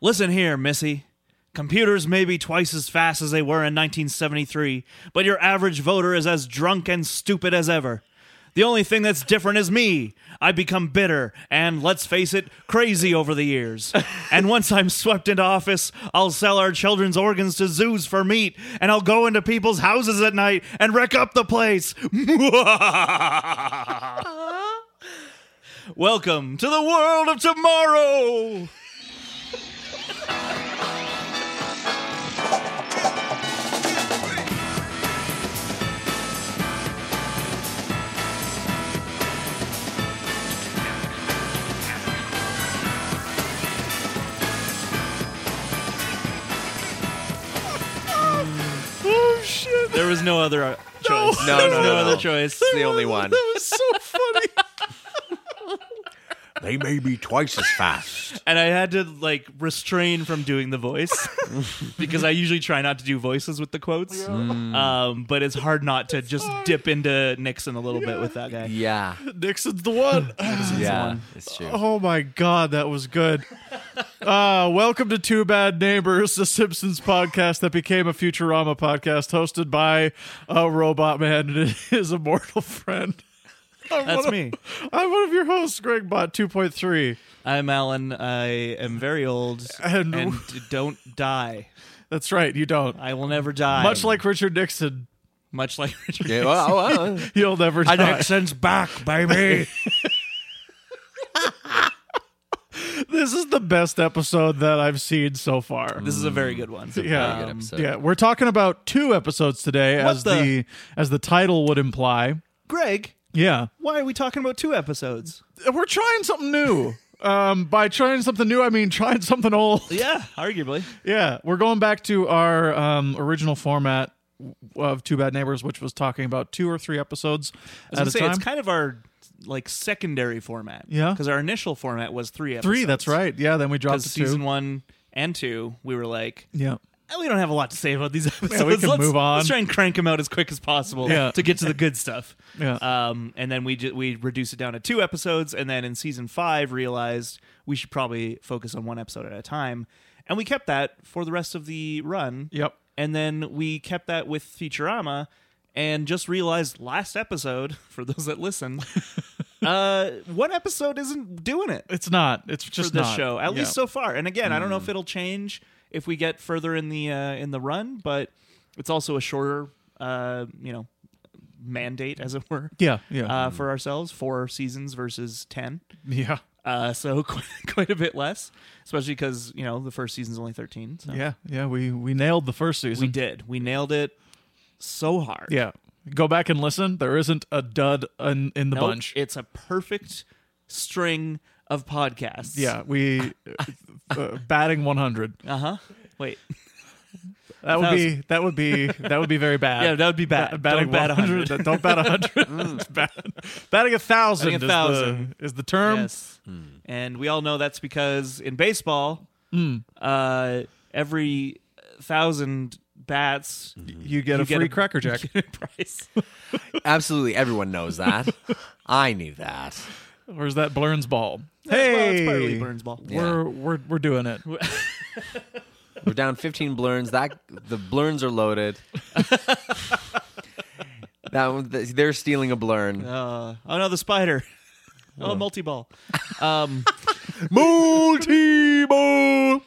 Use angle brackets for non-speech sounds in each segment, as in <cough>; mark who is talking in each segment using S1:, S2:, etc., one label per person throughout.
S1: Listen here, Missy. Computers may be twice as fast as they were in 1973, but your average voter is as drunk and stupid as ever. The only thing that's different is me. I become bitter and, let's face it, crazy over the years. and once I'm swept into office, I'll sell our children's organs to zoos for meat, and I'll go into people's houses at night and wreck up the place. <laughs> Welcome to the world of tomorrow.
S2: Oh shit!
S1: There was no other uh,
S2: No.
S1: choice.
S2: No,
S1: There was
S2: no, no.
S1: other choice.
S2: the only one.
S1: That
S2: was so funny.
S3: They may be twice as fast.
S1: And I had to like restrain from doing the
S2: <laughs>
S1: voice because I usually try not to do voices with the quotes.
S2: Hmm.
S1: Um, but it's hard not to just dip into Nixon a little bit with that guy.
S3: <laughs> Yeah.
S2: Nixon's the one.
S3: Yeah. It's true.
S2: <laughs> Oh my god, that
S1: <laughs>
S2: was good. Uh, welcome to Two Bad Neighbors, the Simpsons podcast that became a Futurama podcast, hosted by a robot man and <laughs> his immortal friend. I'm
S1: That's
S2: one of-
S1: me.
S2: I'm one of your hosts, Greg Bot 2.3.
S1: I'm Alan. I am very old
S2: And-
S1: and, don't die.
S2: That's right, you don't.
S1: I will never die.
S2: Much like Richard Nixon,
S1: much like Richard.
S3: Yeah, well, well,
S2: you'll never die.
S1: Nixon's back, baby.
S2: This is the best episode that I've seen so
S1: <laughs>
S2: far.
S1: this is a very good one.
S2: yeah, Um,
S3: good episode.
S2: yeah. We're talking about two episodes today,
S1: What
S2: as
S1: the-
S2: the as the title would imply.
S1: Greg,
S2: Yeah,
S1: why are we talking about two episodes?
S2: we're trying something new. um, by trying something new, I mean trying something old.
S1: Yeah, arguably.
S2: Yeah, we're going back to our um, original format of Two Bad Neighbors, which was talking about two or three episodes
S1: I
S2: at a
S1: was gonna say
S2: time.
S1: it's kind of our like secondary format.
S2: Yeah.
S1: because our initial format was three episodes.
S2: three, that's right. Yeah, then we dropped
S1: 'Cause
S2: to
S1: season
S2: two.
S1: one and two, we were like,
S2: Yeah.
S1: "Eh, we don't have a lot to say about these <laughs> episodes.
S2: we can
S1: let's,
S2: move on."
S1: Let's try and crank them out as quick as possible
S2: Yeah.
S1: to get to the good stuff.
S2: <laughs> Yeah.
S1: Um, and then we ju- we reduced it down to two episodes, and then in season five realized we should probably focus on one episode at a time, and we kept that for the rest of the run.
S2: Yep.
S1: And then we kept that with Futurama and just realized last episode, <laughs> for those that
S2: <laughs>
S1: listen, uh, one episode isn't doing it
S2: It's not. It's just
S1: for this
S2: not.
S1: show, at
S2: Yeah. Mm.
S1: least so far. And again, I don't know if it'll change if we get further in the uh, in the run, but it's also a shorter, uh, you know, mandate as it were.
S2: Yeah. Yeah.
S1: Uh, for ourselves, four seasons versus ten,
S2: yeah.
S1: uh, so <laughs> quite, quite a bit less. Especially because you know the first season's only thirteen. So.
S2: Yeah. Yeah. We we nailed the first season.
S1: We did. We nailed it so hard.
S2: Yeah. Go back and listen. There isn't a dud in, in the
S1: Nope,
S2: bunch.
S1: It's a perfect string of podcasts.
S2: yeah, we uh, batting 100.
S1: Uh huh. Wait.
S2: That would be that would be that would
S1: <laughs>
S2: be very bad.
S1: Yeah, that would be bad.
S2: Ba-
S1: Don't
S2: batting
S1: bat
S2: 100. Don't bat
S1: <laughs>
S2: 100. It's bad. Batting a thousand,
S1: Batting a
S2: is,
S1: thousand.
S2: The, is the term.
S1: Yes.
S3: Hmm.
S1: And we all know that's because in baseball,
S2: Hmm.
S1: uh, every thousand bats
S3: Mm-hmm.
S2: You
S1: <laughs>
S2: get
S1: You
S2: a
S1: get
S2: free
S1: a-
S2: cracker jack. <laughs>
S1: price.
S3: absolutely everyone knows that. I knew that.
S2: or is that Blurns ball?
S1: well,
S2: Hey,
S1: it's partly Burns ball.
S3: Yeah.
S2: we're we're we're
S1: <laughs>
S2: doing it.
S3: We're down 15 blurns. That the blurns are <laughs> loaded. that one, they're stealing a blurn.
S1: Uh, oh no, the spider. <laughs> Oh, multi ball. Um,
S3: Multi ball.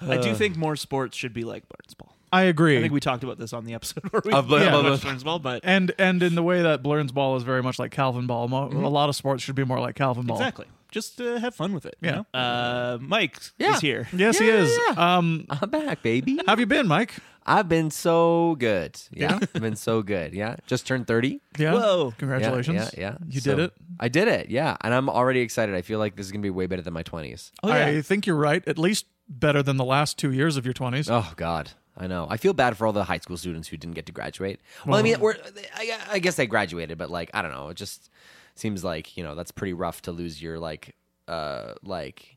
S1: I do think more sports should be like Burns ball.
S2: I agree.
S1: I think we talked about this on the episode where we
S3: Of Blur-
S1: yeah,
S2: of
S1: watched Burns ball, but
S2: and and in the way that Blurns ball is very much like Calvin ball. Mo-
S3: Mm-hmm.
S2: A lot of sports should be more like Calvin ball.
S1: Exactly. Just uh, have fun with it.
S2: Yeah.
S1: You know? uh, Mike
S3: Yeah.
S1: is here.
S2: Yes, he
S3: Yeah,
S2: is.
S3: yeah,
S2: Um,
S3: I'm back, baby.
S2: how have you been, Mike?
S3: I've been so good. Yeah, I've been so good. Yeah, just turned 30.
S2: Yeah.
S1: Whoa.
S3: Yeah,
S2: Congratulations.
S3: Yeah, yeah.
S2: You
S3: So-
S2: did it.
S3: I did it. Yeah, and I'm already excited. I feel like this is gonna be way better than my 20s.
S1: Oh, yeah.
S2: I think you're right. At least better than the last two years of your 20s.
S3: Oh God, I know. I feel bad for all the high school students who didn't get to graduate. Well, I mean, we're, I, I guess they graduated, but like, I don't know. It just seems like you know that's pretty rough to lose your like, uh, like.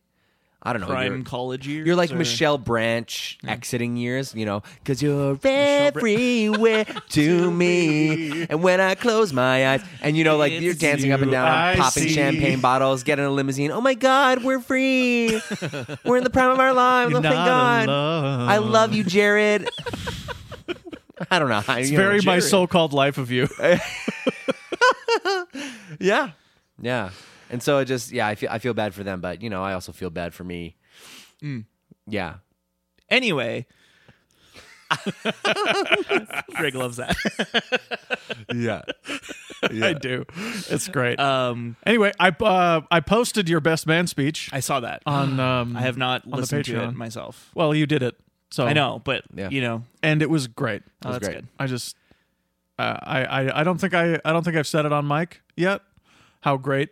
S3: I don't know.
S1: prime
S3: you're-
S1: college years.
S3: You're like
S1: or-
S3: Michelle Branch exiting years, you know, because you're everywhere to me. And when I close my eyes, and you know, like you're
S1: It's
S3: dancing up and
S1: you
S3: down,
S2: I
S3: popping
S2: see.
S3: champagne bottles, getting a limousine. Oh my God, we're free. we're in the prime of our lives. Oh,
S2: You're
S3: thank
S2: not
S3: God.
S2: alone.
S3: I love you, Jared. Uh. <laughs> I don't know.
S2: It's very my
S3: Jared.
S2: so-called life of you.
S3: <laughs> Yeah, yeah. And so it just yeah, I feel I feel bad for them, but you know, I also feel bad for me. Yeah.
S2: <laughs>
S1: Anyway. Greg loves that.
S3: Yeah.
S2: I do. It's great.
S1: Um,
S2: anyway, I uh, I posted your best man speech
S1: I saw that.
S2: on. Um,
S1: I have not
S2: the
S1: listened to it
S2: Patreon. Oh.
S1: myself.
S2: Well, you did it. So
S1: I know, but
S3: Yeah.
S1: you know,
S2: and it was great.
S1: oh, that's
S3: great.
S1: good.
S2: I just, uh, I, I, I don't think I, I don't think I've said it on mic yet. How great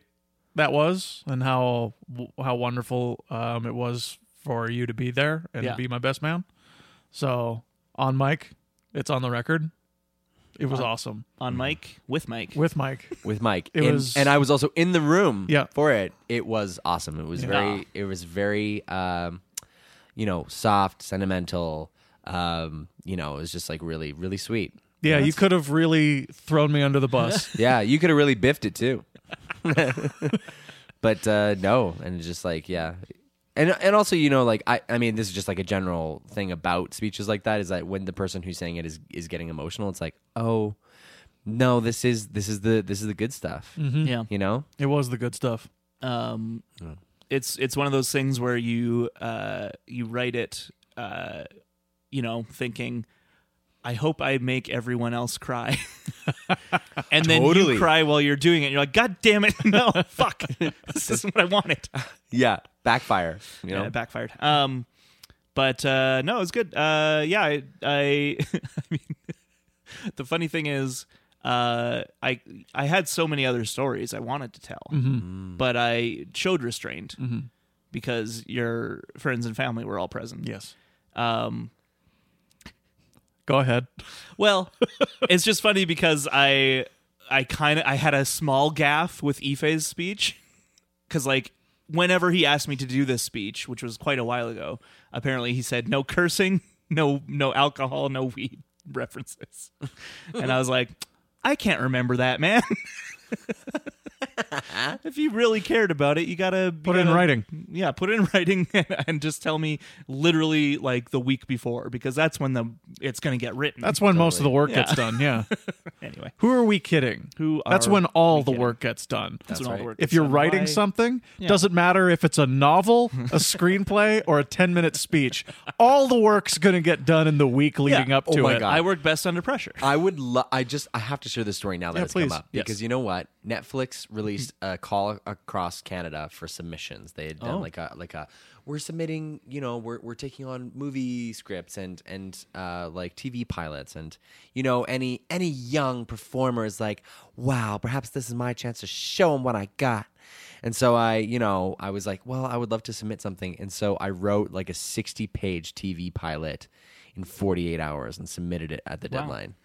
S2: that was, and how how wonderful um, it was for you to be there and
S1: Yeah.
S2: be my best man. So on mic, it's on the record. It was awesome
S1: On
S3: Mm-hmm.
S1: Mike with Mike.
S2: with Mike.
S3: with Mike.
S2: It
S3: and,
S2: was-
S3: and I was also in the room
S2: Yeah.
S3: for it. It was awesome. It was very it was very um you know, soft, sentimental. Um, you know, it was just like really, really sweet.
S2: Yeah, you could have really thrown me under
S1: <laughs>
S2: the bus.
S3: Yeah, you could have really biffed it <laughs> too. but uh no, and it's just like yeah. And and also, you know, like I I mean, this is just like a general thing about speeches like that is that when the person who's saying it is is getting emotional, it's like, "Oh, no, this is this is the this is the good stuff."
S1: Yeah.
S3: You know?
S2: it was the good stuff.
S1: um, it's it's one of those things where you uh, you write it, uh, you know, thinking, I hope I make everyone else cry, <laughs> and then
S3: Totally.
S1: you cry while you're doing it. you're like, God damn it, <laughs> no,
S3: <laughs>
S1: fuck, this isn't what I wanted.
S3: Yeah, backfire. You know,
S1: Yeah, it backfired. Um, but uh, no, it's good. Uh, yeah, I, I, <laughs> I mean, the funny thing is, uh, I I had so many other stories I wanted to tell, but I showed restraint because your friends and family were all present.
S2: Yes.
S1: Um,
S2: Go ahead.
S1: well, it's just funny because I I kind of I had a small gaff with Ife's speech because like whenever he asked me to do this speech, which was quite a while ago, apparently he said no cursing, no no alcohol, no weed <laughs> references, and I was like, I can't remember that, man. <laughs> if you really cared about it, you gotta
S2: Put it in writing.
S1: yeah, put it in <laughs> writing and, and just tell me literally like the week before because that's when the it's going to get written.
S2: That's when most of the work
S1: Yeah.
S2: gets
S1: <laughs>
S2: done. Yeah.
S1: anyway.
S2: Who are we kidding?
S1: Who
S2: That's
S1: are
S2: when all
S1: we
S2: the
S1: kidding?
S2: work gets done.
S1: That's when all the
S3: right.
S1: work
S2: if
S1: gets
S2: you're
S1: done.
S2: writing
S1: Why-
S2: something, doesn't matter if it's a novel, a <laughs> screenplay, or a 10 minute speech. All the work's going to get done in the week leading up
S3: Oh
S2: to
S3: my
S2: it.
S3: God.
S1: I work best under pressure.
S3: I would. Lo- I just. I have to share this story now that
S2: Yeah,
S3: it's
S2: please.
S3: come up
S2: Yes. Mm-hmm.
S3: because you know what? Netflix released a call across Canada for submissions. They had done
S2: Oh.
S3: like a like a. We're submitting. You know, we're we're taking on movie scripts and and uh, like TV pilots and you know any any young performers like wow perhaps this is my chance to show them what I got. And so I, you know, I was like, well, I would love to submit something. And so I wrote like a 60 page TV pilot in 48 hours and submitted it at the deadline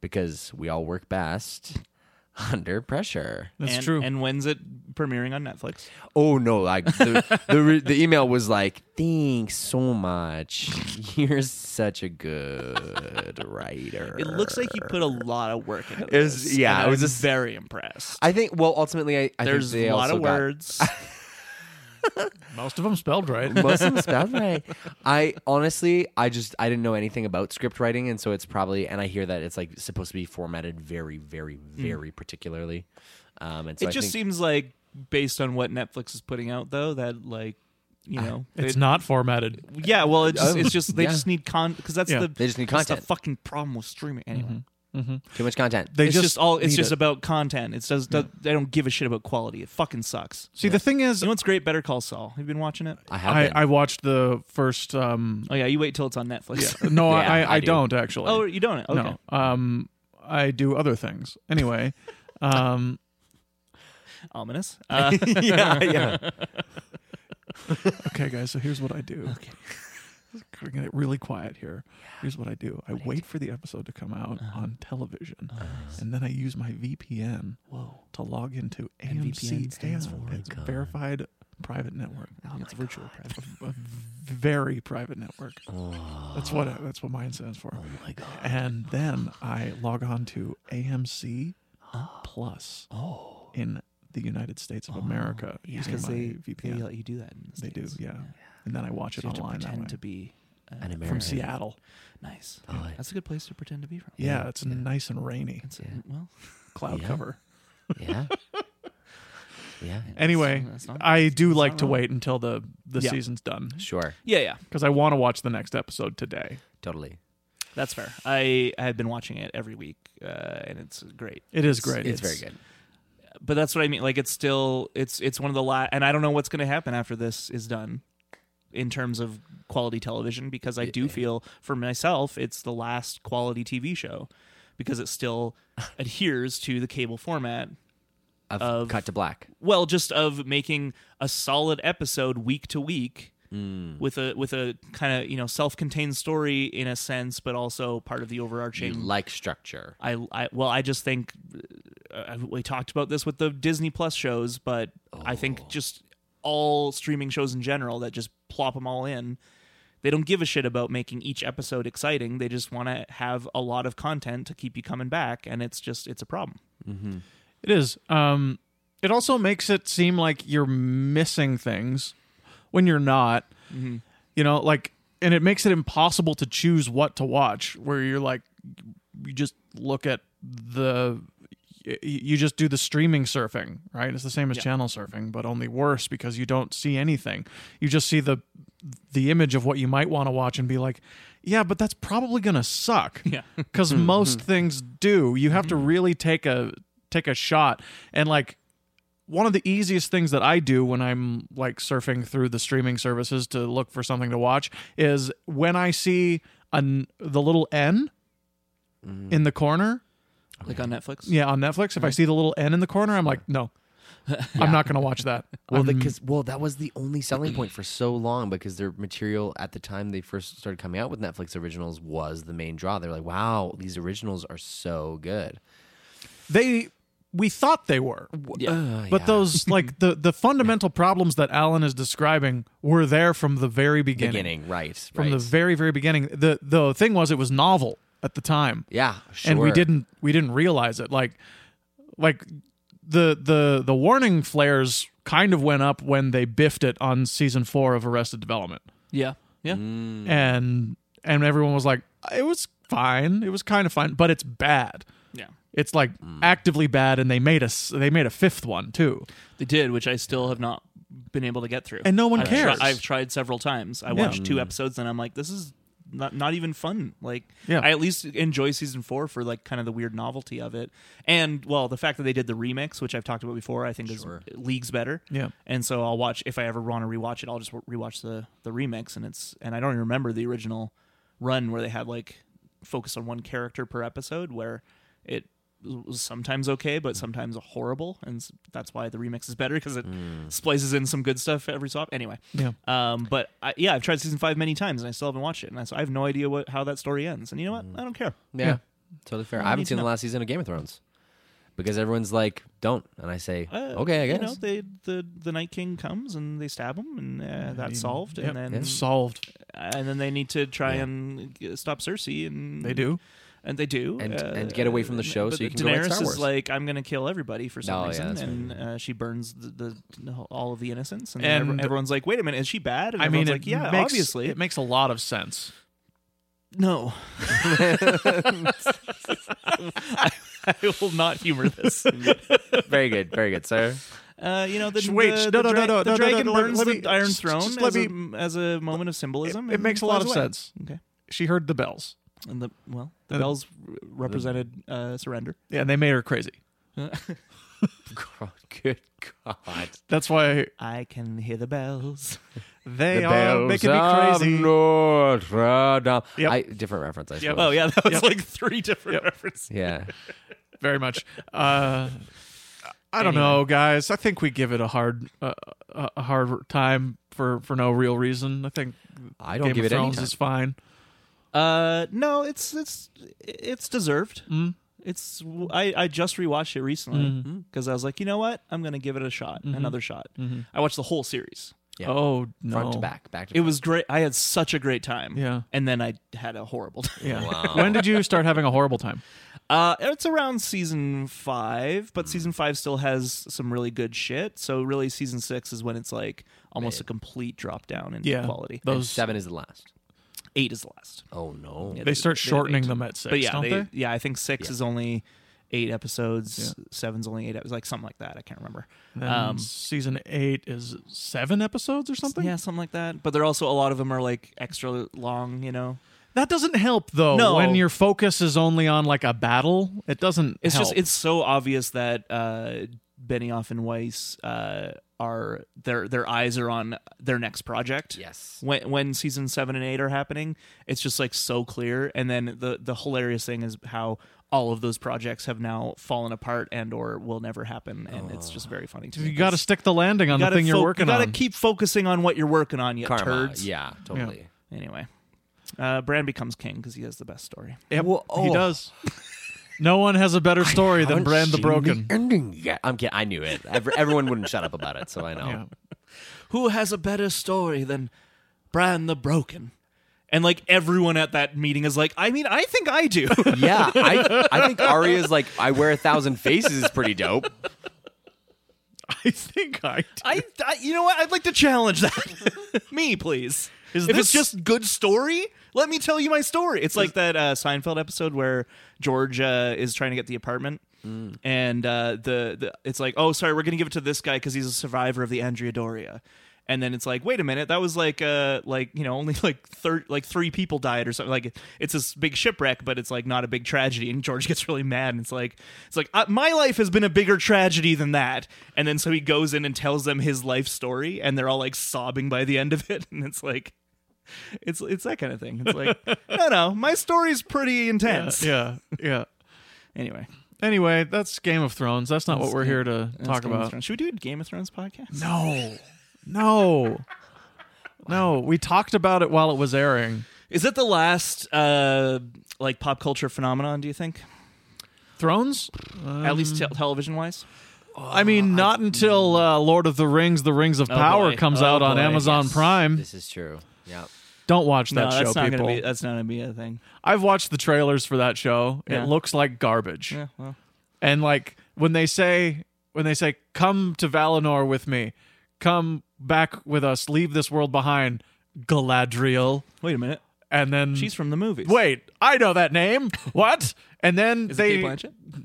S3: because we all work best <laughs> under pressure.
S2: That's
S1: and,
S2: true.
S1: And when's it premiering on Netflix?
S3: <laughs> Oh no! Like the the, re- the email was like, "Thanks so much. <laughs> You're such a good writer."
S1: It looks like you put a lot of work into
S3: It was-
S1: this.
S3: yeah,
S1: and
S3: it was
S1: I'm
S3: just-
S1: very impressed.
S3: I think. Well, ultimately, I, I
S1: There's
S3: think they
S1: a lot
S3: also
S1: of
S3: got-
S1: words.
S2: Most of them spelled right.
S3: <laughs> Most of
S1: <laughs>
S3: them spelled right. I honestly, I just I didn't know anything about script writing, and so it's probably. And I hear that it's like supposed to be formatted very, very, very particularly. Um, and so
S1: Hmm. it
S3: I
S1: just
S3: think,
S1: seems like based on what Netflix is putting out though that like you know
S2: <laughs> It's
S1: they-
S2: not formatted.
S1: yeah, well, it's just, it's just they
S3: Oh, yeah.
S1: just need con because that's
S2: Yeah.
S1: the
S3: They just need
S1: that's
S3: content. Mm-hmm.
S1: the fucking problem with streaming anyway.
S3: too much content.
S2: They
S1: it's just, all it's
S2: need
S1: just
S2: it.
S1: about content. It's just they don't give a shit about quality. It fucking sucks.
S2: See, the thing is,
S1: You know what's great? Better Call Saul. You've been watching it?
S3: I have.
S2: I,
S3: been.
S2: I watched the first. <laughs> Um,
S1: Oh yeah, you wait till it's on Netflix.
S2: no,
S3: Yeah,
S2: I, I,
S3: I do.
S2: don't
S1: <laughs>
S2: actually.
S1: oh, you don't? Okay.
S2: No. Um, I do other things. <laughs> Anyway. Um, <laughs>
S1: Ominous. Uh,
S3: yeah, yeah.
S2: okay, guys. So here's what I do. Okay. <laughs> Gonna get it really quiet here. Here's what I do. I wait for the episode to come out
S1: Uh-huh.
S2: on television, and then I use my VPN
S1: Whoa.
S2: to log into
S1: And
S2: AMC
S1: VPN stands
S2: AM.
S1: for-
S2: It's verified private network. it's
S1: <laughs>
S2: a virtual private, a v- very private network.
S3: Oh
S2: That's what I, that's what mine stands for. Oh my god! And then I log on to AMC Plus in the United States of America using
S1: Oh. because
S2: my
S1: they
S2: VPN.
S1: they let you do that. In the
S2: They do,
S1: States.
S2: yeah. And then I watch it
S1: You have to
S2: online that way.
S1: pretend to be uh,
S3: An American.
S2: from Seattle.
S1: nice.
S3: Oh, I-
S1: That's a good place to pretend to be from.
S2: Yeah, it's nice and rainy.
S1: It's, Well,
S2: Cloud
S3: Yeah.
S2: cover.
S3: <laughs> Yeah. yeah.
S2: Anyway,
S1: that's not-
S2: I do like to wait until the the
S1: Yeah.
S2: season's done
S3: Sure.
S1: yeah, yeah.
S2: because I want to watch the next episode today.
S3: Totally.
S1: That's fair. I I have been watching it every week, uh, and it's great.
S2: It is great.
S3: It's, very good.
S1: But that's what I mean. Like it's still it's it's one of the last, and I don't know what's going to happen after this is done, in terms of quality television, because I do feel for myself it's the last quality TV show, because it still adheres to the cable format.
S3: Of,
S1: Of-
S3: cut to black.
S1: Well, just of making a solid episode week to week. With a with a kind of you know self contained story in a sense, but also part of the
S3: You
S1: overarching
S3: like structure.
S1: I, I well, I just think uh, we talked about this with the Disney Plus shows, but I think just all streaming shows in general that just plop them all in. They don't give a shit about making each episode exciting. They just want to have a lot of content to keep you coming back, and it's just it's a problem.
S2: It is. Um, it also makes it seem like you're missing things when you're not. You know, like, and it makes it impossible to choose what to watch. Where you're like, you just look at the, y- you just do the streaming surfing, right? It's the same as channel surfing, but only worse because you don't see anything. You just see the the image of what you might want to watch and be like, yeah, but that's probably gonna suck.
S1: Yeah.
S2: because most things do. You have to really take a take a shot and like one of the easiest things that I do when I'm like surfing through the streaming services to look for something to watch is when I see an the little N
S3: Mm-hmm.
S2: in the corner.
S1: Like on Netflix,
S2: Yeah, on Netflix, if I see the little N in the corner, I'm like,
S3: <laughs>
S2: no, I'm not going to watch that.
S3: Well, because well, that was the only selling point for so long because their material at the time they first started coming out with Netflix originals was the main draw. They're like, wow, these originals are so good.
S2: they we thought they were
S3: Uh,
S2: but
S3: yeah.
S2: those like the the fundamental problems that alan is describing were there from the very beginning,
S3: beginning, right?
S2: from the
S3: right.
S2: very very beginning the the thing was it was novel at the time
S3: yeah, sure.
S2: and we didn't we didn't realize it like like the the the warning flares kind of went up when they biffed it on season 4 of arrested development
S1: yeah, yeah.
S2: and and everyone was like it was fine it was kind of fine but it's bad
S1: Yeah.
S2: it's like actively bad and they made us they made a fifth one too
S1: They did, which I still have not been able to get through.
S2: And no one
S1: I've tri-
S2: cares.
S1: I've tried several times. I watched two episodes and I'm like, this is not not even fun. Like,
S2: Yeah.
S1: I at least enjoy season four for like kind of the weird novelty of it, and well, the fact that they did the remix, which I've talked about before, I think
S3: Sure.
S1: is leagues better.
S2: Yeah.
S1: and so I'll watch if I ever want to rewatch it, I'll just rewatch the the remix, and it's and I don't even remember the original run where they had like focus on one character per episode where it was sometimes okay but sometimes horrible and s- that's why the remix is better because it
S3: Mm.
S1: splices in some good stuff every so often anyway
S2: Yeah.
S1: um but I, yeah i've tried season five many times and i still haven't watched it and I, so i have no idea what how that story ends and you know
S3: Mm.
S1: what i don't care
S3: yeah,
S2: yeah.
S3: totally fair. I haven't
S1: need to
S3: seen the
S1: know.
S3: last season of Game of Thrones because everyone's like, don't, and I say,
S1: Uh,
S3: okay, I guess.
S1: you know they the the night king comes and they stab him and uh, that's solved
S2: Yep.
S1: and then
S2: It's solved
S1: and then they need to try and g- stop cersei and
S2: they do
S1: and they do, uh,
S3: And- and get away from the show
S1: but
S3: so you can go
S1: Daenerys
S3: like Star Wars.
S1: is like, I'm going to kill everybody for some
S3: Oh, yeah,
S1: reason,
S3: that's right.
S1: and uh, she burns the, the all of the innocents, and,
S2: And-
S1: then every- everyone's like, "Wait a minute, is she bad?" And
S2: i mean
S1: everyone's like,
S2: it
S1: "Yeah,
S2: makes,
S1: obviously,
S2: it makes a lot of sense <laughs>
S1: no." I, I will not humor
S2: <laughs>
S1: this.
S3: <laughs> very good, very good, sir.
S1: Uh, you know, the,
S2: Mm. Sh- wait,
S1: the, the
S2: no, no, no,
S1: dra- the
S2: no, no, no,
S1: dragon
S2: no, let-
S1: burns
S2: let
S1: the
S2: me-
S1: Iron
S2: just-
S1: Throne
S2: just let
S1: as, a, as a moment of symbolism.
S2: it
S1: and
S2: makes a lot
S1: flies
S2: of
S1: away.
S2: sense
S1: Okay,
S2: she heard the bells
S1: and the well, the
S2: And-
S1: bells r- represented uh, surrender.
S2: yeah and they made her crazy
S3: <laughs> Good God.
S2: that's why
S1: I can hear the bells.
S2: they are making me crazy
S3: Notre Dame.
S2: Yep.
S3: I, different reference, I suppose.
S1: Oh yeah, that was like three different references.
S3: Yeah.
S2: very much uh I don't know, guys. I think we give it a hard, uh, a a hard time for, for no real reason. I think
S3: I don't
S2: Game
S3: give
S2: of
S3: it any
S2: Thrones
S3: time.
S2: is fine. Mm.
S1: Uh, no, it's it's it's deserved. It's w- I, I just rewatched it recently because I was like, you know what? I'm gonna give it a shot,
S2: Mm-hmm.
S1: another shot. I watched the whole series.
S3: Yeah.
S2: Oh no.
S3: Front to back, back to
S1: It
S3: front.
S1: was great. I had such a great time.
S2: Yeah.
S1: and then I had a horrible <laughs> time.
S2: Yeah.
S3: Wow.
S2: <laughs> When did you start having a
S3: <laughs>
S2: horrible time?
S1: Uh, it's around season five,
S2: Hmm.
S1: but season five still has some really good shit. So really, season six is when it's like almost a complete drop down in quality.
S3: And
S2: Those
S3: seven is the last.
S1: Eight is the last.
S3: Oh no.
S1: Yeah,
S2: they start
S1: have
S2: shortening
S1: eight.
S2: them at six,
S1: But yeah,
S2: don't
S1: they-
S2: they?
S1: yeah, I think six is only eight episodes. Seven's only eight. episodes, like something like that. I can't remember.
S2: Then
S1: Um,
S2: season eight is seven episodes or something.
S1: yeah, something like that. But they're also a lot of them are like extra long. You know,
S2: That doesn't help though.
S1: No.
S2: When your focus is only on like a battle, it doesn't.
S1: it's
S2: help.
S1: just it's so obvious that uh, Benioff and Weiss uh, are their their eyes are on their next project.
S3: Yes.
S1: when when season seven and eight are happening, it's just like so clear. And then the the hilarious thing is how all of those projects have now fallen apart and or will never happen, and it's just very funny to me.
S2: you got to stick the landing on the
S1: gotta
S2: thing you're
S1: fo-
S2: working
S1: you gotta
S2: on.
S1: keep focusing on what you're working on, you
S3: Karma.
S1: turds.
S3: Yeah, totally.
S1: Anyway, uh, Bran becomes king because he has the best story.
S2: Yep,
S3: Well,
S2: He
S3: oh.
S2: does.
S1: <laughs>
S2: No one has a better story
S3: Haven't
S2: than Brand the
S1: <laughs>
S3: seen
S2: Broken.
S3: ending yet. I'm kidding. I knew it. Ever- Everyone wouldn't shut up about it, so I know.
S2: Yeah.
S1: Who has a better story than Bran the Broken? And like everyone at that meeting is like, I mean, I think I
S2: <laughs>
S1: do.
S3: Yeah, I, I think Arya's like I wear a thousand faces is pretty dope.
S2: Mm-hmm. I think I. do.
S1: I, I, you know what? I'd like to challenge that. <laughs> me, please.
S2: Is
S1: if
S2: this-
S1: it's just good story, let me tell you my story. It's like that uh, Seinfeld episode where George uh, is trying to get the apartment, and uh, the, the it's like, oh, sorry, we're gonna give it to this guy because he's a survivor of the Andrea Doria. And then it's like, wait a minute, that was like, uh, like you know, only <laughs> like third, like three people died or something. Like it's this big shipwreck, but it's like not a big tragedy. And George <laughs> gets really mad, and it's like, it's like uh, my life has been a bigger tragedy than that. And then so he goes in and tells them his life story, and they're all like sobbing by the end of it. <laughs> And it's like, it's it's that kind of thing. It's
S2: <laughs>
S1: like, no, no, my story's pretty intense.
S2: Yeah. Yeah.
S1: Anyway,
S2: Anyway, that's Game of Thrones. That's not what we're here to
S1: that's
S2: talk
S1: Game of
S2: about.
S1: Thrones. Should we do a Game of Thrones podcast?
S2: No. No. No. We talked about it while it was airing.
S1: Is it the last uh like pop culture phenomenon? Do you think?
S2: Thrones?
S1: At
S2: Um,
S1: least te- television wise.
S2: I mean, not until uh, Lord of the Rings: The Rings of Power
S1: boy.
S2: comes
S1: Oh, Oh,
S2: out on
S1: boy.
S2: Amazon Prime.
S3: This is true. Yeah.
S2: Don't watch
S1: No,
S2: that
S1: that's
S2: show,
S1: not
S2: people.
S1: gonna be. uh, That's not gonna be a thing.
S2: I've watched the trailers for that show.
S1: Yeah.
S2: It looks like garbage.
S1: Yeah. Well.
S2: And like when they say when they say come to Valinor with me, come back with us, leave this world behind, Galadriel,
S1: Wait a minute.
S2: and then
S1: She's from the movies.
S2: Mm. wait, I know
S1: <laughs>
S2: that name. what? And then
S1: Is
S2: they
S1: it Kate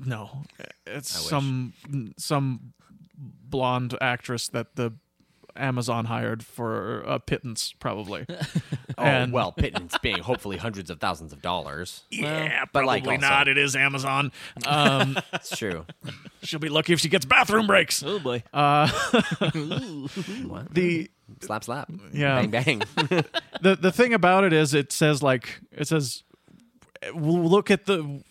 S1: Blanchett?
S2: no, it's some some blonde actress that the Amazon hired for a pittance, probably.
S3: <laughs>
S2: <laughs>
S3: Oh
S2: And-
S3: well, pittance being hopefully hundreds of thousands of dollars.
S2: yeah,
S3: but, like,
S2: probably
S3: also-
S2: not. It
S3: <laughs>
S2: is Amazon. Um,
S3: It's
S2: <laughs>
S3: true.
S2: she'll be lucky if she gets bathroom breaks.
S1: Oh
S2: <laughs>
S1: boy.
S2: Uh,
S3: What?
S2: The
S3: slap slap.
S2: Yeah.
S3: Bang bang.
S2: the the thing about it is it says like it says w- look at the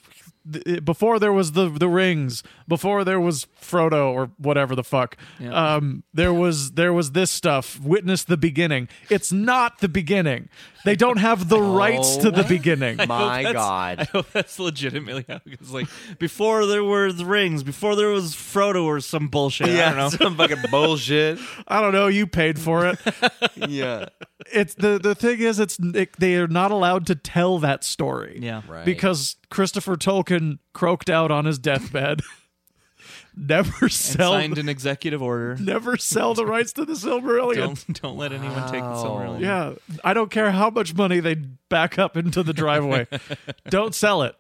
S2: the- before there was the the rings before there was frodo or whatever the fuck
S1: Yeah.
S2: um there was there was this stuff witness the beginning it's not the beginning they don't
S1: <laughs>
S2: have the
S1: Oh.
S2: rights to the beginning
S3: My God.
S1: I hope <laughs> that's legitimately how it's like. Before there were the rings, before there was Frodo or some bullshit. <laughs> I don't know.
S3: <laughs> some fucking
S1: <laughs>
S3: bullshit.
S2: i don't know you paid for it
S3: Yeah.
S2: it's the the thing is it's it, they are not allowed to tell that story
S1: Yeah.
S3: Right.
S2: because Christopher Tolkien croaked out on his deathbed. <laughs> never sell,
S1: Signed an executive order.
S2: never sell the rights to the Silmarillion.
S1: Don't don't let anyone take the Silmarillion.
S2: Yeah, I don't care how much money they back up into the
S1: <laughs>
S2: driveway. don't sell it.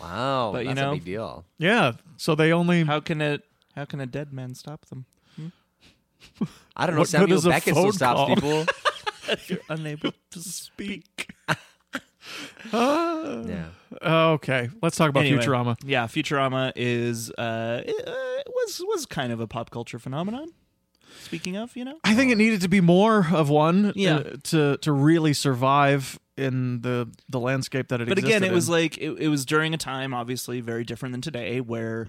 S3: Wow.
S1: But,
S3: that's
S1: you
S3: a
S1: know-
S3: big deal.
S2: Yeah, so they only.
S1: How can it? How can a dead man stop them?
S3: I don't know.
S2: What good
S3: Samuel
S2: is a
S3: Beckett
S2: phone
S3: still stops
S2: call?
S3: people.
S1: <laughs> You're unable to speak.
S3: yeah.
S2: oh, okay, let's talk about
S1: Anyway,
S2: Futurama.
S1: Yeah, Futurama is uh, it, uh, was was kind of a pop culture phenomenon. Speaking of, you know,
S2: I think it needed to be more of one.
S1: Yeah.
S2: uh, to to really survive in the the landscape that it.
S1: but again,
S2: existed
S1: it was
S2: in.
S1: like it, it was during a time, obviously, very different than today, where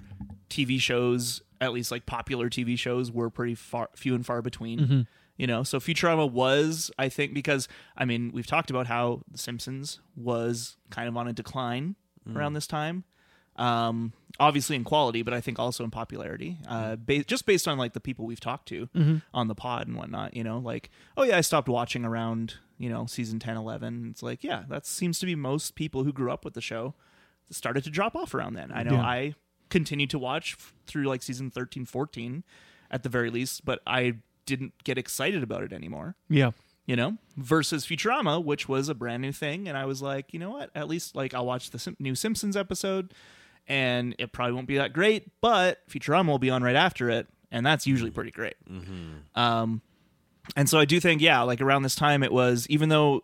S1: TV shows, at least like popular TV shows, were pretty far, few and far between.
S2: Mm-hmm.
S1: You know, so Futurama was, I think, because I mean,
S2: Mm.
S1: we've talked about how The Simpsons was kind of on a decline around this time. um, obviously in quality, but I think also in popularity. Uh, ba- just based on like the people we've talked to on the pod and whatnot, you know, like oh yeah, I stopped watching around you know season 10, 11. It's like yeah, that seems to be most people who grew up with the show started to drop off around then. I know
S2: Yeah.
S1: I continued to watch f- through like season 13, 14 at the very least, but I didn't get excited about it anymore
S2: Yeah.
S1: you know, versus Futurama, which was a brand new thing. And I was like, you know what? At least like I'll watch the Sim- new Simpsons episode, and it probably won't be that great, but Futurama will be on right after it, and that's usually pretty great. Um, and so I do think, yeah, like around this time, it was even though,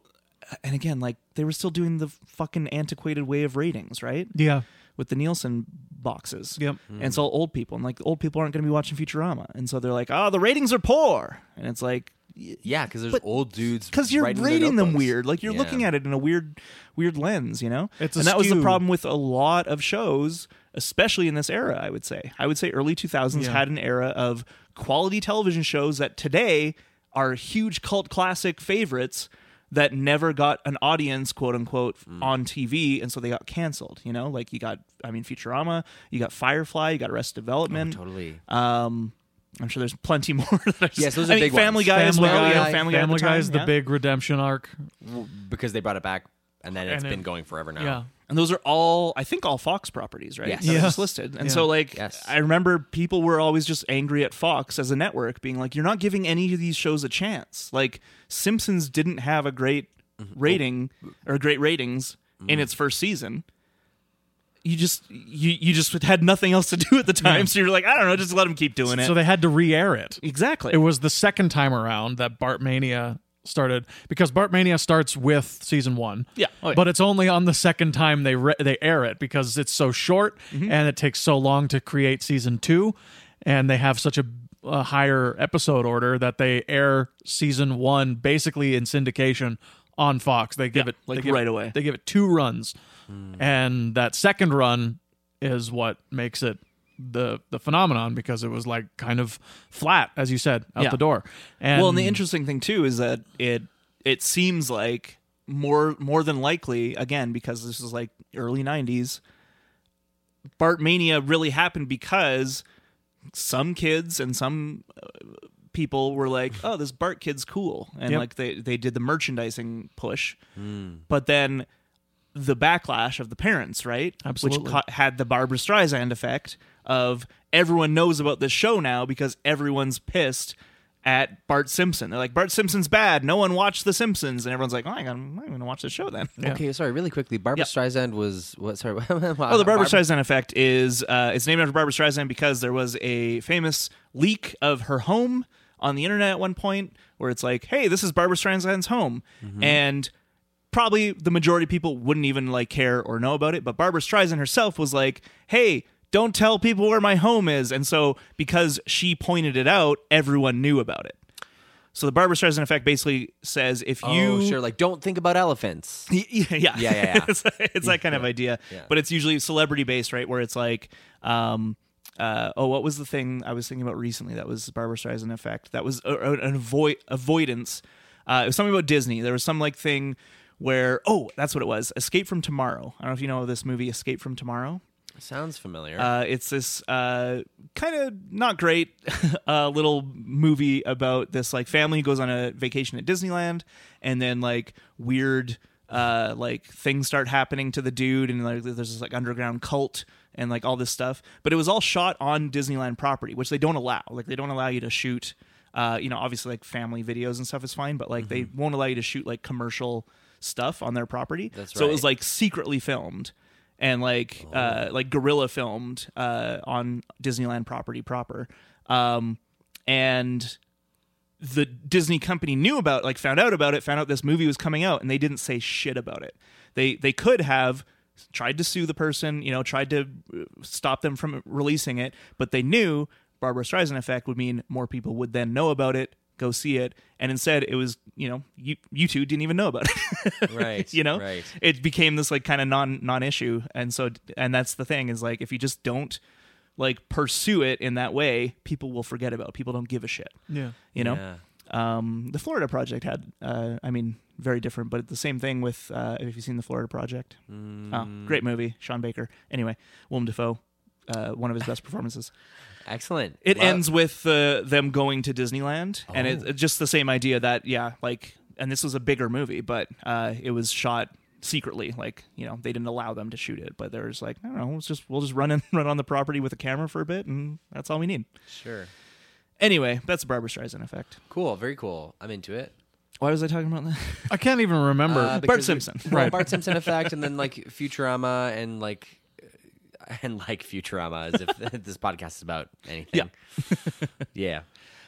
S1: and again, like they were still doing the fucking antiquated way of ratings, right?
S2: Yeah.
S1: with the Nielsen boxes.
S2: Yep.
S1: And it's all old people. And like the old people aren't going to be watching Futurama. And so they're like, oh, the ratings are poor. And it's like,
S3: Yeah, because there's old dudes.
S1: because you're
S3: writing their
S1: rating them
S3: notebooks.
S1: weird. Like you're
S3: Yeah.
S1: looking at it in a weird, weird lens, you know.
S2: It's
S1: and that was the
S2: askew.
S1: problem with a lot of shows, especially in this era. I would say, I would say early 2000s
S2: Yeah.
S1: had an era of quality television shows that today are huge cult classic favorites that never got an audience, quote unquote,
S3: Mm.
S1: on TV, and so they got canceled. You know, like you got, I mean, Futurama, you got Firefly, you got Arrested Development.
S3: Oh, Totally.
S1: Um, I'm sure there's plenty <laughs> more. that I just,
S3: Yes, those are
S1: I mean,
S3: big
S1: Family
S3: ones.
S1: Guy as
S2: Family
S1: well. you know,
S3: Guy-
S1: Family Guy, at
S2: Family
S1: the time,
S2: Guy is the
S1: yeah.
S2: big redemption arc.
S3: W- because they brought it back, and then it's
S2: And it-
S3: been going forever now.
S2: Yeah.
S1: And those are all, I think, all Fox properties, right?
S3: Yes.
S1: That are
S2: Yes.
S1: just listed. And
S2: Yeah.
S1: so, like,
S3: Yes.
S1: I remember people were always just angry at Fox as a network, being like, "You're not giving any of these shows a chance." Like, Simpsons didn't have a great
S3: Mm-hmm.
S1: rating or great ratings in its first season. You just you you just had nothing else to do at the time, so you're like, I don't know, just let them keep doing it.
S2: So they had to re-air it.
S1: exactly.
S2: It was the second time around that Bartmania started because Bartmania starts with season one.
S1: Yeah. Oh, yeah.
S2: But it's only on the second time they re- they air it because it's so short
S1: Mm-hmm.
S2: and it takes so long to create season two, and they have such a, a higher episode order that they air season one basically in syndication on Fox. They give
S1: Yeah,
S2: it
S1: like
S2: they give
S1: right
S2: it-
S1: away.
S2: They give it two runs, and that second run is what makes it the the phenomenon because it was like kind of flat as you said out
S1: Yeah.
S2: the door. And
S1: Well, and the interesting thing too is that it it seems like more more than likely again because this is like early '90s. Bartmania really happened because some kids and some uh, people were like, "Oh, this Bart kid's cool," and
S2: Yep.
S1: like they they did the merchandising push, but then the backlash of the parents, right?
S2: Absolutely.
S1: Which ca- had the Barbara Streisand effect of everyone knows about this show now because everyone's pissed at Bart Simpson. They're like, Bart Simpson's bad. No one watched The Simpsons. And everyone's like, oh, I gotta- I'm not going to watch the show then.
S3: Okay, sorry. Really quickly, Barbara Streisand was what? Sorry. <laughs> oh, the
S1: Oh, the Barbara Streisand effect is uh, it's named after Barbara Streisand because there was a famous leak of her home on the internet at one point where it's like, hey, this is Barbara Streisand's home, and probably the majority of people wouldn't even like care or know about it, but Barbara Streisand herself was like, hey. Don't tell people where my home is. And so, because she pointed it out, everyone knew about it. So, the Barbara Streisand effect basically says if you.
S3: Oh, sure. Like, don't think about elephants.
S1: Y- y- <laughs> yeah, yeah,
S3: yeah, yeah.
S1: <laughs> it's, it's that kind of idea, but it's usually celebrity based, right? Where it's like, um, uh, oh, what was the thing I was thinking about recently? That was Barbara Streisand effect. That was a, a- an avoid avoidance. Uh, it was something about Disney. There was some like thing where oh, that's what it was. Escape from Tomorrow. I don't know if you know this movie, Escape from Tomorrow.
S3: Sounds familiar.
S1: Uh, <laughs> it's this uh, kind of not great <laughs> uh, little movie about this like family who goes on a vacation at Disneyland, and then like weird uh, like things start happening to the dude, and like there's this like underground cult and like all this stuff. But it was all shot on Disneyland property, which they don't allow. Like they don't allow you to shoot. Uh, you know, obviously like family videos and stuff is fine, but like they won't allow you to shoot like commercial stuff on their property.
S3: That's
S1: So it was
S3: right. Oh.
S1: like secretly filmed and like uh like gorilla filmed uh on Disneyland property proper um and the Disney company knew about like found out about it found out this movie was coming out and they didn't say shit about it they they could have tried to sue the person you know tried to uh, stop them from releasing it but they knew Barbara Streisand effect would mean more people would then know about it go see it and instead it was you know you you two didn't even know about it <laughs>
S3: right.
S1: you know
S3: Right.
S1: it became this like kind of non non issue and so and that's the thing is like if you just don't like pursue it in that way people will forget about it. people don't give a shit
S2: yeah.
S1: you know
S3: Yeah.
S1: Um, the Florida Project had, uh, I mean, very different, but the same thing with, uh, if you've seen The Florida Project.
S3: Mm.
S1: Oh, great movie, Sean Baker. Anyway, Willem Dafoe, uh, one of his best performances.
S3: Excellent.
S1: It
S3: Love-
S1: ends with uh, them going to Disneyland, and it,
S3: Oh.
S1: it's just the same idea that yeah, like, and this was a bigger movie, but uh, it was shot secretly. Like, you know, they didn't allow them to shoot it, but there's like, I don't know, let's just we'll just run in, <laughs> run on the property with a camera for a bit, and that's all we need.
S3: Sure.
S1: Anyway, that's the Barbara Streisand effect.
S3: Cool. Very cool. I'm into it.
S1: Why was I talking about that?
S2: I can't even remember.
S3: Uh,
S1: Bart
S3: because-
S1: Simpson.
S3: Well,
S1: <laughs>
S3: Bart Simpson effect, and then like Futurama, and like and like Futurama, as if <laughs> this podcast is about anything. Yeah. <laughs>
S1: <laughs>
S3: yeah.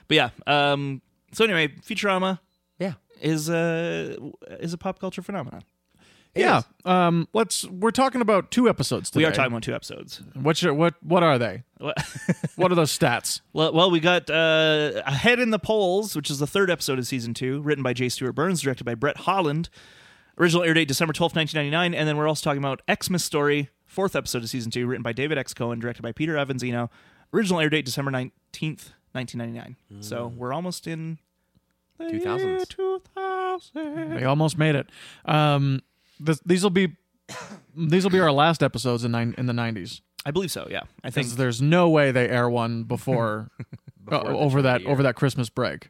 S1: but yeah, um, so anyway, Futurama
S3: Yeah.
S1: is a is a pop culture phenomenon.
S2: yeah. Um. Let's. We're talking about two episodes today.
S1: We are talking about two <laughs> episodes.
S2: What's your, what? What are they? What are those
S1: <laughs>
S2: stats?
S1: Well, well, we got uh, Ahead in the Polls, which is the third episode of season two, written by J. Stewart Burns, directed by Brett Holland. Original air date December 12th, 1999. And then we're also talking about Xmas Story, fourth episode of season two, written by David X. Cohen, directed by Peter Avanzino. Original air date December 19th, 1999. So
S3: Mm.
S1: we're almost in the
S3: 2000s.
S1: year 2000.
S2: They almost made it. Um. This, these will be. These will be our last episodes in nine, in the nineties.
S1: I believe so, yeah. I think.
S2: Because there's no way they air
S1: <laughs>
S2: one before, uh,
S3: the
S2: over that
S3: year.
S2: over that Christmas break.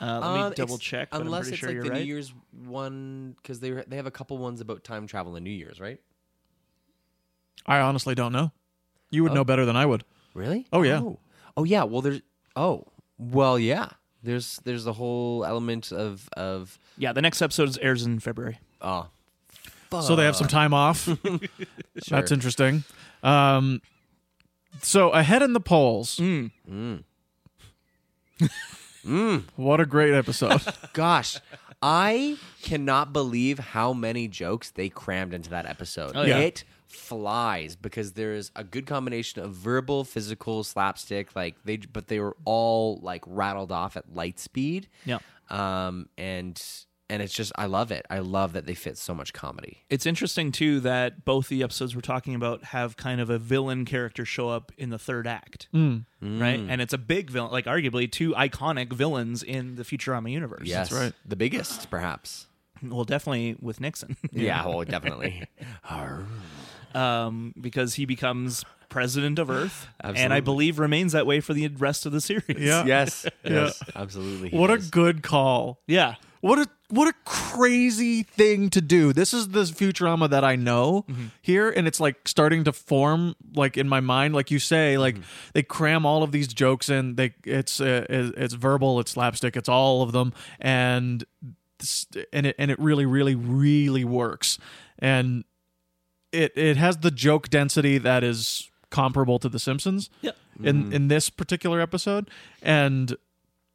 S1: Uh, let
S3: Um,
S1: me double
S3: ex-
S1: check, but I'm
S3: Unless
S1: pretty
S3: it's
S1: sure
S3: like
S1: you're
S3: the
S1: right.
S3: New Year's one, because they they have a couple ones about time travel and New Year's, right?
S2: I honestly don't know. You would know better than I would.
S3: Really?
S2: Oh, yeah.
S3: Oh, Oh, yeah. Well, there's. Oh well, yeah. There's there's the whole element of of
S1: yeah, the next episode is airs in February.
S3: oh.
S2: So they have some time off. <laughs> That's interesting. Um, so ahead in the polls. <laughs> What a great episode.
S3: Gosh, I cannot believe how many jokes they crammed into that episode.
S1: yeah.
S3: It flies because there is a good combination of verbal, physical, slapstick. Like they, but they were all like rattled off at light speed.
S1: Yeah.
S3: Um. And and it's just I love it. I love that they fit so much comedy.
S1: It's interesting too that both the episodes we're talking about have kind of a villain character show up in the third act, right?
S3: Hmm.
S1: And it's a big villain, like arguably two iconic villains in the Futurama universe.
S3: Yes.
S2: right.
S3: The biggest, perhaps.
S1: well, definitely with
S3: <laughs>
S1: Nixon,
S3: Yeah. Oh, definitely.
S1: um, because he becomes president of Earth, and I
S3: Absolutely.
S1: believe remains that way for the rest of the series.
S2: Yeah.
S3: yes. Yes. Absolutely. he
S2: what a
S3: is.
S2: good call.
S1: <laughs> yeah.
S2: What a what a crazy thing to do. This is the Futurama that I know here, and it's like starting to form like in my mind. Like you say, like they cram all of these jokes in. They it's uh, it's it's verbal, it's slapstick, it's all of them, and s- and it and it really really really works, and it it has the joke density that is comparable to The Simpsons.
S1: Yep.
S2: In in this particular episode, and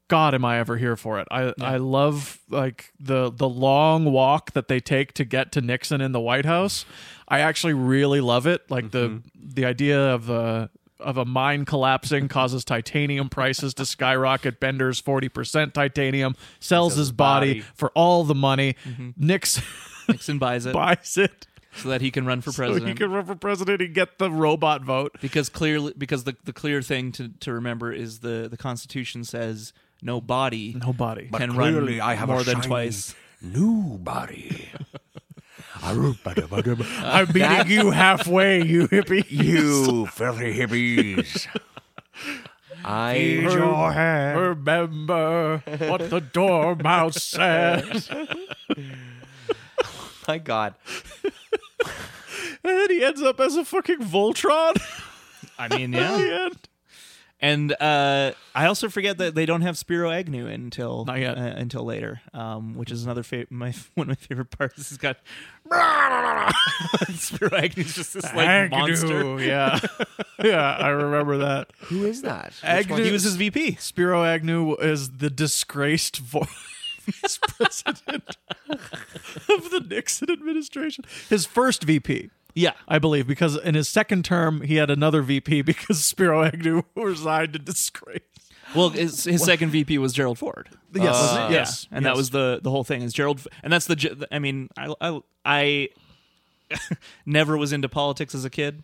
S2: God, am I ever here for it? I I love like the the long walk that they take to get to Nixon in the White House. I actually really love it. Like the the idea of the of a mine collapsing causes titanium prices to skyrocket. Bender's forty percent titanium sells his body, for all the money. Nixon <laughs>
S1: Nixon buys it
S2: buys it
S1: so that he can run for
S2: so
S1: president.
S2: he can run for president and get the robot vote.
S1: because clearly, because the, the clear thing to, to remember is the, the Constitution says no body
S2: No body.
S1: can
S4: clearly
S1: run
S4: I have a
S1: more than
S4: shiny-
S1: twice.
S4: Nobody. you
S2: I'm meeting you
S1: <laughs>
S2: halfway, you hippie.
S4: filthy hippies.
S3: I
S2: <laughs>
S4: Raise your hand.
S2: Remember what the dormouse
S1: <laughs>
S2: said.
S3: my God.
S2: And he ends up as a fucking Voltron.
S1: I mean, <laughs> yeah. And uh, I also forget that they don't have Spiro Agnew until
S2: Not yet.
S1: uh, until later, um, which is another fa- my <laughs> one of my favorite parts. He's got <laughs> Spiro Agnew's just this like monster.
S2: <laughs> Yeah. yeah, I remember that.
S3: Who is that?
S2: Agnew-
S1: He was his VP.
S2: Spiro Agnew is the disgraced vo- <laughs> vice president
S1: <laughs>
S2: of the Nixon administration. His first VP.
S1: Yeah,
S2: I believe, because in his second term, he had another VP <laughs> because Spiro Agnew <laughs> resigned in disgrace.
S1: well, his, his second VP was Gerald Ford. Uh,
S2: Yes,
S1: Oh, Yeah. and that was the the whole thing. Is Gerald, and that's the. ge- I <laughs> mean, I I, I never was into politics as a kid.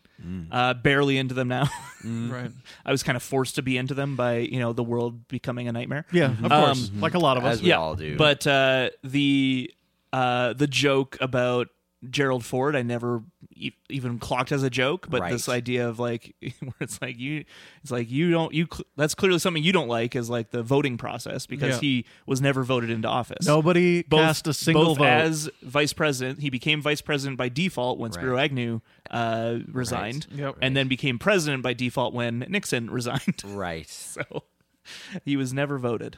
S1: Uh, barely into them now. <laughs>
S2: Right.
S1: I was kind of forced to be into them by you know the world becoming a nightmare.
S2: Yeah, of course.
S1: Um,
S2: Like a lot of us.
S3: As we all do.
S1: But uh, the uh, the joke about Gerald Ford, I never e- even clocked as a joke. But
S3: Right.
S1: this idea of like, <laughs> where it's like you, it's like you don't you. Cl- that's clearly something you don't like is like the voting process because
S2: Yeah.
S1: he was never voted into office.
S2: Nobody
S1: Both,
S2: cast a single
S1: both
S2: vote.
S1: as vice president, he became vice president by default when Spiro
S3: Right.
S1: Agnew uh, resigned,
S2: Yep.
S1: and then became president by default when Nixon resigned.
S3: right.
S1: so <laughs> he was never voted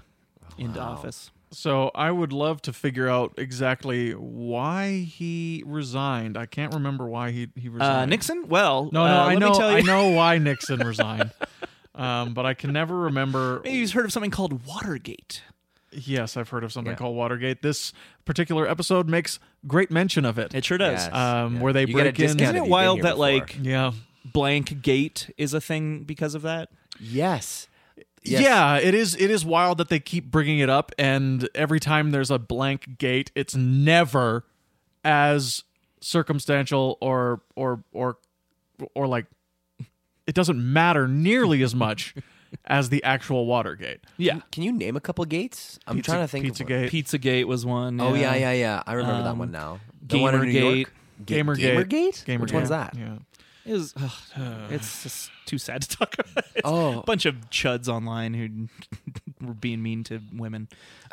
S3: Oh,
S1: into office.
S2: so I would love to figure out exactly why he resigned. I can't remember why he he resigned.
S1: Uh, Nixon? Well,
S2: No, no,
S1: uh,
S2: I
S1: let
S2: know.
S1: Me tell you, <laughs>
S2: I know why Nixon resigned, um, but I can never remember.
S1: <laughs> Maybe you've heard of something called Watergate.
S2: Yes, I've heard of something
S3: Yeah.
S2: called Watergate. This particular episode makes great mention of it.
S1: It sure does.
S3: Yes.
S2: Um, where they
S3: You get a
S2: break in-
S3: discount if
S2: Isn't
S1: Isn't
S3: you've
S1: it
S3: been
S1: wild
S3: here
S1: that
S3: before.
S1: like
S2: yeah,
S1: blank gate is a thing because of that?
S3: yes. Yes.
S2: yeah. It is. It is wild that they keep bringing it up, and every time there's a blank gate, it's never as circumstantial or or or or like it doesn't matter nearly as much
S3: <laughs>
S2: as the actual Watergate.
S1: Yeah.
S3: Can you name a couple gates? I'm trying to think. of one.
S2: Pizzagate.
S1: Pizzagate was one.
S3: Oh yeah, yeah, yeah. I remember that
S1: Um,
S3: one now. The one in New York. Ga-
S2: Gamergate.
S3: Gamergate.
S2: Gamergate.
S3: Which one's that?
S2: Yeah.
S1: It was, ugh, <sighs> it's just too sad to talk about. <laughs> It's
S3: Oh.
S1: a bunch of chuds online who <laughs> were being mean to women.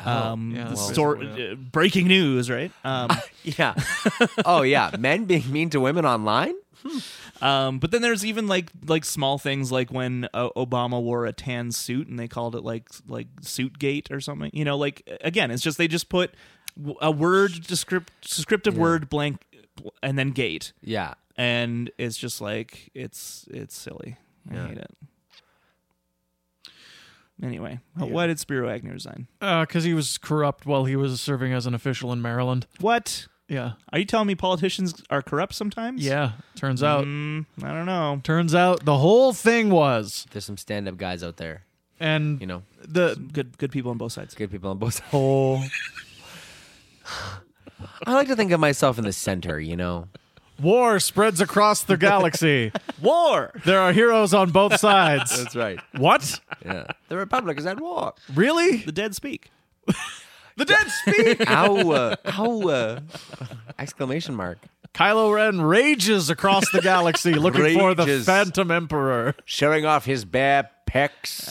S3: Oh,
S1: um,
S2: yeah,
S1: the
S2: that's
S1: stor-
S2: basically
S1: uh, breaking news, right? Um,
S3: Yeah. <laughs> oh yeah. Men being mean to women online.
S1: Um, but then there's even like like small things like when uh, Obama wore a tan suit and they called it like like suit gate or something. You know, like again, it's just they just put w- a word descript- descriptive word blank and then gate,
S3: Yeah.
S1: and it's just like it's it's silly. I hate it. Anyway, why did Spiro Agnew resign?
S2: because Uh, he was corrupt while he was serving as an official in Maryland.
S1: What
S2: Yeah,
S1: are you telling me? Politicians are corrupt sometimes.
S2: yeah. Turns out,
S1: Mm, I don't know.
S2: turns out the whole thing was,
S3: There's some stand-up guys out there.
S2: and
S3: You know,
S2: the
S1: Good good people on both sides.
S3: good people on both. Oh. <laughs> I like to think of myself in the center. You know.
S2: war spreads across the galaxy.
S1: War.
S2: there are heroes on
S3: <laughs>
S2: both sides.
S3: That's right.
S2: what?
S3: Yeah. The Republic is at war.
S2: Really?
S1: The dead speak.
S2: The dead speak.
S3: Ow. <laughs> uh, Ow. uh, Exclamation mark.
S2: <laughs> Kylo Ren rages across the galaxy looking for the
S3: Rages.
S2: Phantom Emperor.
S3: Showing off his bare pecs.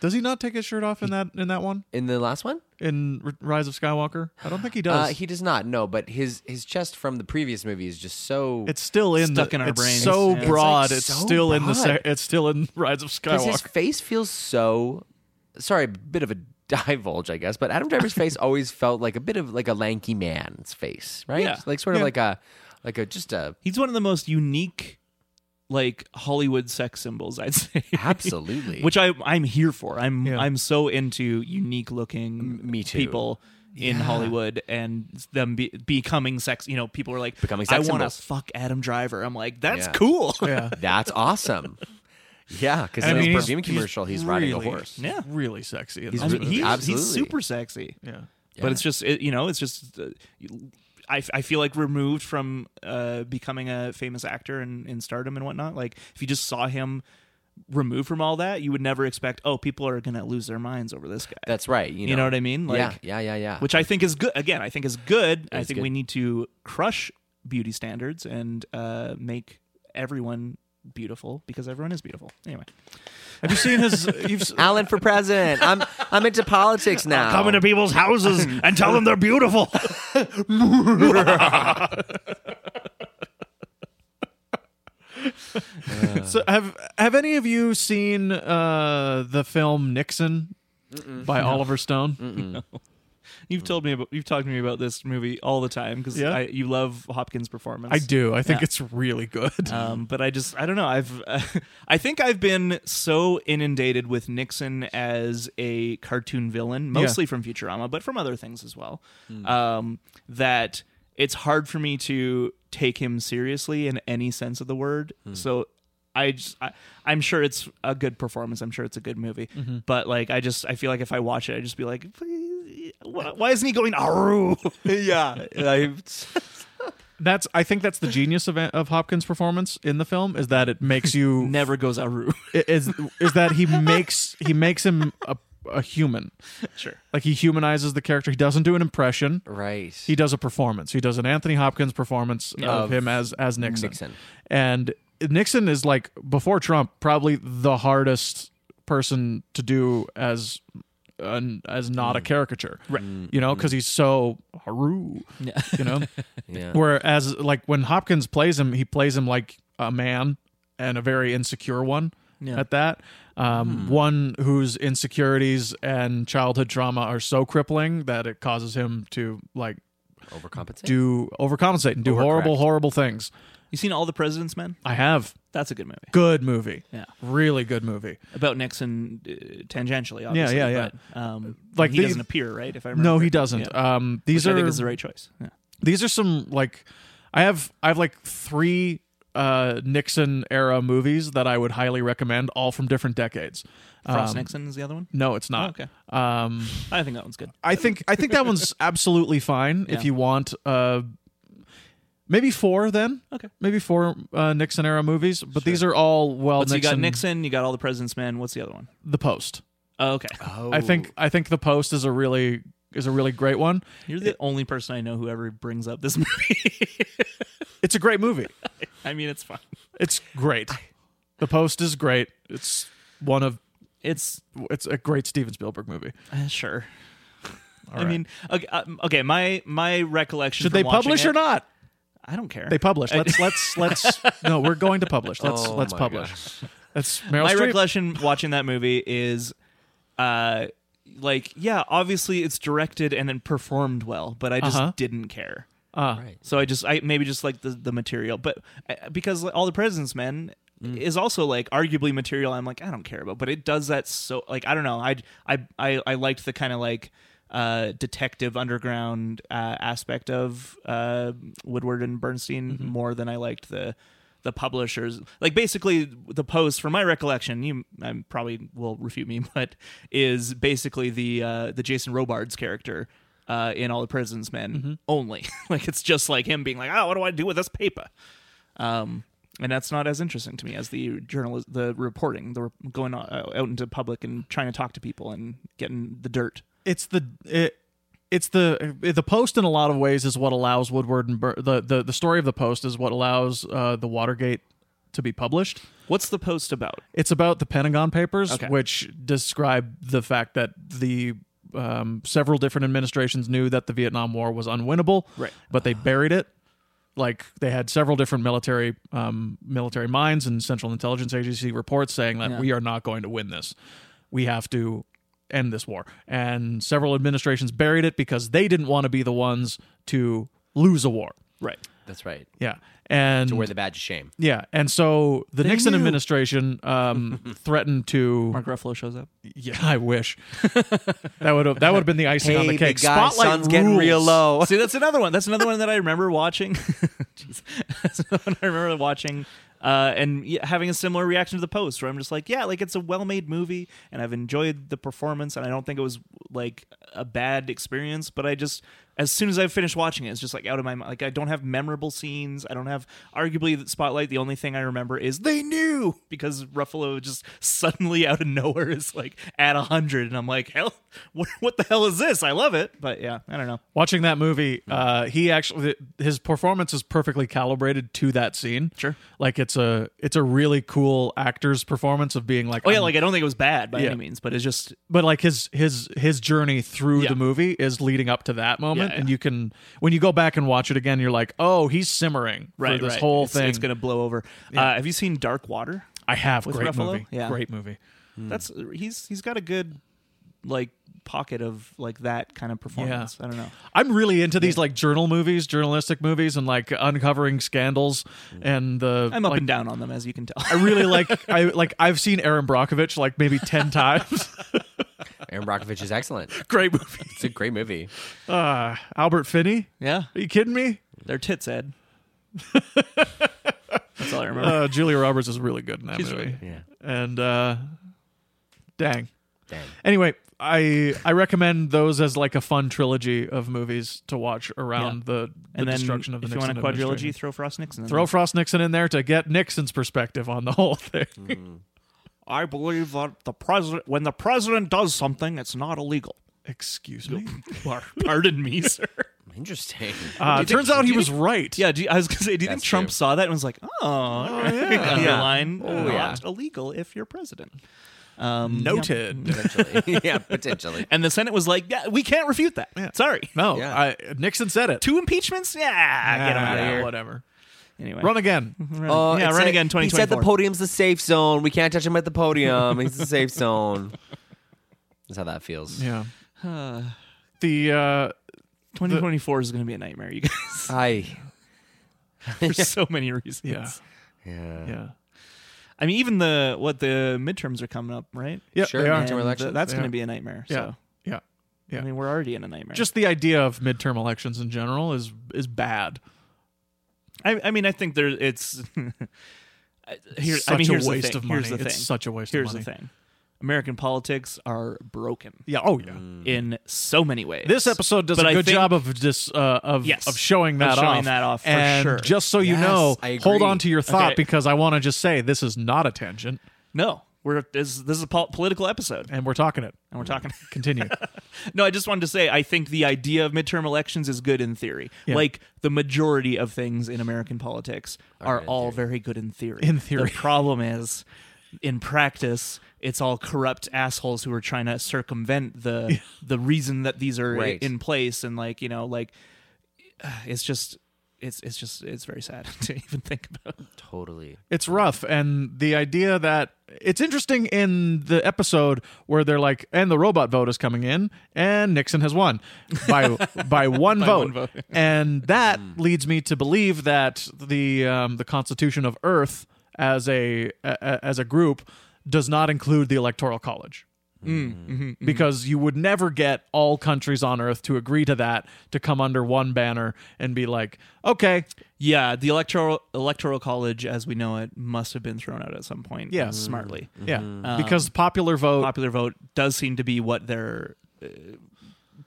S2: Does he not take his shirt off in that in that one
S3: in the last one?
S2: in R- Rise of Skywalker? I don't think he does.
S3: Uh, he does not. No, but his his chest from the previous movie is just so.
S2: it's still in
S1: Stuck
S2: the,
S1: in our
S2: it's
S1: brains.
S2: So
S1: Yeah. It's, like,
S2: broad, it's,
S3: so
S2: still in the se-
S3: broad.
S2: it's still in Rise of
S3: because his
S2: Skywalker.
S3: face feels so. Sorry, a bit of a <laughs> divulge, I guess. But Adam Driver's face always felt like a bit of like a lanky man's face, right?
S1: Yeah.
S3: Like sort of
S2: Yeah.
S3: like a like a just a
S1: He's one of the most unique, like Hollywood sex symbols, I'd
S3: <laughs>
S1: say.
S3: absolutely.
S1: Which I I'm here for. I'm
S2: Yeah.
S1: I'm so into unique looking
S3: me too.
S1: people in Hollywood and them be, becoming sex. You know, people are like,
S3: Becoming
S1: I
S3: sex
S1: want to
S3: symbols."
S1: fuck Adam Driver. I'm like, that's
S3: Yeah.
S1: cool.
S2: yeah.
S3: that's awesome. Yeah, because
S2: I
S3: in
S2: mean,
S3: the
S2: he's-
S3: perfume
S2: he's
S3: commercial, he's riding a
S2: really-
S3: horse.
S1: Yeah.
S2: really sexy. In
S3: He's
S1: <laughs>
S2: those
S1: I mean,
S3: really-
S2: movies.
S1: he's,
S3: Absolutely.
S1: he's super sexy.
S2: yeah.
S1: But it's just it, you know, it's just. Uh, you- I, I feel like removed from uh, becoming a famous actor and in stardom and whatnot. Like if you just saw him removed from all that, you would never expect. Oh, people are gonna lose their minds over this guy.
S3: That's right. You know,
S1: You know what I mean? Like,
S3: yeah, yeah, yeah, yeah.
S1: which I think is good. Again, I think is good. I
S3: is
S1: think
S3: good.
S1: we need to crush beauty standards and uh, make everyone beautiful because everyone is beautiful. Anyway,
S2: Have you seen his? You've, s-
S3: Alan for president. I'm I'm into politics now.
S1: people's houses and tell them they're beautiful.
S2: so have have any of you seen uh, the film Nixon by Oliver Stone?
S1: <laughs> You've told me about, you've talked to me about this movie all the time because
S2: Yeah.
S1: you love Hopkins' performance.
S2: I do. I think
S1: Yeah.
S2: it's really good.
S1: Um, but I just I don't know. I've <laughs> I think I've been so inundated with Nixon as a cartoon villain, mostly from Futurama, but from other things as well, um, that it's hard for me to take him seriously in any sense of the word. So. I just, I, I'm sure it's a good performance. I'm sure it's a good movie, but like, I just, I feel like if I watch it, I just be
S3: <laughs>
S1: like, "Please, why, why isn't he going aru?
S3: yeah, I-
S2: that's I think that's the genius of of Hopkins' performance in the film is that it
S1: <laughs>
S2: makes you
S1: <laughs> Never goes Aru.
S2: is is that he makes he makes him a, a human.
S1: Sure.
S2: Like he humanizes the character. He doesn't do an impression.
S3: Right.
S2: He does a performance. He does an Anthony Hopkins performance of
S3: Of
S2: him as as Nixon.
S3: Nixon.
S2: And Nixon is like before Trump probably the hardest person to do as an, as not a caricature. Right. You know, cuz he's so haru. Yeah. You know.
S3: yeah.
S2: Whereas, like when Hopkins plays him, he plays him like a man and a very insecure one
S1: Yeah.
S2: at that. Um, One whose insecurities and childhood trauma are so crippling that it causes him to like
S3: Overcompensate.
S2: do overcompensate and do horrible,
S3: Overcorrect.
S2: horrible things.
S1: You seen All the President's Men?
S2: I have
S1: That's a good movie.
S2: good movie,
S1: Yeah.
S2: really good movie.
S1: About Nixon uh, tangentially, obviously.
S2: yeah, yeah.
S1: But, um,
S2: Like
S1: like he
S2: the-
S1: doesn't appear, right? If I remember.
S2: No, he
S1: correctly.
S2: doesn't.
S1: Yeah.
S2: Um, these
S1: Which
S2: are
S1: I think is the right choice. Yeah.
S2: these are some like i have i have like three uh nixon era movies that i would highly recommend all from different decades
S1: Frost
S2: Um,
S1: Nixon is the other one.
S2: no it's not
S1: okay.
S2: um
S1: I think that one's good.
S2: i think i think that
S1: <laughs>
S2: one's absolutely fine if
S1: Yeah.
S2: you want uh maybe four then
S1: Okay.
S2: maybe four uh nixon era movies but these are all well
S1: So you
S2: nixon, Uh,
S1: got Nixon, you got All the President's Men. What's the other one?
S2: the post
S1: Oh, okay.
S3: Oh.
S2: i think i think the post is a really is a really great one
S1: You're the only person I know who ever brings up this <laughs> movie.
S2: it's a great movie
S1: I mean, it's fine.
S2: it's great the post is great it's one of
S1: It's
S2: it's a great Steven Spielberg movie.
S1: uh, sure. <laughs> I
S2: right.
S1: mean, okay, um, okay. My my recollection.
S2: Should
S1: from
S2: they
S1: watching
S2: publish
S1: it-
S2: or not?
S1: I don't care. Uh,
S2: They publish.
S3: <laughs>
S2: Let's let's let's no, we're going to publish. Let's
S3: Oh
S2: let's
S3: my
S2: publish. That's Meryl
S1: my
S2: Streep.
S1: recollection watching that movie is, uh, like yeah, obviously it's directed and then performed well, but I just
S2: Uh-huh.
S1: didn't care.
S2: Ah,
S3: Right.
S1: So I just I maybe just like the the material, but I, because like, all the President's Men is also like arguably material. I'm like I don't care about, but it does that so like I don't know. I I I, I liked the kind of like uh detective underground uh aspect of uh Woodward and Bernstein more than I liked the the publishers like basically the post from my recollection you i probably will refute me <laughs> but is basically the uh the jason robards character uh, in all the prisons men only <laughs> like it's just like him being like oh what do i do with this paper um and that's not as interesting to me as the journalist the reporting the re- going o- uh, out into public and trying to talk to people and getting the dirt
S2: It's the it, it's the the post in a lot of ways is what allows Woodward and Bur- the, the the story of the post is what allows uh, the Watergate to be published.
S1: what's the post about
S2: It's about the Pentagon Papers,
S1: Okay.
S2: which describe the fact that the um, several different administrations knew that the Vietnam War was unwinnable,
S1: Right.
S2: But they buried it. Like they had several different military um, military minds and Central Intelligence Agency reports saying that we are not going to win this. We have to end this war. And several administrations buried it because they didn't want to be the ones to lose a war.
S1: right
S3: That's right.
S2: Yeah, and
S3: Wear the badge of shame.
S2: yeah, and so the Nixon
S1: knew.
S2: administration um, threatened to
S1: mark ruffalo shows up
S2: <laughs> yeah, I wish that would have that would have been the icing on the cake. Spotlight
S3: sun's getting real
S1: <laughs>
S2: rules.
S3: low.
S1: See, that's another one. That's another one that I remember watching. <laughs> Jeez. That's another one I remember watching uh, and y- having a similar reaction to the post, where I'm just like, yeah, like it's a well-made movie, and I've enjoyed the performance, and I don't think it was like a bad experience. But I just, as soon as I finished watching it, it's just like out of my mind. Like I don't have memorable scenes. I don't have arguably the spotlight. The only thing I remember is they knew because Ruffalo just suddenly out of nowhere is like at hundred, and I'm like, hell, <laughs> what, what the hell is this? I love it, but yeah, I don't know.
S2: Watching that movie, uh, he actually his performance is perfectly calibrated to that scene.
S1: Sure.
S2: like it's a it's a really cool actor's performance of being like
S1: Oh yeah,
S2: I'm-
S1: like I don't think it was bad by
S2: Yeah.
S1: any means, but it's just
S2: but like his his his journey through
S1: Yeah.
S2: the movie is leading up to that moment,
S1: Yeah,
S2: and
S1: yeah.
S2: you can when you go back and watch it again, you're like, oh, he's simmering
S1: right.
S2: for this
S1: right.
S2: whole
S1: it's,
S2: thing.
S1: it's gonna blow over. Uh, have you seen Dark Water?
S2: I have
S1: with
S2: great
S1: Ruffalo?
S2: movie,
S1: Yeah.
S2: great movie.
S1: That's he's he's got a good like pocket of like that kind of performance. I don't know.
S2: I'm really into these like journal movies, journalistic movies, and like uncovering scandals and the.
S1: I'm up <laughs>
S2: like,
S1: and down on them as you can tell.
S2: I really like I like I've seen Aaron Brockovich like
S1: <laughs>
S2: maybe ten times.
S3: Aaron Brockovich is excellent.
S2: Great movie.
S3: It's a great movie.
S2: Uh, Albert Finney.
S1: <laughs> yeah,
S2: Are you kidding me?
S1: they're tits, Ed. That's all I remember.
S2: Uh, Julia Roberts is really good in that
S1: She's
S2: movie.
S1: really
S3: Yeah.
S2: And uh, dang.
S3: Dang.
S2: Anyway, I I recommend those as like a fun trilogy of movies to watch around the, the
S1: and then
S2: destruction of the
S1: if you
S2: Nixon
S1: want a quadrilogy,
S2: administration.
S1: throw Frost Nixon. in
S2: Throw Frost Nixon in there to get Nixon's perspective on the whole thing.
S1: Mm. there. I believe that the president, when the president does something, it's not illegal.
S2: Excuse me.
S1: Par- <laughs> Pardon me, sir.
S3: Interesting.
S2: Uh, turns out he was right.
S1: Yeah, do you- I was gonna say, do you think
S3: That's
S1: Trump
S3: true.
S1: saw that and was like, "Oh, <laughs> yeah, line not
S3: yeah.
S1: uh, illegal if you're president." Um,
S3: <laughs>
S2: Noted.
S3: potentially. yeah, potentially.
S1: And the Senate was like, "Yeah, we can't refute that. Sorry,
S2: <laughs>
S1: <laughs>
S2: No,
S3: Yeah.
S2: I, Nixon said it.
S1: two impeachments. Yeah, get him out of
S2: Ah,
S1: here.
S2: Whatever.
S1: Anyway,
S2: Run again.
S3: Oh,
S1: yeah,
S3: it
S1: run
S3: said-
S1: again.
S3: He
S1: Twenty
S3: said
S1: twenty
S3: the
S1: four.
S3: podium's the safe zone. We can't touch him at the podium. He's the safe zone. That's how that feels.
S2: Yeah.
S3: <sighs>
S2: the uh,
S1: Twenty twenty four is going to be a nightmare, you <laughs> guys,
S3: I.
S1: for so many reasons.
S2: yeah,
S3: Yeah.
S2: yeah,
S1: I mean, even the what the midterms are coming up, right?
S2: yeah.
S3: Sure,
S2: they are.
S1: And
S3: Midterm elections,
S1: th- that's
S2: yeah.
S1: going to be a nightmare.
S2: Yeah,
S1: So I
S2: yeah.
S1: mean, we're already in a nightmare.
S2: Just the idea of midterm elections in general is is bad.
S1: I, I mean, I think there it's. <laughs> I- Here,
S2: such
S1: I mean,
S2: a
S1: here's the
S2: waste
S1: thing.
S2: of money.
S1: Here's the
S2: it's
S1: thing.
S2: such a waste
S1: here's
S2: of money.
S1: the thing: American politics are broken
S2: Yeah. Oh yeah.
S3: Mm.
S1: in so many ways.
S2: This episode does
S1: But
S2: a
S1: I
S2: good
S1: think-
S2: job of dis, uh, of
S1: Yes.
S2: of showing
S1: Of
S2: that
S1: showing
S2: off.
S1: that off, for
S2: and
S1: sure.
S2: just so you
S3: Yes,
S2: know,
S3: I
S2: hold
S3: agree.
S2: on to your thought
S1: Okay.
S2: because I want to just say this is not a tangent,
S1: No, we're this, this is a pol- political episode,
S2: and we're talking it.
S1: and we're talking.
S2: Continue.
S1: no, I just wanted to say I think the idea of midterm elections is good in theory. Like the majority of things in American politics are,
S3: in
S1: all very good in theory.
S2: In theory. <laughs>
S1: the problem is in practice. It's all corrupt assholes who are trying to circumvent
S2: <laughs>
S1: the the reason that these are i-
S3: Right.
S1: in place, and like you know, like uh, it's just it's it's just it's very sad <laughs> to even think about.
S3: Totally.
S2: it's rough and the idea that it's interesting in the episode where they're like and the robot vote is coming in and nixon has won
S1: <laughs>
S2: by by one vote,
S1: one vote. Hmm.
S2: and that leads me to believe that the um, the constitution of earth as a, a- a as a group does not include the electoral college
S1: Hmm. Mm-hmm.
S2: because you would never get all countries on earth to agree to that to come under one banner and be like okay
S1: Yeah, the electoral electoral college, as we know it, must have been thrown out at some point.
S2: Yeah.
S1: smartly.
S2: yeah
S1: Mm-hmm.
S2: because popular vote
S1: popular vote does seem to be what they're uh,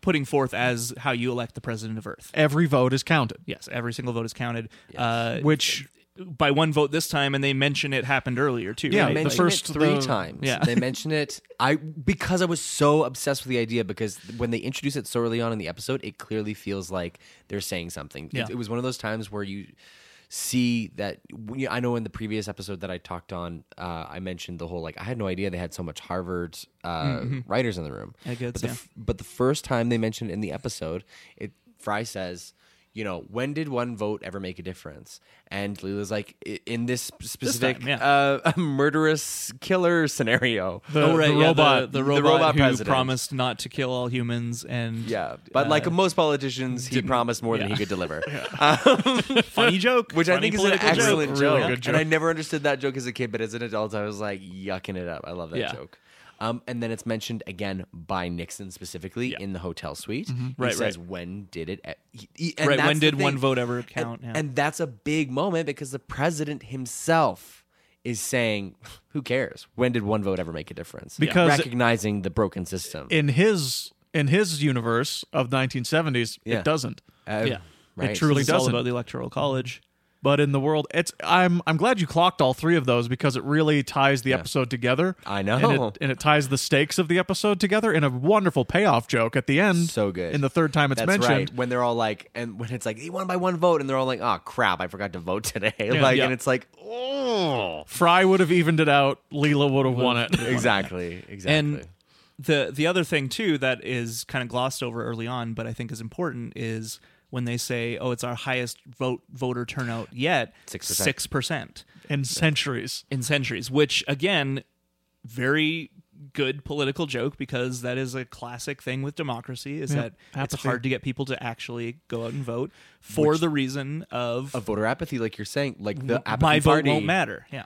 S1: putting forth as how you elect the president of Earth.
S2: every vote is counted
S1: Yes, every single vote is counted. Uh,
S2: which
S1: by one vote this time, and they mention it happened earlier too.
S2: Yeah,
S1: right?
S2: the
S1: Like,
S2: fir-
S3: mention
S2: first-
S3: it three
S2: the-
S3: times.
S1: Yeah.
S3: they mention it. I because I was so obsessed with the idea because when they introduce it so early on in the episode, it clearly feels like they're saying something. It-
S1: Yeah.
S3: It, was one of those times where you see that we, I know in the previous episode that I talked on, uh, I mentioned the whole like I had no idea they had so much Harvard uh, writers in the room.
S1: I guess,
S3: but the,
S1: yeah.
S3: f- but the first time they mentioned it in the episode, it Fry says. You know, when did one vote ever make a difference? And Leela's like, "I- in this sp- specific
S1: yeah.
S3: uh, <laughs> a murderous killer scenario.
S2: the,
S1: oh, right,
S2: the
S1: yeah,
S2: robot.
S1: the, the
S3: the
S1: robot,
S3: robot
S1: who
S3: president.
S1: promised not to kill all humans, and
S3: yeah, but like most politicians, he promised more than
S1: uh, <laughs> yeah.
S3: he could deliver, Um,
S1: funny joke,
S3: which I
S1: funny
S3: think is an
S1: political joke.
S3: excellent joke.
S2: Really good
S3: And I never understood that joke as a kid, but as an adult, I was like yucking it up. I love that
S1: Yeah.
S3: joke. Um, and then it's mentioned again by Nixon specifically in the hotel suite. He
S1: Mm-hmm. Right,
S3: says,
S1: right.
S3: "When did it?" e-" He, he- and
S1: Right,
S3: that's
S1: when
S3: the
S1: did one
S3: thing.
S1: vote ever count?
S3: And,
S1: yeah.
S3: and that's a big moment because the president himself is saying, "Who cares? When did one vote ever make a difference?"
S2: Because-
S3: recognizing the broken system.
S2: in his in his universe of 1970s,
S3: Yeah.
S2: it doesn't.
S3: Uh,
S1: Yeah.
S3: right.
S2: It truly
S1: it's all
S2: doesn't.
S1: about the electoral college.
S2: But in the world, it's I'm I'm glad you clocked all three of those because it really ties the episode together.
S3: I know.
S2: and it, and it ties the stakes of the episode together in a wonderful payoff joke at the end.
S3: So good.
S2: in the third time it's
S3: That's
S2: mentioned.
S3: right. When they're all like, and when it's like, he won by one vote, and they're all like, oh, crap, I forgot to vote today. <laughs> like,
S1: Yeah.
S3: and it's like, oh.
S2: Fry would have evened it out. Leela would have won it.
S3: <laughs> Exactly. Exactly.
S1: And the the other thing too that is kind of glossed over early on, but I think is important is when they say, "Oh, it's our highest vote voter turnout yet,"
S3: 6%.
S1: six percent
S2: In centuries,
S1: in centuries, which again, very good political joke because that is a classic thing with democracy is that it's
S2: apathy.
S1: hard to get people to actually go out and vote for the reason of,
S3: of voter apathy, like you're saying, like the apathy
S1: my vote
S3: party,
S1: won't matter. Yeah.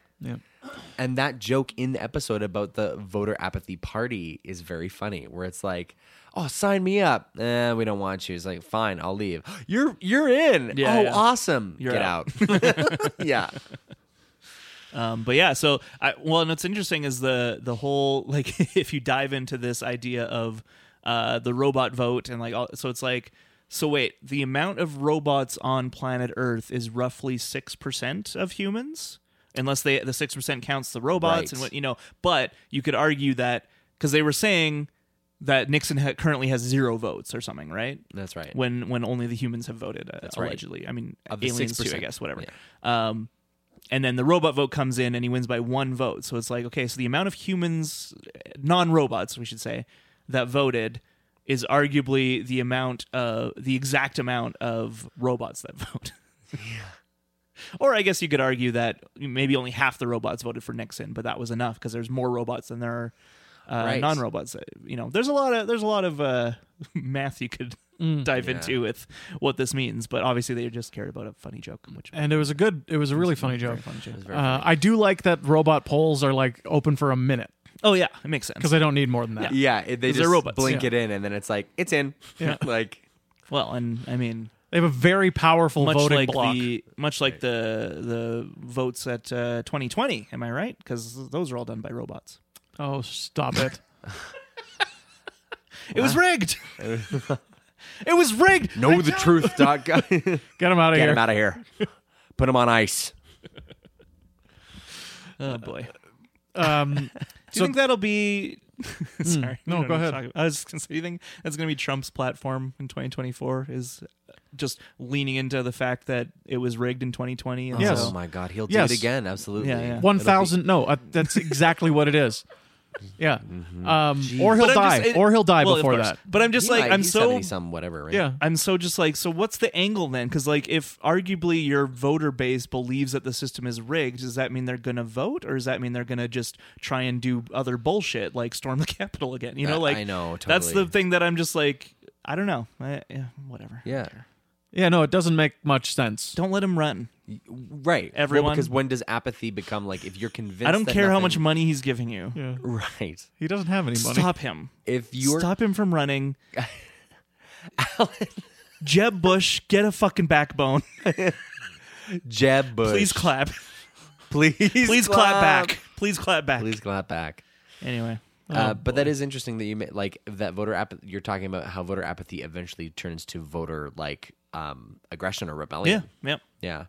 S3: and that joke in the episode about the voter apathy party is very funny, where it's like, "Oh, sign me up." Eh, we don't want you. It's like, "Fine, I'll leave." <gasps> You're you're in.
S1: Yeah,
S3: oh,
S1: yeah.
S3: awesome.
S2: <laughs>
S1: You're
S3: Get out. <laughs>
S1: out.
S3: yeah.
S1: Um, but yeah, so I, well, and what's interesting is the the whole <laughs> like if you dive into this idea of uh, the robot vote and like all, so it's like so wait the amount of robots on planet Earth is roughly six percent of humans unless they the six percent counts the robots and
S3: Right.
S1: what you know. But you could argue that because they were saying that Nixon ha- currently has zero votes or something, right?
S3: That's right.
S1: When when only the humans have voted, uh,
S3: right.
S1: allegedly. I mean,
S3: Of the
S1: aliens too, I
S3: 6%.
S1: guess, whatever. Um, and then the robot vote comes in, and he wins by one vote. So it's like, okay, so the amount of humans, uh, non-robots, we should say, that voted is arguably the amount of the exact amount of robots that <laughs> vote. Or I guess you could argue that maybe only half the robots voted for Nixon, but that was enough because there's more robots than there are uh,
S3: Right.
S1: non-robots. that- You know, there's a lot of there's a lot of uh, <laughs> math you could
S2: Mm.
S1: dive into with what this means, but obviously they just cared about a funny joke, which
S2: and it was a good. It was a really funny joke.
S3: It's very
S2: Uh, I do like that robot polls are like open for a minute
S1: oh yeah, it makes sense.
S2: because I don't need more than that.
S3: Yeah, it, they
S1: Because they're
S3: just
S1: robots,
S3: blink
S2: yeah.
S3: it in, and then it's like it's in.
S2: Yeah.
S3: <laughs> like
S1: Well, and I mean,
S2: They have a very powerful
S1: much
S2: voting
S1: like
S2: block.
S1: the much like the the votes at uh, 2020, am I right? Because those are all done by robots.
S2: oh, stop it! <laughs>
S1: It was rigged. <laughs> it was rigged. <laughs>
S3: know the truth, dog. <laughs> Get him
S2: Get them out of here.
S3: out of here. Put him on ice.
S1: Oh boy.
S2: <laughs> <laughs> Um,
S1: Do you think that'll be? <laughs> Hmm. Sorry,
S2: no,
S1: I don't know
S2: go
S1: what I'm
S2: ahead.
S1: talking about. I was just gonna say, do you think that's gonna be Trump's platform in 2024? Is just leaning into the fact that it was rigged in 2020. And
S2: Yes.
S3: Oh
S1: so-
S3: my god, he'll
S2: Yes.
S3: do it again. Absolutely.
S1: Yeah, yeah.
S2: One thousand? No, uh, that's exactly what it <laughs> is. Yeah, um, or he'll
S1: But I'm
S2: die,
S1: just- it-
S2: or he'll die
S1: well, of
S2: before
S1: course.
S2: that.
S1: But I'm just
S3: He
S1: like,
S3: might-
S1: I'm
S3: he's
S1: so
S3: 70 some whatever. Right?
S2: Yeah,
S1: I'm so just like, so what's the angle then? Because like, if arguably your voter base believes that the system is rigged, does that mean they're gonna vote, or does that mean they're gonna just try and do other bullshit like storm the <laughs> Capitol again? You know,
S3: That-
S1: like
S3: I know,
S1: That's the
S3: totally.
S1: thing that I'm just like, I don't know. I, yeah, whatever.
S3: Yeah.
S2: yeah. No, it doesn't make much sense.
S1: Don't let him run.
S3: Right. Well,
S1: Everyone-
S3: because when does apathy become like if you're convinced?
S1: I don't
S3: that
S1: care how much
S3: nothing-
S1: money he's giving you.
S3: <laughs> Right.
S2: He doesn't have any money.
S1: Stop him.
S3: If you're
S1: Stop him from running. Jeb Bush, get a fucking backbone.
S3: Jeb Bush,
S1: Please clap.
S3: Please,
S1: Please clap back. Please clap back.
S3: Please clap back.
S1: Anyway.
S3: uh, but that is interesting that you ma- like that voter apathy. You're talking about how voter apathy eventually turns to voter like um, aggression or
S1: Yeah.
S3: rebellion.
S1: Yep.
S3: Yeah.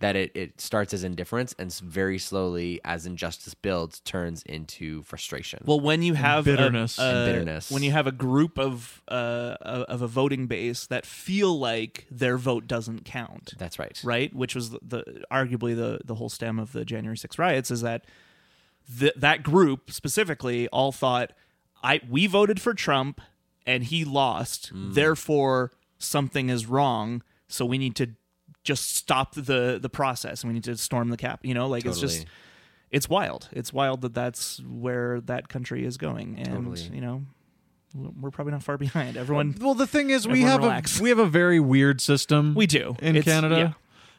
S3: That it, it starts as indifference and s- very slowly, as injustice builds, turns into frustration.
S1: Well, when you have
S2: bitterness.
S1: a,
S2: And
S1: a-
S3: bitterness.
S1: when you have a group of uh, of a voting base that feel like their vote doesn't count,
S3: that's right.
S1: right? Which was the, the arguably the the whole stem of the January 6 riots is that th- that group specifically all thought I we voted for Trump and he lost, therefore something is wrong, so we need to just stop the the process and we need to storm the cap. You know, like it's just
S3: Totally.
S1: it's wild. It's wild that that's where that country is going, and you know. We're probably not far behind. Everyone,
S2: Well, the thing is, we
S1: Everyone
S2: have
S1: relax.
S2: a we have a very weird system.
S1: we do
S2: in
S1: It's-
S2: Canada.
S1: yeah.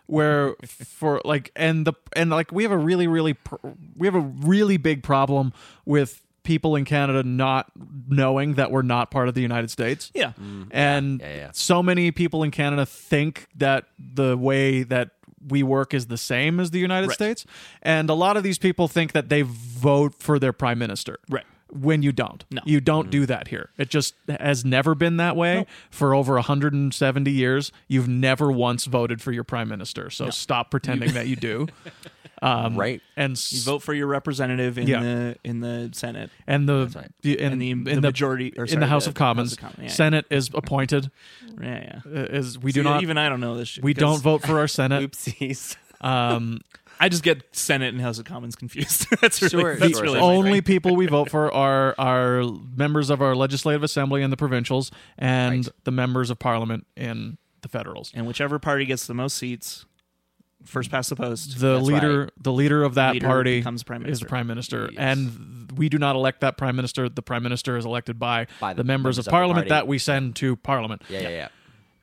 S2: Where for like and the and like we have a really really pr- we have a really big problem with people in Canada not knowing that we're not part of the United States.
S1: Mm-hmm. Yeah,
S2: And
S3: yeah, yeah.
S2: so many people in Canada think that the way that we work is the same as the United States. And a lot of these people think that they vote for their prime minister.
S1: Right.
S2: When you don't,
S1: No. Mm-hmm.
S2: you don't do that here. It just has never been that way for over 170 years. You've never once voted for your prime minister, so stop pretending that
S1: <laughs>
S2: you do. Um,
S3: right.
S2: And s-
S1: You vote for your representative in
S2: Yeah.
S1: the in the Senate.
S2: and the,
S3: right.
S2: the and,
S1: And the-
S2: in
S1: the majority- or
S2: in
S1: sorry,
S2: the House
S1: the-
S2: of
S1: the House
S2: Commons,
S1: of Commons, yeah.
S2: Senate is appointed.
S1: Yeah, yeah.
S2: uh, Is we do
S1: See,
S2: not
S1: even I don't know this shit.
S2: we
S1: 'cause
S2: don't vote for our
S3: <laughs>
S2: Senate.
S3: Oopsies.
S1: <laughs>
S2: Um,
S1: I just get Senate and House of Commons confused. <laughs> that's really
S3: Sure,
S1: that's
S3: sure,
S1: really
S3: sure.
S1: my
S2: only
S1: thing.
S2: <laughs> people we vote for are are members of our legislative assembly in the provincials and
S3: Right.
S2: the members of parliament in the federals.
S1: and whichever party gets the most seats, first past the post.
S2: The
S3: That's
S2: leader
S3: right.
S2: the leader of that
S1: Leader
S2: party
S1: becomes prime
S2: is
S1: minister.
S2: the prime minister and we do not elect that prime minister. The prime minister is elected by,
S3: By
S2: the,
S3: the
S2: members,
S3: members
S2: of
S3: of the
S2: parliament
S3: party.
S2: that we send to parliament.
S3: Yeah, yeah, yeah.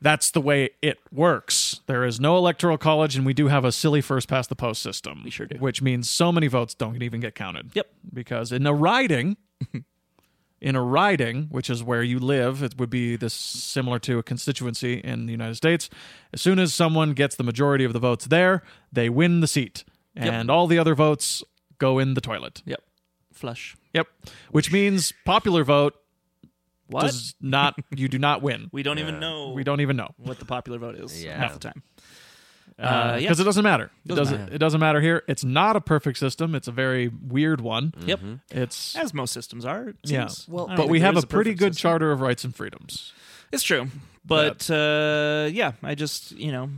S2: That's the way it works. There is no electoral college and we do have a silly first past the post system. We
S1: sure do.
S2: Which means so many votes don't even get counted.
S1: Yep.
S2: because in a
S1: <laughs>
S2: riding in a riding which is where you live it would be this similar to a constituency in the united states as soon as someone gets the majority of the votes there they win the seat and all the other votes go in the toilet.
S1: Yep. Flush.
S2: Yep. Which means popular vote
S1: What?
S2: does not you do not
S1: <laughs>
S2: win.
S1: we don't even know.
S2: We don't even know.
S1: what the popular vote is
S3: Yeah.
S1: half the time. Uh, yeah.
S2: Because it doesn't matter. it
S1: Doesn't
S2: doesn't
S1: matter.
S2: it doesn't matter here. It's not a perfect system. It's a very weird one.
S1: Yep.
S3: Mm-hmm.
S2: It's
S1: As most systems are. It
S2: Yeah.
S1: seems.
S3: Well,
S1: I don't
S2: but
S1: think
S2: we
S1: there
S2: have a
S1: is
S2: pretty
S1: perfect
S2: good
S1: system.
S2: charter of rights and freedoms.
S1: It's true, but uh, yeah, I just you know,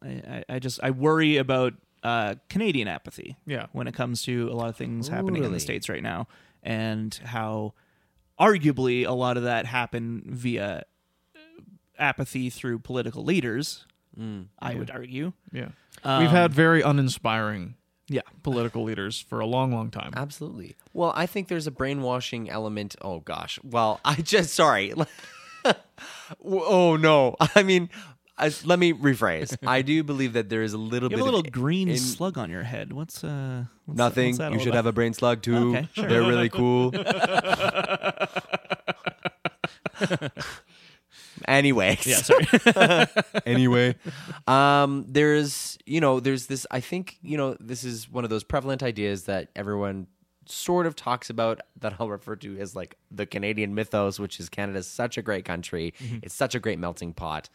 S1: I, I, I just I worry about uh, Canadian apathy.
S2: Yeah.
S1: when it comes to a lot of things happening in
S3: Totally.
S1: the states right now, and how arguably a lot of that happened via uh, apathy through political leaders.
S3: Mm,
S1: I would argue.
S2: Yeah.
S1: Um,
S2: We've had very uninspiring
S1: Yeah,
S2: political leaders for a long, long time.
S3: Absolutely. Well, I think there's a brainwashing element. Oh gosh. Well, <laughs> I just sorry. oh no. <laughs> I mean, I, let
S1: <laughs>
S3: me rephrase. I do believe that there is a little
S1: you
S3: bit
S1: have a little
S3: of
S1: green
S3: in-
S1: slug on your head. What's uh? What's
S3: nothing. you should have a brain slug too.
S1: Okay, sure.
S3: They're
S1: <laughs>
S3: really cool. <laughs> anyway.
S1: Yeah, sorry.
S3: anyway um there's you know there's this i think you know this is one of those prevalent ideas that everyone sort of talks about that i'll refer to as like the canadian mythos which is canada's such a great country it's such a great melting pot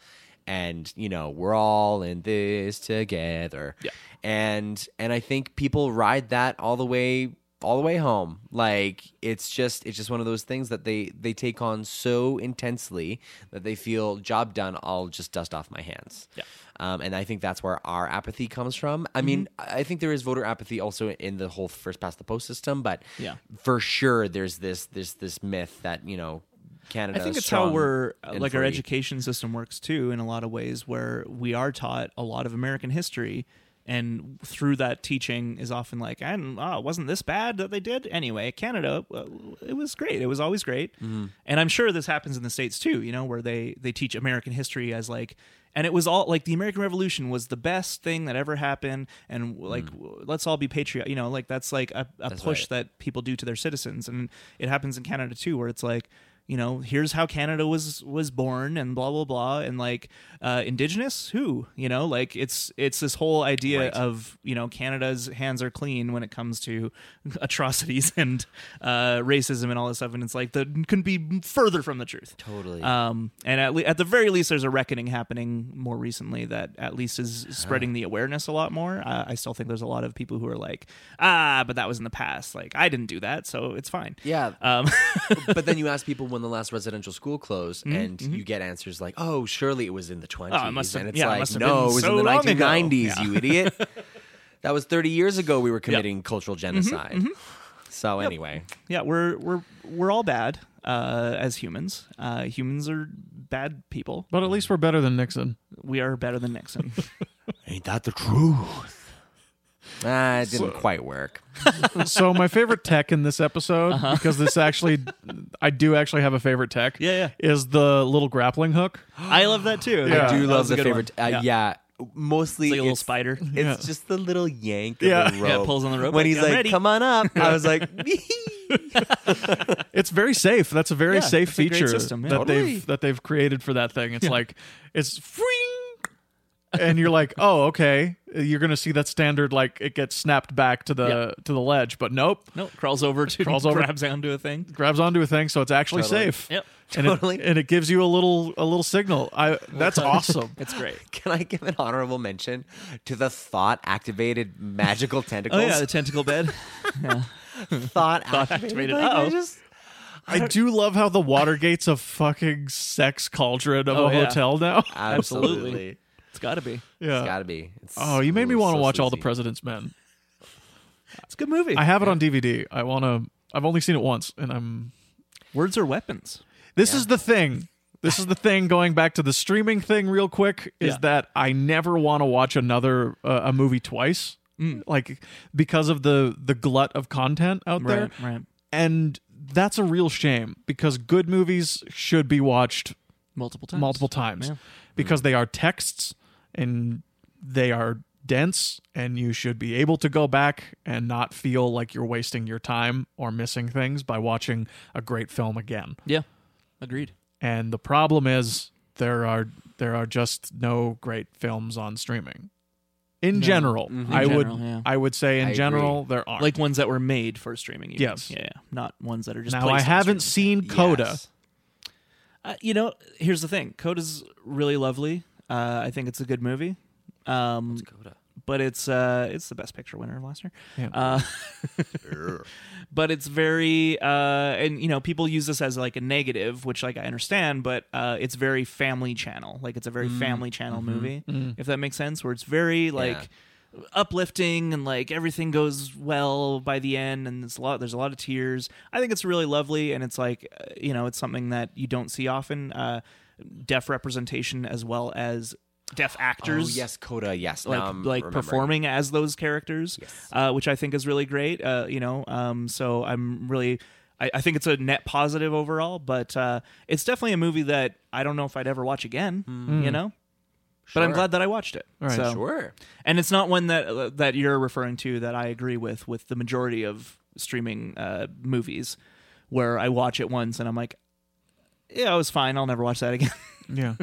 S3: and you know we're all in this together yeah. and and i think people ride that all the way all the way home like it's just it's just one of those things that they they take on so intensely that they feel job done i'll just dust off my hands yeah um, and i think that's where our apathy comes from i mean
S1: Mm-hmm.
S3: i I think there is voter apathy also in the whole first past the post system but
S1: Yeah.
S3: for sure there's this this this myth that you know canada
S1: I think
S3: is
S1: it's how
S3: strong
S1: we're uh,
S3: and
S1: like our
S3: free.
S1: education system works too in a lot of ways where we are taught a lot of American history and through that teaching is often like and oh, wasn't this bad that they did anyway canada uh, it was great it was always great
S3: Mm-hmm.
S1: and i'm sure this happens in the states too you know where they they teach american history as like and it was all like the american revolution was the best thing that ever happened and like w- let's all be patriotic you know like that's like a, a push
S3: Mm. right.
S1: that people do to their citizens and it happens in canada too where it's like you know here's how canada was was born and blah blah blah and like uh indigenous who you know like it's it's this whole idea of you know canada's hands are clean when it comes to <laughs> atrocities and uh racism and all this stuff and it's like that couldn't be further from the truth
S3: totally
S1: um, and at, le- at the very least, there's a reckoning happening more recently that at least is spreading the awareness a lot more. Uh, I still think there's a lot of people who are like, ah, but that was in the past. Like, I didn't do that, so it's fine.
S3: yeah
S1: Um, <laughs>
S3: but then you ask people when the last residential school closed, and you get answers like, "Oh, surely it was in the 20s.
S1: Mm-hmm, Oh, it must have-
S3: and it's
S1: yeah, it
S3: like,
S1: must have
S3: "No,
S1: been
S3: it was
S1: so
S3: in the
S1: long ago."
S3: 1990s.
S1: Yeah.
S3: You idiot!
S1: <laughs>
S3: that was 30 years ago. We were committing cultural
S1: Mm-hmm,
S3: genocide." So anyway,
S1: yeah, we're we're we're all bad uh, as humans. Uh, humans are bad people.
S2: But at least we're better than Nixon.
S1: We are better than Nixon.
S4: Ain't that the truth?
S3: ah, it didn't quite work.
S2: so my favorite tech in this episode, because this actually, I do actually have a favorite tech.
S1: Uh-huh. Yeah,
S2: Is the little grappling hook?
S1: <laughs> I love that too.
S2: Yeah.
S3: I
S1: <laughs>
S3: do
S1: That
S3: love
S1: was a
S3: the
S1: good one.
S3: favorite. Uh, yeah. mostly
S1: It's like a little <laughs>
S3: it's-
S1: spider.
S3: It's just the little yank
S2: Yeah.
S3: of the
S2: Yeah,
S3: rope.
S1: it pulls on the rope, like,
S3: when he's
S1: "I'm
S3: like,
S1: ready."
S3: "Come on up," I
S1: <laughs>
S3: was like, <laughs>
S2: It's very safe. That's a very
S1: Yeah,
S2: safe
S1: it's a great
S2: feature
S1: system, yeah.
S2: that
S1: Totally.
S2: they've that they've created for that thing. It's like it's fring, and you're like, oh, okay. You're gonna see that standard like it gets snapped back to the to the ledge, but nope,
S1: No, crawls over to
S2: Crawls over.
S1: grabs onto a thing.
S2: grabs onto a thing, so it's actually
S3: Totally.
S2: safe.
S1: Yep.
S2: And it-
S3: Totally.
S2: and it gives you a little a little signal. I that's
S1: <laughs>
S2: awesome.
S1: It's great.
S3: "Can I give an honorable mention to the thought-activated magical
S1: Oh
S3: tentacles?"
S1: yeah, the tentacle <laughs> bed.
S3: thought
S1: activated.
S3: activated. Like,
S1: Uh-oh.
S3: I just
S2: I do love how the Watergate's a fucking sex cauldron of
S1: Oh,
S2: a
S1: yeah.
S2: hotel now.
S1: Absolutely.
S3: absolutely.
S1: It's got to be.
S2: <laughs> Yeah.
S3: It's gotta be. It's
S2: oh, you made me
S3: so
S2: want to watch all the
S3: sleazy.
S2: President's Men.
S1: It's a good movie.
S2: I have it on DVD. I want to. I've only seen it once, and I'm.
S1: Words are weapons.
S2: This is the thing. This is the thing. Going back to the streaming thing, real quick, is
S1: Yeah.
S2: that I never want to watch another uh, a movie twice,
S1: Mm.
S2: like because of the the glut of content out there,
S1: right.
S2: and that's a real shame because good movies should be watched
S1: Multiple times.
S2: multiple times
S1: Yeah. Mm.
S2: because they are texts and they are dense and you should be able to go back and not feel like you're wasting your time or missing things by watching a great film again.
S1: Yeah. Agreed.
S2: And the problem is there are there are just no great films on streaming. in general. I
S1: Mm-hmm. In
S2: would
S1: general, yeah.
S2: I would say in
S3: agree.
S2: general there are.
S1: Like ones that were made for streaming. you mean.
S2: Yes.
S1: Yeah, yeah. Not ones that are just.
S2: now
S1: placed
S2: I
S1: on
S2: haven't
S1: streaming.
S2: seen Coda.
S3: Yes.
S1: Uh, you know, here's the thing. Coda's really lovely. Uh, I think it's a good movie. Um,
S3: Coda.
S1: but it's uh, it's the best picture winner of last year.
S2: Yeah.
S1: Uh, <laughs> but it's very uh, and you know people use this as like a negative, which like I understand, but uh, it's very family channel. Like it's a
S3: Mm-hmm.
S1: very family channel movie, if that makes sense. Where it's very like. uplifting and like everything goes well by the end and it's a lot there's a lot of tears i think it's really lovely and it's like uh, you know it's something that you don't see often uh deaf representation as well as deaf
S3: Oh,
S1: actors
S3: yes, Coda. Yes,
S1: like
S3: now I'm
S1: like
S3: remembering.
S1: performing as those characters,
S3: Yes.
S1: uh, which I think is really great. Uh, you know, um, so I'm really, I, I think it's a net positive overall. But uh, it's definitely a movie that I don't know if I'd ever watch again. You know, but I'm
S3: Hmm. Sure.
S1: glad that I watched it.
S2: All right,
S1: so,
S3: Sure.
S1: And it's not one that uh, that you're referring to that I agree with with the majority of streaming uh, movies, where I watch it once and I'm like, yeah, it was fine. I'll never watch that again.
S2: <laughs>
S1: <laughs>
S2: Yeah.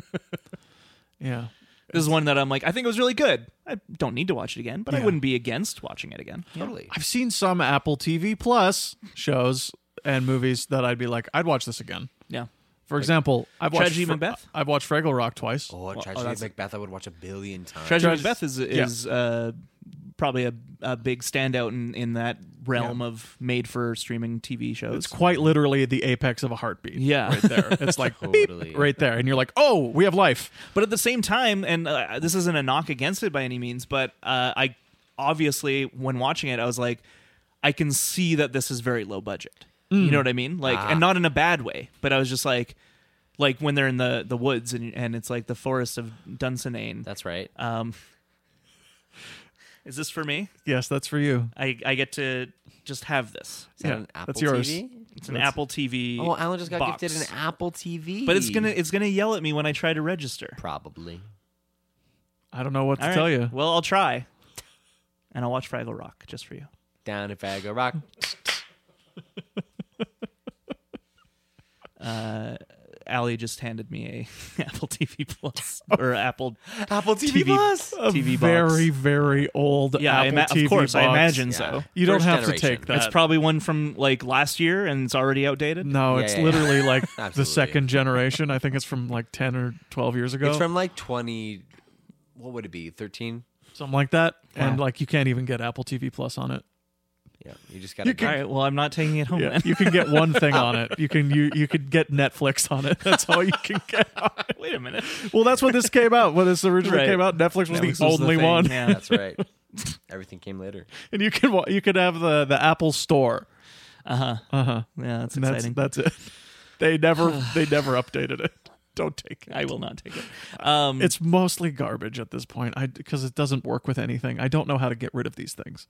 S2: yeah.
S1: This is one that I'm like, I think it was really good. I don't need to watch it again, but I
S2: Yeah.
S1: wouldn't be against watching it again.
S3: Totally.
S2: I've seen some Apple TV Plus shows and movies that I'd be like, I'd watch this again.
S1: Yeah.
S2: For example, I've watched
S1: Tragedy Macbeth?
S2: I've watched Fraggle Rock twice.
S3: Oh, Tragedy of Macbeth, I would watch a billion times.
S1: Treasure
S2: Treasure-
S1: Macbeth is is uh, probably a, a big standout in, in that realm of made for streaming TV shows.
S2: It's quite literally the apex of a heartbeat.
S1: Yeah.
S2: Right there.
S1: <laughs>
S2: It's like beep,
S3: Totally.
S2: right there. And you're like, oh, we have life.
S1: But at the same time, and uh, this isn't a knock against it by any means, but uh, I obviously, when watching it, I was like, I can see that this is very low budget. You
S3: Mm.
S1: know what I mean? Like,
S3: Ah.
S1: and not in a bad way, but I was just like, like when they're in the, the woods and, and it's like the forest of Dunsinane.
S3: That's right.
S2: Uh,
S1: Um, is this for me?
S2: Yes, that's for you.
S1: I, I get to just have this.
S3: Is that
S2: yeah,
S3: an Apple
S2: that's yours.
S3: TV?
S1: It's an Apple TV.
S3: Oh, Alan just got
S1: box.
S3: gifted an Apple TV.
S1: But it's gonna it's gonna yell at me when I try to register.
S3: probably.
S2: I don't know what to
S1: All right.
S2: tell you.
S1: Well, I'll try, and I'll watch Fraggle Rock just for you.
S3: Down if I go
S2: <laughs>
S3: rock.
S1: Allie just handed me a <laughs> Apple TV
S2: <laughs>
S1: Plus
S2: Oh.
S1: or Apple
S3: Apple TV,
S1: TV
S3: Plus.
S2: A
S1: TV box.
S2: very, very old
S1: Yeah, I
S2: Apple
S1: ima-
S2: TV
S1: of course, I
S2: box.
S1: imagine
S3: Yeah.
S1: so.
S2: You don't
S3: First
S2: have to
S3: generation.
S2: take that.
S1: It's probably one from like last year, and it's already outdated.
S2: no,
S3: Yeah,
S2: it's
S3: yeah, yeah.
S2: literally like the
S3: Absolutely.
S2: second generation. I think it's from like 10 or 12 years ago.
S3: It's from like 20, what would it be, 13?
S2: something like that. And like you can't even get Apple TV Plus on it.
S3: Yeah, you just got to
S1: All right, well, I'm not taking it home.
S2: Yeah,
S1: Then. <laughs>
S2: you can get one thing on <laughs> it. You can you you could get Netflix on it. That's all you can get. On it.
S1: Wait a minute.
S2: <laughs> Well, that's when this came out. When this originally
S1: Right.
S2: came out, Netflix
S1: That
S2: was the
S1: was- was the
S2: only
S1: thing,
S2: one,
S1: Yeah. <laughs>
S3: That's right. Everything came later.
S2: <laughs> and you can wa- you could have the the Apple Store.
S1: Uh-huh. yeah, that's
S2: Uh-huh. <laughs> And that's
S1: exciting.
S2: that's it. They never they never updated it. Don't take it.
S1: I will not
S2: <laughs>
S1: take it. Um,
S2: It's mostly garbage at this point. I because it doesn't work with anything. I don't know how to get rid of these things.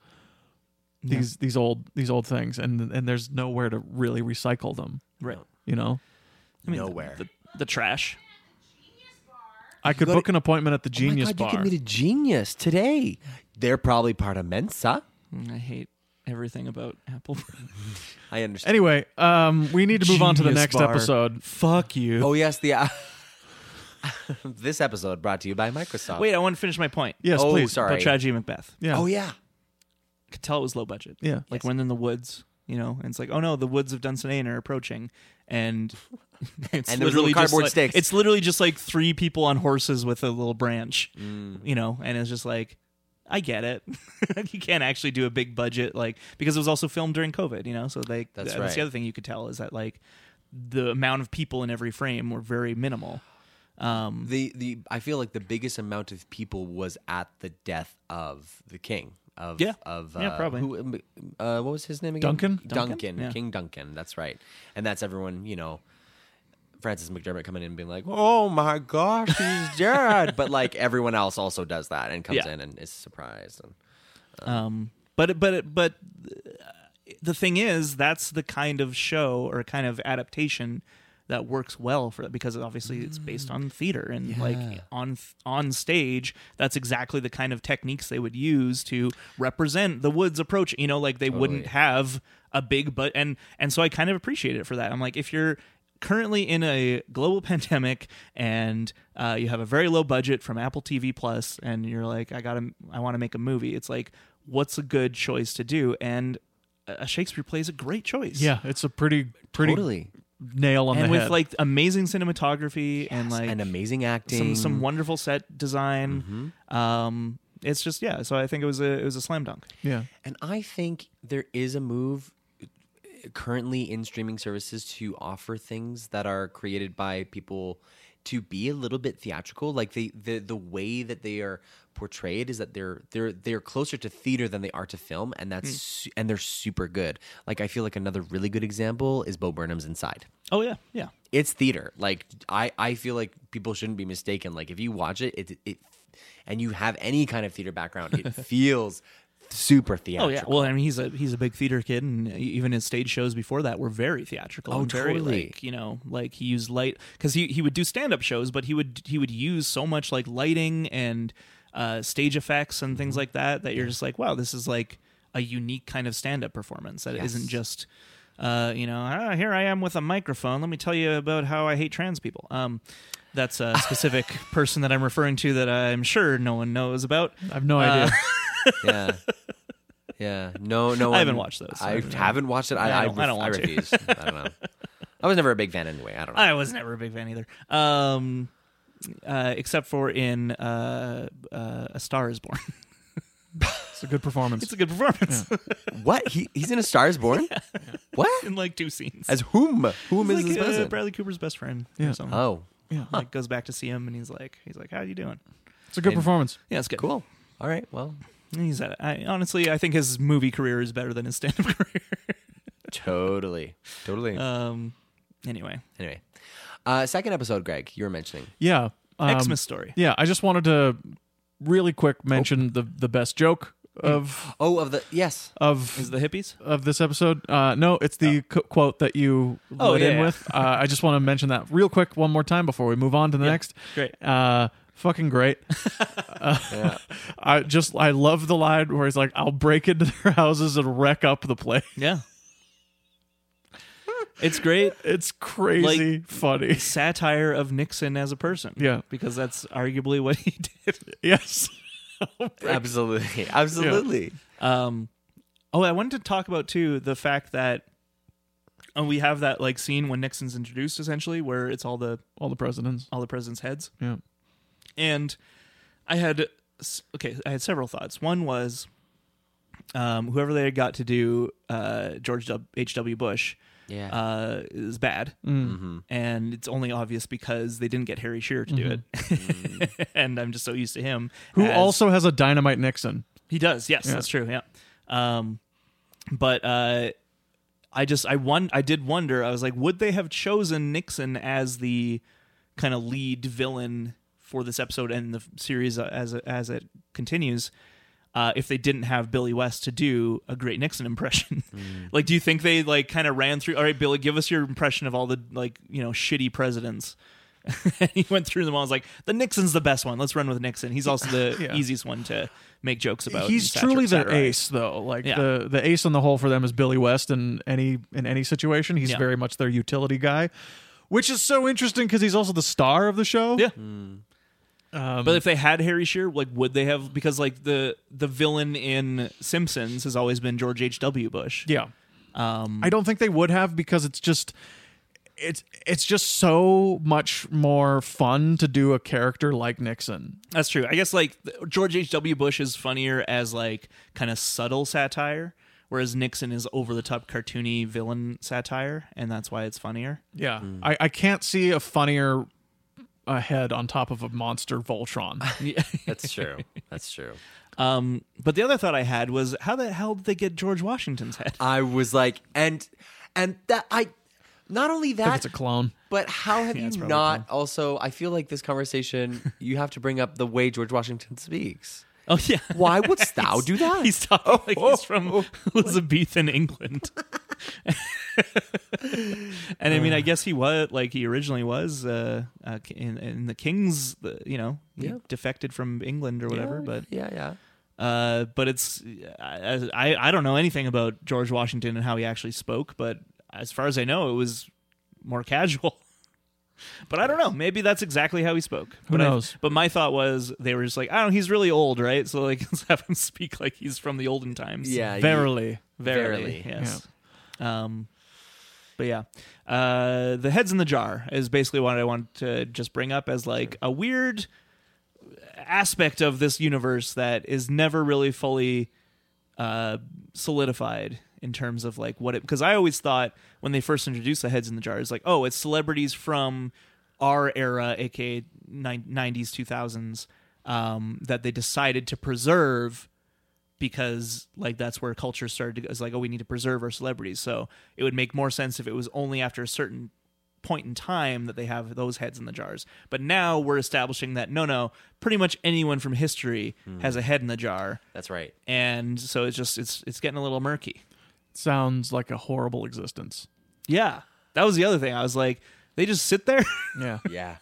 S2: These these old these old things, and and there's nowhere to really recycle them.
S1: right.
S2: You know.
S1: I mean,
S3: Nowhere.
S1: The, the trash.
S2: I could book an appointment at the
S3: oh
S2: Genius
S3: my God,
S2: Bar.
S3: You could meet a genius today. They're probably part of Mensa.
S1: Mm, I hate everything about Apple. <laughs>
S3: I understand.
S2: Anyway, um, we need to move on to the
S1: Genius
S2: next
S1: bar.
S2: episode.
S1: Fuck you.
S3: oh yes, the <laughs> this episode brought to you by Microsoft.
S1: Wait, I want to finish my point.
S2: Yes,
S3: oh
S2: please.
S3: sorry.
S1: About Tragedy Macbeth.
S2: Yeah.
S3: Oh yeah.
S1: Could tell it was low budget.
S2: Yeah.
S1: Like when in the woods, you know, and it's like, oh no, the woods of Dunsinane are approaching. And <laughs> it's
S3: And there was
S1: literally
S3: little
S1: just
S3: cardboard
S1: like-
S3: sticks.
S1: It's literally just like three people on horses with a little branch,
S3: Mm.
S1: you know, and it's just like, I get it. <laughs> you can't actually do a big budget, like, because it was also filmed during COVID, you know, so they,
S3: That's
S1: the
S3: right.
S1: other thing you could tell is that, like, the amount of people in every frame were very minimal.
S3: The the I feel like the biggest amount of people was at the death of the king. Of,
S1: Yeah.
S3: of uh,
S1: Yeah, probably.
S3: Who, um, uh, what was his name again?
S2: Duncan?
S3: Duncan,
S1: Yeah.
S3: King Duncan. That's right, and that's everyone. You know, Francis McDermott coming in and being like, "Oh my
S1: <laughs>
S3: gosh, he's dead," but like everyone else also does that and comes
S1: Yeah.
S3: in and is surprised. And
S1: Um, But but but uh, the thing is, that's the kind of show or kind of adaptation that works well for because obviously it's based on theater and like on on stage that's exactly the kind of techniques they would use to represent the woods approach you know like they wouldn't have a big but and and so I kind of appreciate it for that I'm like if you're currently in a global <laughs> pandemic and uh, you have a very low budget from Apple TV Plus, and you're like, I gotta, I want to make a movie. It's like, what's a good choice to do? And a Shakespeare play is a great choice.
S2: Yeah, it's a pretty pretty
S3: totally.
S2: nail on
S1: and
S2: the
S1: with
S2: head.
S1: like amazing cinematography and like
S3: and amazing acting.
S1: some some wonderful set design. Um, it's just yeah. So I think it was a it was a slam dunk.
S2: yeah,
S3: And I think there is a move uh, currently in streaming services to offer things that are created by people to be a little bit theatrical. Like the the the way that they are portrayed is that they're they're they're closer to theater than they are to film, and
S1: Hmm.
S3: that's su- and they're super good. Like I feel like another really good example is Bo Burnham's Inside
S1: Oh yeah, yeah.
S3: it's theater. Like I, I feel like people shouldn't be mistaken. Like if you watch it, it, it, and you have any kind of theater
S1: <laughs>
S3: background, it feels super
S1: Oh
S3: theatrical.
S1: yeah. Well, I mean, he's a he's a big theater kid, and e, even his stage shows before that were very theatrical.
S3: Oh,
S1: and very,
S3: totally.
S1: Like, you know, like he used light because he he would do stand up shows, but he would he would use so much like lighting and uh, stage effects and
S3: Mm-hmm.
S1: things like that that you're just like, wow, this is like a unique kind of stand up performance that not just. Uh, you know, ah, here I am with a microphone. Let me tell you about how I hate trans people. Um, that's a
S3: <laughs>
S1: specific person that I'm referring to that I'm sure no one knows about.
S2: I have no idea.
S3: yeah, yeah. No, no.
S1: I haven't
S3: one-
S1: watched those, so I
S3: I
S1: don't know.
S3: haven't watched it. I,
S1: Yeah, I
S3: I,
S1: don't- I don't
S3: ref- I
S1: want to.
S3: refuse. I don't know. I was never a big fan anyway. I don't know.
S1: I was never a big fan either. Um, uh, except for in uh, uh, A Star Is Born.
S2: It's a good performance.
S1: it's a good performance
S3: what? He, he's in a Star Is Born.
S1: <laughs>
S3: What?
S1: in like two scenes.
S3: As whom? Whom
S1: It's
S3: is this
S1: like, uh,
S3: person?
S1: Bradley Cooper's best friend.
S2: Yeah.
S1: Or something.
S3: oh,
S1: Like goes back to see him, and he's like, he's like, how you doing?
S2: it's a good performance.
S1: Yeah, it's good.
S3: cool. All right. Well,
S1: He's at, I, honestly, I think his movie career is better than his stand-up <laughs> career.
S3: totally, totally.
S1: um, anyway,
S3: anyway, uh, second episode, Greg. You were mentioning.
S2: Yeah, um,
S1: Xmas story.
S2: Yeah, I just wanted to really quick
S1: Oh.
S2: mention the the best joke of
S3: Oh, of the yes.
S2: of
S1: Is the hippies?
S2: of this episode. Uh, no, it's the qu- quote that you
S1: Oh,
S2: led in
S1: yeah.
S2: with. Uh, I just want to mention that real quick one more time before we move on to the next.
S1: great.
S2: Uh,
S1: <laughs>
S2: fucking great.
S3: Yeah.
S2: <laughs> I just I love the line where he's like, "I'll break into their houses and wreck up the place." <laughs>
S1: <laughs> Yeah. it's great.
S2: It's crazy funny.
S1: Satire of Nixon as a person.
S2: Yeah.
S1: Because that's arguably what he <laughs> did.
S2: Yes.
S1: <laughs>
S3: absolutely, absolutely.
S1: Um, oh, I wanted to talk about too the fact that uh, we have that like scene when Nixon's introduced, essentially, where it's all the
S2: All the presidents.
S1: all the president's heads,
S2: Yeah.
S1: and I had s- okay, I had several thoughts. One was um, whoever they got to do uh, George W. H. W. Bush.
S3: Yeah.
S1: Uh, is bad,
S2: Mm.
S1: and it's only obvious because they didn't get Harry Shearer to do it, <laughs> and I'm just so used to him.
S2: Mm-hmm. Who
S1: as-
S2: also has a dynamite Nixon?
S1: he does. Yes, that's true. Yeah. Um, but uh, I just I won I did wonder. I was like, would they have chosen Nixon as the kind of lead villain for this episode and the series as as it continues? Uh, if they didn't have Billy West to do a great Nixon impression, <laughs>
S2: Mm.
S1: like, do you think they like kind of ran through? All right, Billy, give us your impression of all the like you know shitty presidents. <laughs> and he went through them all. I was like, the Nixon's the best one. Let's run with Nixon. He's also the
S2: <laughs> Yeah.
S1: easiest one to make jokes about.
S2: He's
S1: and satir-
S2: truly their
S1: satirize.
S2: ace, though. Like
S1: Yeah.
S2: the the ace on the whole for them is Billy West in any in any situation. He's
S1: Yeah.
S2: very much their utility guy, which is so interesting because he's also the star of the show.
S1: Yeah. but if they had Harry Shearer, like, would they have? Because like the the villain in Simpsons has always been George H. W. Bush. Um,
S2: Yeah. I don't think they would have because it's just it's it's just so much more fun to do a character like Nixon.
S1: That's true. I guess like th- George H. W. Bush is funnier as like kind of subtle satire, whereas Nixon is over the top cartoony villain satire, and that's why it's funnier.
S2: Yeah. I, I can't see a funnier uh, head on top of a monster Voltron.
S3: That's true. That's
S1: <laughs>
S3: true.
S1: Um, but the other thought I had was how the hell did they get George Washington's head?
S3: I was like, and and that I, not only
S2: if it's
S3: that,
S2: a clone.
S3: but how
S1: <laughs>
S3: have
S1: it's
S3: you
S1: probably
S3: not also? I feel like
S1: <laughs>
S3: this conversation, you have to bring up the way George Washington speaks.
S1: Oh <laughs> yeah.
S3: Why wouldst thou do
S1: <laughs>
S3: that?
S1: He's talking
S3: Oh,
S1: like he's from Elizabethan England. <laughs> and I mean,
S3: Uh.
S1: I guess he was like he originally was uh, uh, in, in the king's. the- You know, he
S3: Yeah.
S1: defected from England or whatever.
S3: yeah, yeah.
S1: But uh, but it's I, I I don't know anything about George Washington and how he actually spoke. But as far as I know, it was more <laughs> casual. But I don't know. Maybe that's exactly how he spoke. Who but
S2: knows?
S1: I, but my thought was they were just like, I don't. know, He's really old, right? So like, <laughs> let's have him speak like he's from the olden times.
S3: Yeah. you-
S2: Verily.
S1: verily,
S3: Verily,
S1: yes. Um, but yeah, uh, the heads in the jar is basically what I want to just bring up as like a weird aspect of this universe that is never really fully uh, solidified in terms of like what it because I always thought when they first introduced the heads in the jar it's like oh it's celebrities from our era aka nine- 90s 2000s um, that they decided to preserve because like that's where culture started to go. It's like, oh, we need to preserve our celebrities. So it would make more sense if it was only after a certain point in time that they have those heads in the jars. But now we're establishing that no, no, pretty much anyone from history has a head in the jar,
S3: That's right.
S1: and so it's just it's it's getting a little murky.
S2: Sounds like a horrible existence.
S1: Yeah, that was the other thing. I was like, they just sit there <laughs>
S2: Yeah.
S3: Yeah.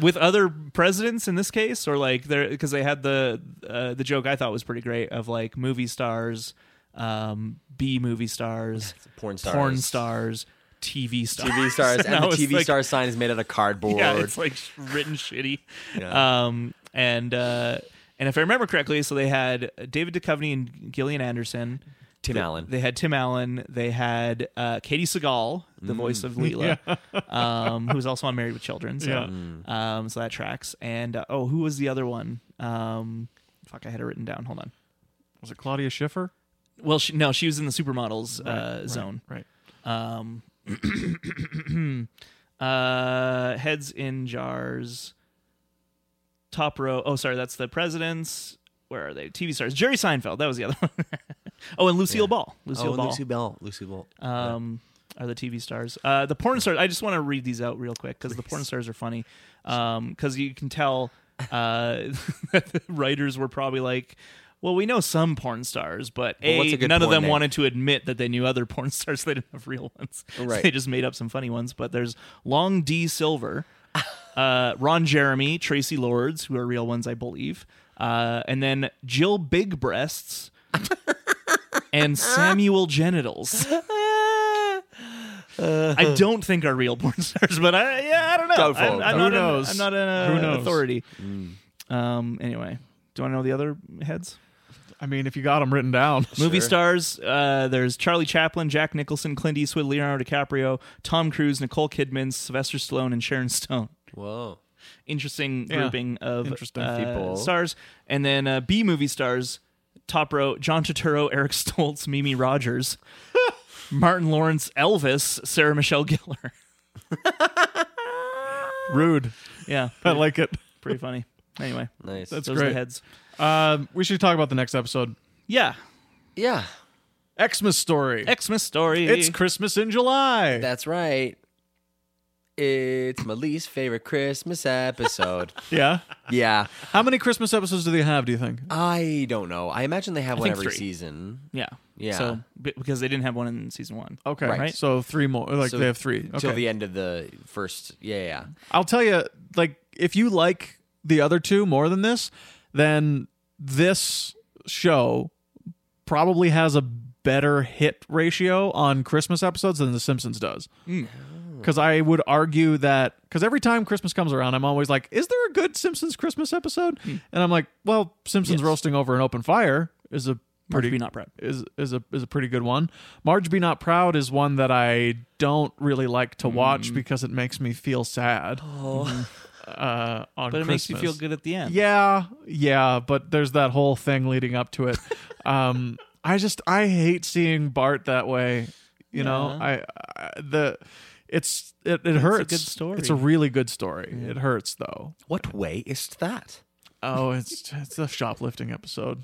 S1: with other presidents in this case, or like they because they had the uh, the joke I thought was pretty great of like movie stars. Um, B movie stars,
S3: Porn stars.
S1: porn stars, TV stars, <laughs>
S3: TV stars. and
S1: I
S3: the
S1: was
S3: TV
S1: like,
S3: star sign is made out of cardboard.
S1: Yeah, it's like sh- written shitty. Um, and uh, and if I remember correctly, so they had David Duchovny and Gillian Anderson.
S3: Tim
S1: They-
S3: Allen.
S1: They had Tim Allen. They had uh, Katie Seagal, the
S3: Mm.
S1: voice
S3: <laughs>
S1: of Leela, um, who was also on Married with Children. So,
S2: Yeah.
S1: um, so that tracks. And uh, oh, who was the other one? Um, fuck, I had it written down. Hold on.
S2: Was it Claudia Schiffer?
S1: Well, she, no, she was in the supermodels uh, zone.
S2: Right.
S1: Um, uh, heads in jars. Top row. Oh, sorry, that's the presidents. Where are they? TV stars. Jerry Seinfeld. That was the other <laughs> one. oh, and Lucille Ball. Lucille
S3: oh,
S1: Ball.
S3: Lucy Bell. Lucy Bell.
S1: Um, are the TV stars. Uh, the porn stars. I just want to read these out real quick because the porn stars are funny. Because you can tell uh, <laughs> that the writers were probably like, well, we know some porn stars, but
S3: Well, what's
S1: a,
S3: a good
S1: none of
S3: porn
S1: them
S3: name?
S1: wanted to admit that they knew other <laughs> porn stars. They didn't have real ones. <laughs> So
S3: Right.
S1: they just made up some funny ones. But there's Long D Silver, uh, Ron Jeremy, Tracy Lords, who are real ones, I believe, uh, and then Jill Big Breasts. And
S2: Uh-huh.
S1: Samuel
S2: <laughs>
S1: genitals. I don't think are real porn stars, but I yeah, I don't know.
S3: Doubtful.
S1: I'm, I'm
S2: Who
S1: not
S2: knows?
S1: An, I'm not an uh,
S2: Who knows? Mm.
S1: authority. Um. Anyway, do I know the other heads?
S2: I mean, if you got them written down. <laughs>
S1: Movie stars. Uh, there's Charlie Chaplin, Jack Nicholson, Clint Eastwood, Leonardo DiCaprio, Tom Cruise, Nicole Kidman, Sylvester Stallone, and Sharon Stone.
S3: Whoa.
S1: Interesting
S2: Yeah.
S1: grouping of
S2: Interesting
S1: uh,
S3: people.
S1: stars, and then uh, B movie stars. Top row: John Turturro, <laughs> Eric Stoltz, Mimi Rogers, <laughs> Martin Lawrence, Elvis, Sarah Michelle Gellar. <laughs>
S2: Rude.
S1: Yeah,
S2: I like it.
S1: pretty funny. Anyway, that's
S3: Nice. That's
S1: those are
S2: Oh. great.
S1: the heads.
S2: Um, we should talk about the next episode.
S1: Yeah,
S3: Yeah.
S2: Xmas story.
S1: Xmas story.
S2: it's Christmas in July.
S3: That's right. It's my least favorite Christmas
S1: <laughs>
S3: episode.
S2: yeah.
S3: yeah.
S2: How many Christmas episodes do they have, do you think?
S3: I don't know. I imagine they have one
S1: think
S3: every
S1: three.
S3: season.
S1: yeah,
S3: Yeah.
S1: So be- because they didn't have one in season one.
S2: Okay.
S3: Right.
S2: So three more. Like
S3: So
S2: they have three. Okay.
S3: Till the end of the first. Yeah, yeah.
S2: I'll tell you, like, if you like the other two more than this, then this show probably has a better hit ratio on Christmas episodes than The Simpsons does. Because I would argue that, because every time Christmas comes around, I'm always like, is there a good Simpsons Christmas episode? And I'm like, well, Simpsons roasting over an open fire is a
S1: Pretty
S2: pretty
S1: be not proud.
S2: is is a is a pretty good one. Marge Be Not Proud is one that I don't really like to watch
S1: Mm.
S2: because it makes me feel sad. <laughs> Uh, on
S1: Oh. But it makes you
S2: Christmas.
S1: feel good at the end.
S2: Yeah, yeah, but there's that whole thing leading up to
S1: <laughs>
S2: it. um, I just I hate seeing Bart that way. You know, I, I the it's it, it hurts.
S1: good story.
S2: It's a really good story. It hurts though.
S3: What way is that?
S2: Oh, it's it's a shoplifting episode.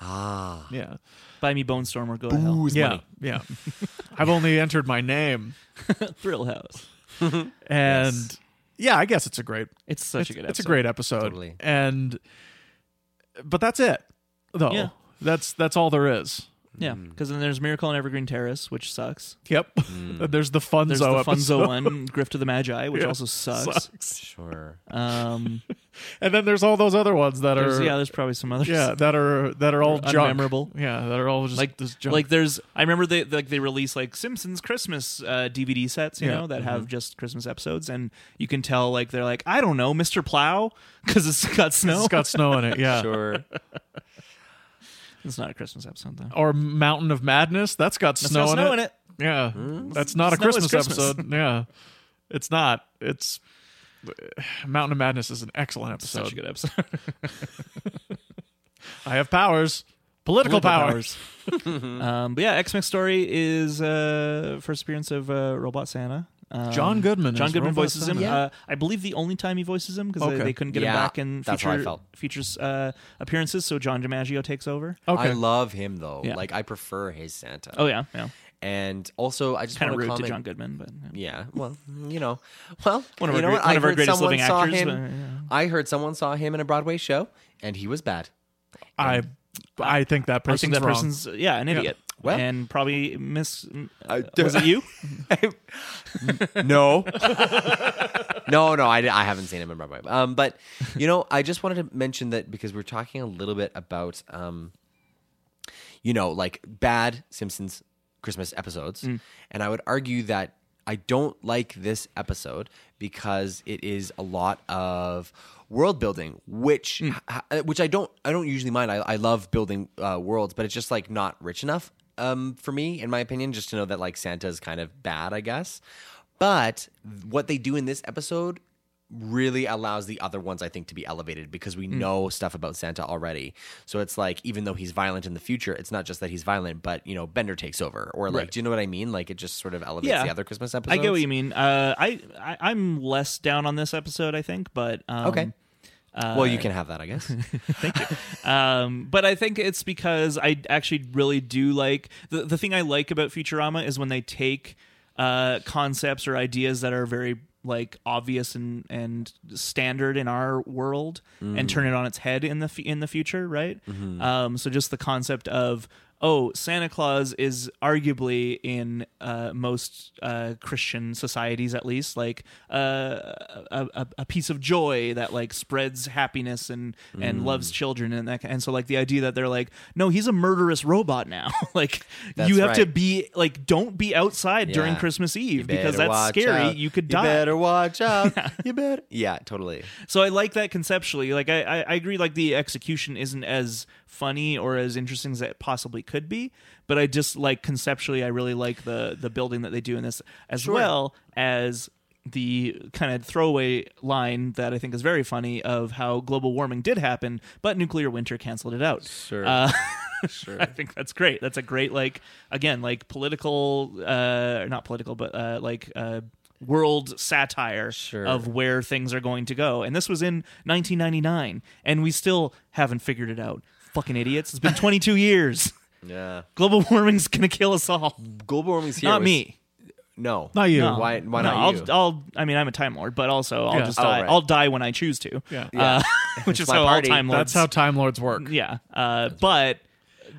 S3: Ah.
S2: Yeah.
S1: Buy me Bone Storm or go to hell.
S2: yeah.
S1: <laughs>
S2: Yeah. I've only entered my name.
S1: Thrill House.
S2: and yeah, I guess it's a great,
S1: It's such
S2: it's,
S1: a good.
S2: it's
S1: Episode.
S2: a great episode,
S3: Totally.
S2: and but that's it, though.
S1: Yeah.
S2: That's that's all there is.
S1: Yeah, because then there's Miracle on Evergreen Terrace, which sucks.
S2: Yep. <laughs> And there's the Funzo
S1: Mm. There's the
S2: episode.
S1: Funzo
S2: <laughs>
S1: one, Grift of the Magi, which also sucks.
S2: Sucks.
S3: Sure.
S1: Um,
S2: And then there's all those other ones that
S1: there's-
S2: are
S1: yeah, there's probably some others.
S2: yeah, that are that are all
S1: Or
S2: junk.
S1: unmemorable.
S2: Yeah, that are all just
S1: like
S2: just junk.
S1: like there's I remember they like they release like Simpsons Christmas uh, DVD sets you
S2: Yeah. Mm-hmm.
S1: know that have just Christmas episodes and you can tell like they're like I don't know Mr. Plow <laughs> because it's got snow
S2: it's got snow in it.
S1: Uh, <laughs>
S2: Yeah.
S3: Sure.
S1: it's not a Christmas episode though
S2: Or Mountain of Madness. That's got
S1: It's
S2: Oh, snow,
S1: got
S2: in,
S1: snow
S2: it.
S1: in it Mm.
S2: Yeah. That's not a
S1: Snow is
S2: Christmas,
S1: Christmas.
S2: episode. <laughs> Yeah. It's not. It's <sighs> Mountain of Madness is an excellent episode.
S1: such a good episode
S2: I have powers. Political, powers.
S1: um, but yeah X Men story is uh, first appearance of uh, Robot Santa um,
S2: John Goodman.
S1: John
S2: is
S1: Goodman
S2: Robot
S1: voices him.
S2: Santa.
S1: Uh, I believe the only time he voices him because
S2: Okay.
S1: they, they couldn't get him
S3: Yeah,
S1: back in
S3: that's how I
S1: future
S3: felt.
S1: features uh, appearances, so John DiMaggio takes over.
S2: <laughs> Okay.
S3: I love him though.
S1: Yeah.
S3: Like I prefer his Santa.
S1: Oh yeah, yeah.
S3: And also, I just
S1: Kind
S3: want
S1: of rude
S3: comment.
S1: to John Goodman, but yeah.
S3: Yeah. Well, you know. Well,
S1: One of our
S3: you know
S1: great-
S3: what?
S1: one
S3: I
S1: of our
S3: heard
S1: greatest
S3: someone
S1: living
S3: saw
S1: actors, but,
S3: him. I heard someone saw him in a Broadway show, and he was
S1: <laughs>
S3: bad.
S2: I I think that
S1: I
S2: person's
S1: think that
S2: wrong.
S1: person's yeah an idiot.
S3: Well-
S1: and probably miss. uh,
S3: I-
S1: was it
S3: <laughs>
S1: you?
S3: No. no, no, I, I haven't seen him in Broadway. Um, but, you know, I just wanted to mention that because we're talking a little bit about, um, you know, like bad Simpsons Christmas episodes. And I would argue that I don't like this episode because it is a lot of world building which h- uh, which I don't I don't usually mind I, I love building uh, worlds but it's just like not rich enough um, for me in my opinion just to know that like Santa is kind of bad I guess but what they do in this episode really allows the other ones, I think, to be elevated because
S1: Hmm.
S3: we know stuff about Santa already. So it's like, even though he's violent in the future, it's not just that he's violent, but, you know, Bender takes over. Or, like, do you know what I mean? Like, it just sort of elevates
S1: Yeah.
S3: the other Christmas
S1: I
S3: episodes.
S1: get what you mean. Uh, I, I I'm less down on this episode, I think, but um,
S3: Okay. well, you can have that,
S1: <laughs>
S3: I guess.
S1: Um, but I think it's because I actually really do like the the thing I like about Futurama is when they take uh, concepts or ideas that are very like obvious and and standard in our world and turn it on its head in the fu- in the future, right? Um, so just the concept of oh, Santa Claus is arguably in uh, most uh, Christian societies, at least, like uh, a, a, a piece of joy that like spreads happiness and
S3: Mm.
S1: and loves children, and that, ki- and so like the idea that they're like, no, he's a murderous robot now. <laughs> like
S3: That's
S1: you have to
S3: right.
S1: be like, don't be outside during
S3: Yeah.
S1: Christmas Eve because
S3: Better
S1: that's
S3: watch
S1: scary.
S3: out.
S1: You could die.
S3: better
S1: <laughs>
S3: watch out. you better. Yeah, totally.
S1: So I like that conceptually. Like I, I, I agree. Like the execution isn't as funny or as interesting as it possibly could be, but I just like conceptually, I really like the the building that they do in this, as well as the kind of throwaway line that I think is very funny of how global warming did happen, but nuclear winter canceled it out.
S3: Sure. sure.
S1: I think that's great. That's a great like again like political uh not political but uh like uh world satire
S3: Sure.
S1: of where things are going to go. And this was in 1999 and we still haven't figured it out. Fucking idiots. It's been 22 years. <laughs>
S3: Yeah.
S1: Global warming's going to kill us all.
S3: Global warming's here.
S1: Not
S3: was-
S1: me.
S3: No.
S2: Not you.
S1: No.
S3: Why, why
S1: no,
S3: not you?
S1: I'll, I'll I mean I'm a time lord, but also I'll
S2: Yeah.
S1: just
S3: Oh,
S1: die.
S3: right.
S1: I'll die when I choose to.
S2: Yeah.
S1: Uh, <laughs> which is
S3: my
S1: how
S3: party.
S1: all time lords
S2: That's how Time Lords work.
S1: <laughs> Yeah. Uh but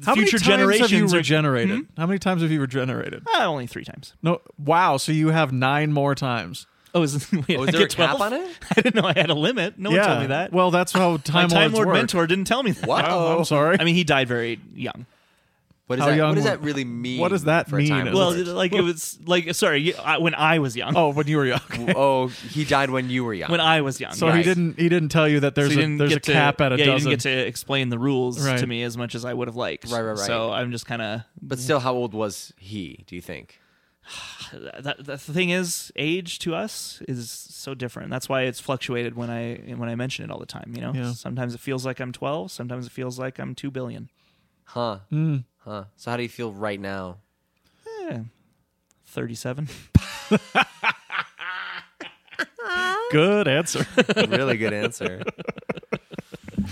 S2: How
S1: future
S2: many times
S1: generations
S2: have you
S1: are-
S2: regenerated? How many times have you regenerated?
S1: Ah, only 3 times.
S2: No. Wow. So you have nine more times.
S1: Oh, is, <laughs> wait,
S3: Oh,
S1: I
S3: is there
S1: get
S3: a cap
S1: 12?
S3: on it?
S1: <laughs> I didn't know I had a limit. No
S2: yeah.
S1: one told me that.
S2: Well, that's
S1: <laughs>
S2: how
S1: My
S2: Time,
S1: Time
S2: Lords
S1: Lord
S2: work.
S1: mentor didn't tell me that.
S3: What?
S2: Oh, I'm sorry.
S1: I mean, he died very young.
S3: What, is
S2: How
S3: that,
S2: young
S3: what does
S2: were-
S3: that really mean?
S2: What does that
S3: for a time
S2: mean?
S1: Well,
S3: lord?
S1: like it was like sorry, y- I- when I was young.
S2: oh, when you were young. Okay.
S3: <laughs> oh, he died when you were young.
S1: When I was young.
S2: <laughs> So he
S1: right.
S2: didn't. He didn't tell you that
S1: So
S2: there's
S1: he
S2: a
S1: didn't
S2: there's a
S1: get to-
S2: cap at a
S1: yeah, he
S2: dozen.
S1: didn't get to explain the rules
S2: Right.
S1: to me as much as I would have liked.
S3: Right, right, right.
S1: So I'm just kind of.
S3: But still, how old was he? Do you think?
S1: That, that, the thing is, age to us is so different. That's why it's fluctuated when I when I mention it all the time. You know,
S2: Yeah.
S1: sometimes it feels like I'm 12. Sometimes it feels like I'm two billion.
S3: Huh? Huh? So how do you feel right now?
S1: Eh, <laughs> 37.
S2: Good answer.
S3: <laughs> really good answer.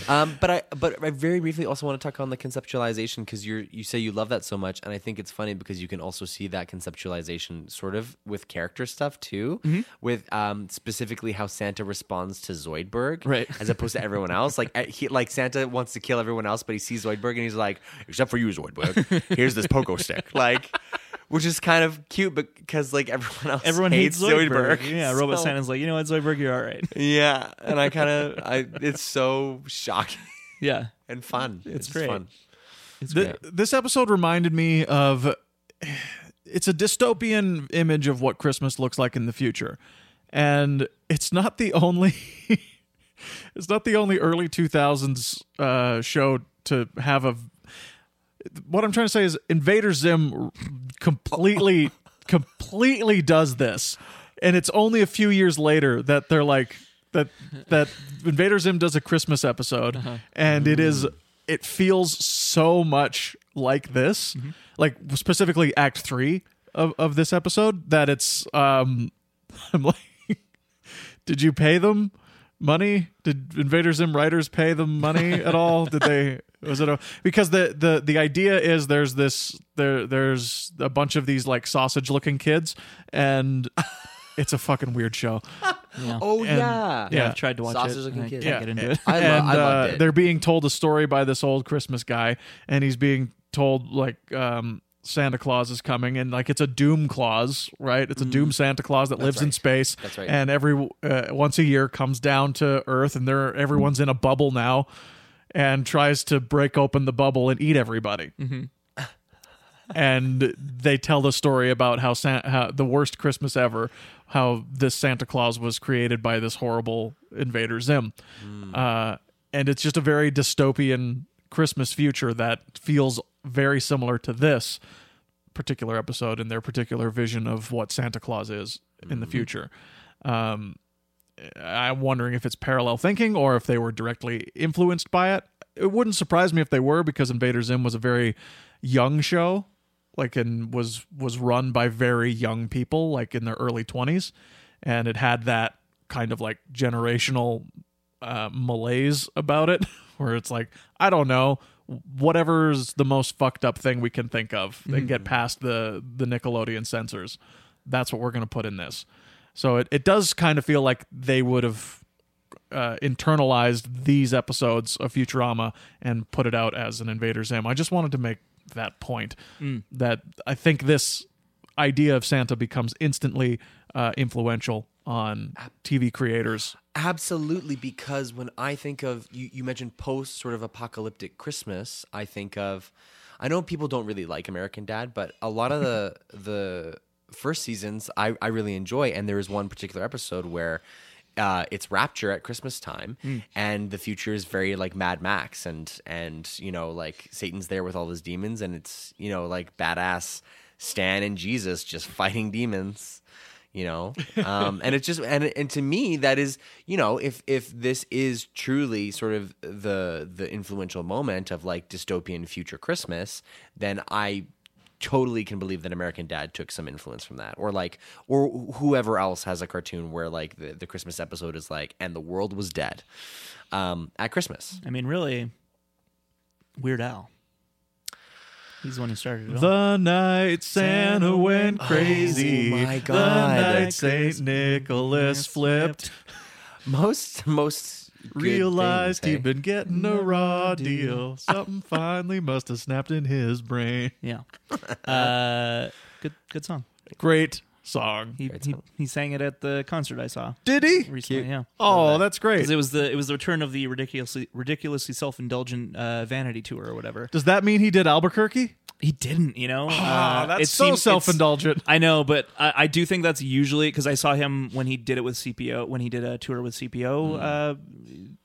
S3: Um, but I but I very briefly also want to talk on the conceptualization because you you say you love that so much, and I think it's funny because you can also see that conceptualization sort of with character stuff too,
S1: Mm-hmm.
S3: with um, specifically how Santa responds to Zoidberg,
S2: Right.
S3: as opposed to everyone else. Like I- he like Santa wants to kill everyone else, but he sees Zoidberg and he's like, except for you, Zoidberg, here's this pogo stick, like. Which is kind of cute because like everyone else,
S1: Everyone hates Zoidberg. <laughs>
S3: <laughs>
S1: Yeah, Robot
S3: So-
S1: Santa's like, you know what, Zoidberg, you're all right.
S3: Yeah, and I kind of, I it's so shocking <laughs>
S1: Yeah,
S3: and fun.
S1: It's great.
S3: fun.
S1: it's
S2: Th-
S1: great.
S2: This episode reminded me of it's a dystopian image of what Christmas looks like in the future. And it's not the only <laughs> it's not the only early 2000s uh, show to have a what I'm trying to say is Invader Zim completely completely does this. And it's only a few years later that they're like that that Invader Zim does a Christmas episode and it is it feels so much like this. Like specifically act 3 of of this episode that it's um <laughs> I'm like did you pay them money? Did Invader Zim writers pay them
S3: <laughs>
S2: money at all? Did they? Was it a because the the the idea is there's this there there's a bunch of these like sausage looking kids
S3: <laughs>
S2: and it's a fucking weird show.
S3: Oh yeah,
S1: Yeah,
S2: yeah.
S1: I've tried to watch
S3: Sausage
S1: it.
S3: looking
S1: and I
S3: kid.
S1: can't
S2: Yeah.
S1: get into it.
S3: I, lo-
S2: and
S3: I loved
S2: uh,
S3: it.
S2: they're being told a story by this old Christmas guy, and he's being told like um, Santa Claus is coming, and like it's a doom clause, right? It's a doom Santa Claus that lives in
S3: right.
S2: space.
S3: Mm. That's right.
S2: And every uh, once a year comes down to Earth, and they're everyone's in a bubble now, and tries to break open the bubble and eat everybody. and they tell the story about how, San- how the worst Christmas ever, how this Santa Claus was created by this horrible invader Zim, uh, and it's just a very dystopian Christmas future that feels very similar to this particular episode and their particular vision of what Santa Claus is in the future. Um, I'm wondering if it's parallel thinking or if they were directly influenced by it. It wouldn't surprise me if they were because Invader Zim was a very young show, like and was was run by very young people, like in their early 20s, and it had that kind of like generational uh, malaise about it, <laughs> where it's like I don't know whatever's the most fucked up thing we can think of and get past the the Nickelodeon censors. That's what we're gonna put in this. So it, it does kind of feel like they would have uh, internalized these episodes of Futurama and put it out as an Invader Zim. I just wanted to make that point that I think this idea of Santa becomes instantly uh, influential on TV creators.
S3: Absolutely, because when I think of you, you mentioned post sort of apocalyptic Christmas, I think of. I know people don't really like American Dad, but a lot of the the first seasons I, I really enjoy, and there is one particular episode where. Uh, it's rapture at Christmas time, and the future is very like Mad Max, and and you know like Satan's there with all his demons, and it's you know like badass Stan and Jesus just <laughs> fighting demons you <laughs> know um and it's just and and to me that is you know if if this is truly sort of the the influential moment of like dystopian future christmas then i totally can believe that american dad took some influence from that or like or whoever else has a cartoon where like the, the christmas episode is like and the world was dead um at christmas
S1: I mean, really, Weird Al. He's the one who started it all.
S2: The night Santa went crazy.
S3: my
S2: The
S3: God.
S2: night Saint Nicholas flipped.
S3: most most good things,
S2: Realized
S3: hey?
S2: he'd been getting a raw deal. Something finally must have snapped in his brain.
S1: Yeah. Uh, good good song.
S2: Great song.
S1: He, he he sang it at the concert I saw
S2: Did he?
S1: recently. Yeah.
S2: Oh, that's
S1: Because
S2: great.
S1: it was the it was the return of the ridiculously ridiculously self indulgent uh, vanity tour or whatever.
S2: Does that mean he did Albuquerque?
S1: He didn't, you know.
S2: Ah,
S1: Uh, it
S2: that's so
S1: seems- it's- <laughs>
S2: self indulgent.
S1: I know, but I, I do think that's usually because I saw him when he did it with CPO when he did a tour with CPO uh,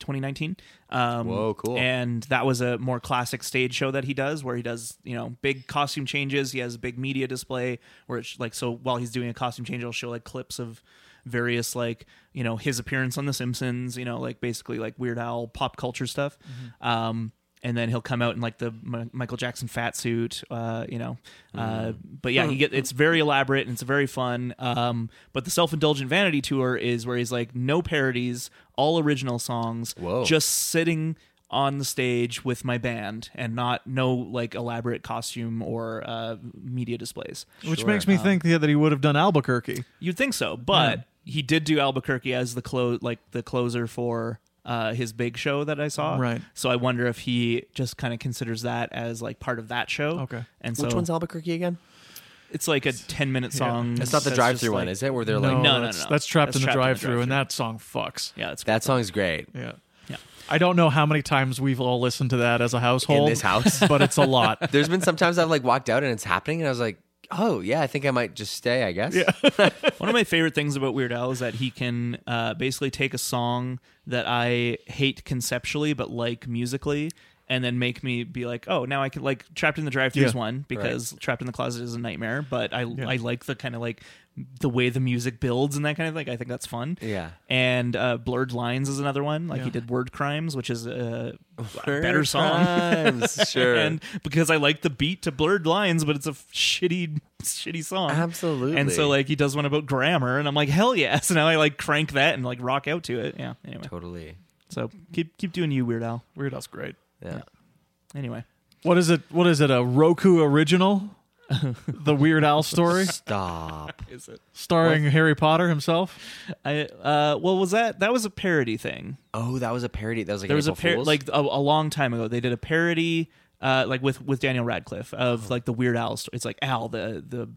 S1: 2019. Um,
S3: Hmm. Whoa, cool.
S1: And that was a more classic stage show that he does, where he does you know big costume changes. He has a big media display where it's like so while he's doing a costume change, he'll show like clips of various like you know his appearance on The Simpsons, you know like basically like Weird Al pop culture stuff.
S3: Mm-hmm.
S1: Um, and then he'll come out in like the M- Michael Jackson fat suit, uh, you know.
S3: Mm.
S1: Uh, but yeah, he get it's very elaborate and it's very fun. Um, but the self indulgent vanity tour is where he's like no parodies, all original songs,
S3: Whoa.
S1: just sitting on the stage with my band and not no like elaborate costume or uh, media displays.
S2: Which makes me think yeah, that he would have done Albuquerque.
S1: You'd think so, but he did do Albuquerque as the clo- like the closer for uh, his big show that I saw.
S2: Right.
S1: So I wonder if he just kind of considers that as like part of that show.
S2: Okay.
S1: And so
S3: Which one's Albuquerque again?
S1: it's like a ten minute song.
S3: It's not the
S1: that's
S3: drive-through
S1: just,
S3: one,
S1: like-
S3: is it? Where they're
S2: No,
S3: like,
S1: no, no,
S2: that's,
S1: no.
S2: that's trapped
S1: That's
S2: in the
S1: Trapped in the
S2: drive-through, and
S1: Drive-Thru.
S2: that song fucks.
S1: Yeah, it's
S3: that song's great.
S2: Yeah.
S1: Yeah.
S2: I don't know how many times we've all listened to that as a household.
S3: this house.
S2: but it's
S1: <laughs>
S2: a lot.
S3: There's been sometimes I've like walked out and it's happening, and I was like, oh yeah, I think I might just stay. I guess. <laughs> Yeah.
S1: One of my favorite things about Weird Al is that he can uh, basically take a song that I hate conceptually but like musically, and then make me be like, "Oh, now I can like Trapped in the Drive Thru is
S2: Yeah.
S1: one because Trapped in the Closet is a nightmare, but I I like the kind of like the way the music builds and that kind of thing. I think that's fun.
S3: Yeah.
S1: And uh, Blurred Lines is another one. Like he did Word Crimes, which is a better song.
S3: Times,
S1: <laughs>
S3: sure.
S1: and because I like the beat to Blurred Lines, but it's a shitty, shitty song.
S3: Absolutely.
S1: And so like he does one about grammar, and I'm like, hell <laughs> yes. And now I like crank that and like rock out to it. Yeah. Anyway,
S3: totally.
S1: so keep keep doing you, Weird Al.
S2: Weird Al's great.
S3: Yeah.
S1: Anyway,
S2: What is it? What is it? A Roku
S1: <laughs>
S2: original? the Weird Al story
S3: Stop.
S1: is it?
S2: starring Harry Potter himself.
S1: I uh, well, was that that was a parody thing?
S3: Oh, that was a parody. That was like
S1: There was a
S3: parody.
S1: par- like a, a long time ago. They did a parody. Uh, like with, with Daniel Radcliffe
S3: Oh.
S1: of like the Weird Al story. It's like Al the the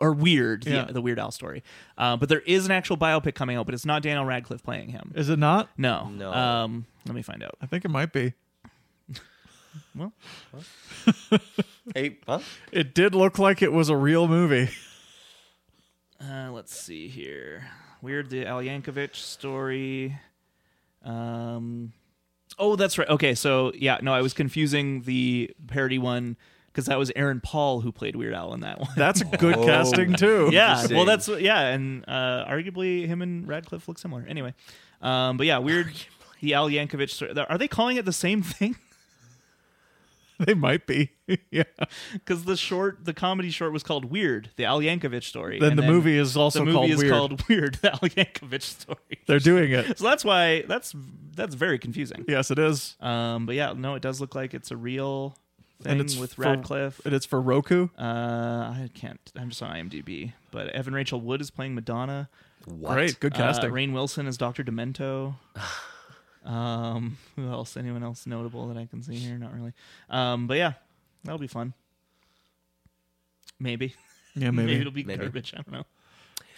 S1: or Weird
S2: Yeah.
S1: the, the Weird Al story. Uh, but there is an actual biopic coming out, but it's not Daniel Radcliffe playing him.
S2: Is it not?
S1: No.
S3: No.
S1: Um, let me find out.
S2: I think it might be.
S3: hey, huh?
S2: It did look like it was a real movie.
S1: Uh, let's see here. Weird the Al Yankovic story. Um, oh, that's right. Okay, so yeah, no, I was confusing the parody one because that was Aaron Paul who played Weird Al in that one. <laughs>
S2: That's good
S3: Oh.
S2: casting too.
S1: yeah,
S3: Interesting.
S1: well, that's yeah, and uh, arguably him and Radcliffe look similar. Anyway, um, but yeah, weird. The Al Yankovic story. Are they calling it the same <laughs> thing?
S2: <laughs> They might be. <laughs> yeah.
S1: Because the short, the comedy short, was called Weird, the Al Yankovic story.
S2: Then
S1: and
S2: the movie is also
S1: the movie
S2: called
S1: is
S2: Weird.
S1: called <laughs> Weird, the Al Yankovic story.
S2: They're doing it.
S1: So that's why that's that's very confusing.
S2: Yes, it is.
S1: Um, but yeah, no, it does look like it's a real thing
S2: And it's
S1: with
S2: for-
S1: Radcliffe.
S2: And it's for Roku.
S1: uh, I can't. I'm just on IMDb. But Evan Rachel Wood is playing Madonna.
S3: What?
S2: Great, good
S1: Uh,
S2: casting.
S1: Rain Wilson is Doctor Demento. um, who else? Anyone else notable that I can see here? Not really. Um, but yeah, that'll be fun. Maybe. <laughs>
S2: yeah,
S1: Maybe,
S2: maybe.
S1: it'll be
S3: Maybe.
S1: garbage. I don't know.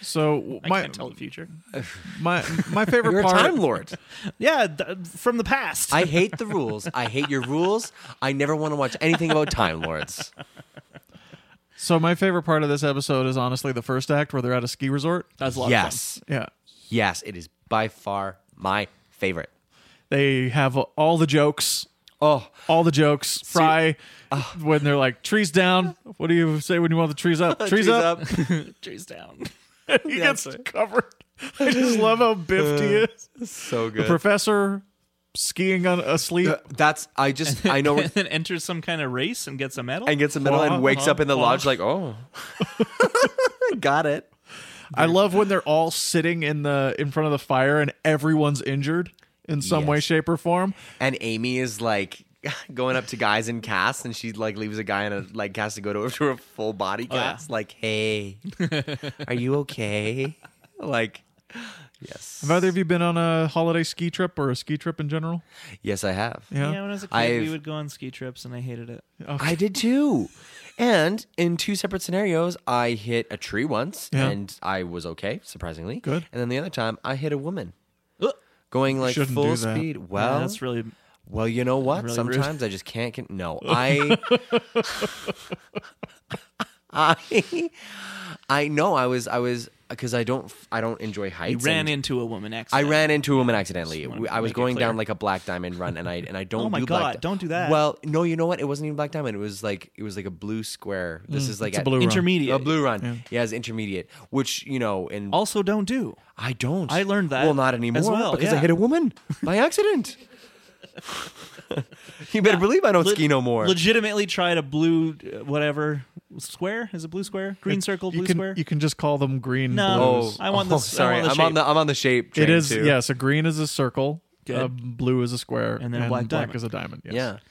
S2: So w-
S1: I
S2: my
S1: can't tell the future. <laughs>
S2: my my favorite
S3: You're a
S2: part.
S3: time lord.
S1: Yeah, th- from the past.
S3: <laughs> I hate the rules. I hate your rules. I never want to watch anything about time lords.
S2: So my favorite part of this episode is honestly the first act where they're at a ski resort.
S1: That's a lot of fun.
S3: Yes.
S2: Yeah.
S3: Yes, it is by far my favorite.
S2: They have all the jokes.
S3: Oh,
S2: All the jokes. Fry when they're like trees down. What do you say when you want the trees <laughs> up? Trees,
S3: trees
S2: up.
S1: Trees <laughs> down.
S2: He
S3: Yes.
S2: gets covered. I just love how biffed he is.
S3: <laughs> So good.
S2: Professor skiing on asleep.
S3: Uh, That's I just I
S1: <laughs>
S3: know
S1: and then enters some kind of race and gets a medal.
S3: and gets a medal
S2: Wah,
S3: and wakes
S2: wah,
S3: up in the
S2: wah.
S3: lodge like
S2: <laughs>
S3: oh, got it.
S2: I love when they're all sitting in the in front of the fire and everyone's injured in some way,
S3: Yes.
S2: shape, or form.
S3: And Amy is like <laughs> going up to guys in cast, and she like leaves a guy in a like cast to go to <laughs> over to a full body
S2: Oh,
S1: yeah.
S3: cast. Like,
S2: <laughs>
S3: hey, are you okay? Like, yes,
S2: Have either of you been on a holiday ski trip or a ski trip in general?
S3: yes, I have.
S1: yeah.
S2: Yeah.
S1: when I was a kid, we
S3: I've-
S1: would go on ski trips, and I hated it.
S3: I did too. And in two separate scenarios, I hit a tree once
S2: Yeah.
S3: and I was okay, surprisingly.
S2: Good.
S3: And then the other time, I hit a woman
S1: Ugh.
S3: going like
S2: shouldn't
S3: full
S2: do that.
S3: speed. Well,
S1: Yeah, that's really
S3: well, you know what?
S1: really rude.
S3: Sometimes I just can't. Con-
S1: <laughs>
S3: no, I, I, I know. I was, I was, because I don't, I don't enjoy heights.
S1: you ran
S3: and-
S1: into a woman
S3: I
S1: accident.
S3: ran into a woman accidentally.
S1: wanted to
S3: I was
S1: make it
S3: going down
S1: clear.
S3: like a black diamond run, and I and I don't.
S1: Oh my
S3: do black
S1: God,
S3: di-
S1: don't do that.
S3: Well, no, you know what? It wasn't even black diamond. It was like it was like a blue square.
S1: Mm,
S3: This is like
S2: it's a blue run.
S1: intermediate.
S3: a blue run. Yeah, it's intermediate. Which you know, and
S1: Also, don't do.
S3: I don't.
S1: I learned that
S3: Well, not
S1: as
S3: anymore
S1: well,
S3: because I
S1: yeah.
S3: hit
S1: <laughs>
S3: a woman by accident. <laughs> you better believe I don't
S1: Le-
S3: ski no more.
S1: Legitimately tried a blue uh, whatever square is it blue square green circle
S2: you
S1: blue
S2: can
S1: square.
S2: you can just call them green
S1: No.
S2: blues.
S3: oh,
S1: I want
S3: oh,
S1: this- I
S3: sorry,
S1: want the
S3: I'm on the I'm on the shape.
S2: It
S3: train,
S2: is
S3: too.
S2: yes. A green is a circle.
S1: Good.
S2: Uh, blue is a square,
S1: And then a
S2: and
S1: black
S2: black
S1: diamond.
S2: is a diamond. Yes.
S1: <laughs>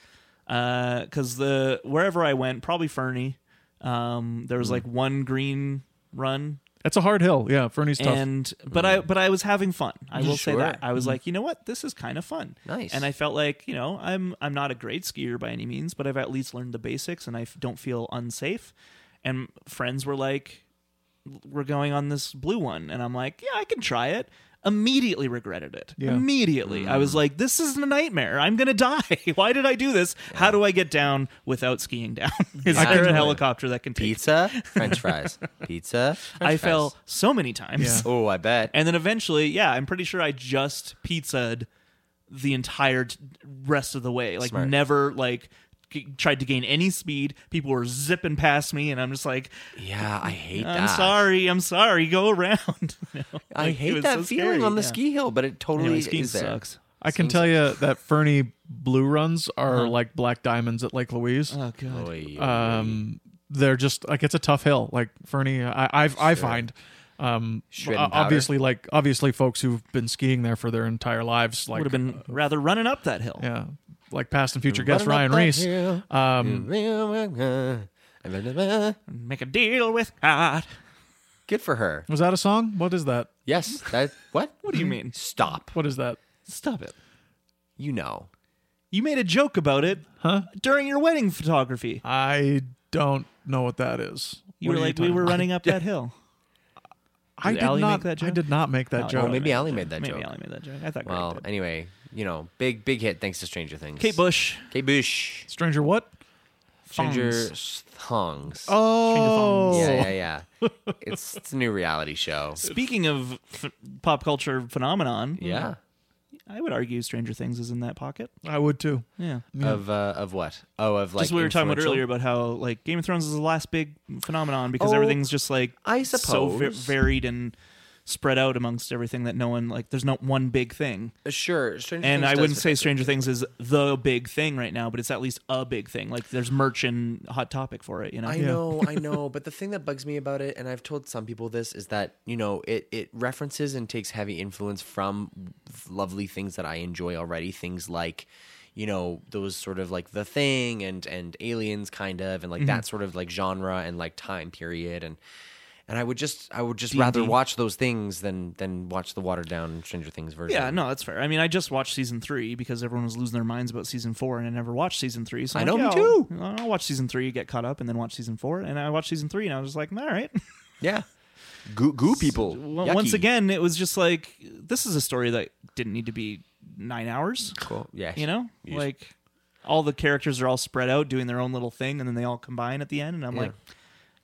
S3: Yeah.
S1: because Uh, the wherever I went, probably Fernie, um,
S2: Hmm.
S1: there was like one green run,
S2: it's a hard hill. Yeah, Fernie's tough.
S1: and but I but I was having fun. I will say
S3: Sure. Mm-hmm.
S1: that I was like, you know what, this is kind of fun.
S3: Nice.
S1: and I felt like you know I'm I'm not a great skier by any means, but I've at least learned the basics, and I f- don't feel unsafe. And friends were like, we're going on this blue one, and I'm like, yeah, I can try it. Immediately regretted it.
S2: Yeah.
S1: Immediately, I
S3: Mm.
S1: was like, "This is a nightmare. I'm gonna die. <laughs> Why did I do this? How do I get down without skiing down? <laughs> is there
S3: Yeah.
S1: a
S3: Exactly.
S1: helicopter that can take?" me?
S3: Pizza, French fries. Pizza. French
S1: I fell
S3: fries.
S1: so many times.
S3: Oh, I bet.
S1: And then eventually, yeah, I'm pretty sure I just pizzaed the entire t- rest of the way. Like
S3: Smart.
S1: never like g- tried to gain any speed. People were zipping past me and I'm just like,
S3: yeah, I hate that.
S1: I'm sorry, I'm sorry, go around. <laughs> You know?
S3: I
S1: Like, it
S3: hate
S1: was
S3: that
S1: so
S3: feeling
S1: scary,
S3: on the
S1: yeah.
S3: ski hill, but it totally
S1: Anyway, skiing
S3: is there.
S1: sucks.
S2: I can tell you that Fernie blue runs are
S3: Uh-huh.
S2: like black diamonds at Lake Louise.
S1: Oh god.
S3: Oy.
S2: um, they're just like it's a tough hill. Like Fernie, I I, I find, um,
S3: Shredding
S2: o-
S3: powder.
S2: obviously like obviously folks who've been skiing there for their entire lives, like
S1: Would have been rather running up that hill.
S2: yeah, like past and future guest Ryan Reese. Um,
S1: Make a deal with God.
S3: Good for her.
S2: was that a song? What is that?
S3: Yes. That what?
S1: What
S3: <laughs>
S1: do you mean?
S3: Stop.
S2: What is that?
S1: Stop it.
S3: You know.
S1: You made a joke about it
S2: Huh?
S1: during your wedding photography.
S3: Uh,
S2: I don't know what that is.
S1: You
S2: What
S1: were
S2: are
S1: like,
S2: talking
S1: we were
S2: about?
S1: running
S3: <laughs>
S1: up that hill.
S2: I
S1: Did
S2: did
S1: Ally
S2: not.
S1: make that
S2: I
S1: joke?
S2: did not make that
S1: Oh,
S2: joke.
S3: Well, maybe Allie made that
S1: Maybe
S3: joke.
S1: Allie made that joke. I thought Greg
S3: Well,
S1: did.
S3: anyway, you know, big big hit thanks to Stranger Things.
S1: Kate Bush.
S3: Kate Bush.
S2: Stranger what?
S3: Stranger
S1: Thongs.
S3: Thongs.
S2: Oh,
S3: Yeah, yeah, yeah. it's it's a new reality show.
S1: <laughs> Speaking of f- pop culture phenomenon,
S3: Yeah.
S1: I would argue Stranger Things is in that pocket.
S2: I would too.
S1: Yeah.
S3: Of uh, of what? Oh, of like
S1: just what we were talking about
S3: influential?
S1: earlier about how like Game of Thrones is the last big phenomenon because
S3: Oh,
S1: everything's just like
S3: I
S1: so va-
S3: suppose.
S1: varied and spread out amongst everything that no one like there's not one big thing.
S3: Uh, Sure. Stranger
S1: And
S3: Things
S1: I
S3: does
S1: wouldn't
S3: fit
S1: say
S3: that.
S1: Stranger Things is the big thing right now, but it's at least a big thing. Like there's merch and hot topic for it, you know.
S3: I know,
S1: <laughs>
S3: I know, but the thing that bugs me about it, and I've told some people this, is that you know it it references and takes heavy influence from lovely things that I enjoy already, things like you know those sort of like the thing and and aliens kind of and like
S1: Mm-hmm.
S3: that sort of like genre and like time period and and I would just I would just rather watch those things than than watch the watered down Stranger Things version.
S1: Yeah, no, that's fair. I mean, I just watched season three because everyone was losing their minds about season four, and I never watched season three. So
S3: I
S1: I'm
S3: know,
S1: like,
S3: me
S1: yeah, I'll-
S3: too.
S1: I'll, watch season three, get caught up, and then watch season four. And I watched season three, and I was just like, all right. <laughs>
S3: yeah, goo, goo people.
S1: Well, Once
S3: Yucky.
S1: again, it was just like this is a story that didn't need to be nine hours.
S3: Cool. yeah,
S1: You know, like all the characters are all spread out doing their own little thing, and then they all combine at the end. And I'm like,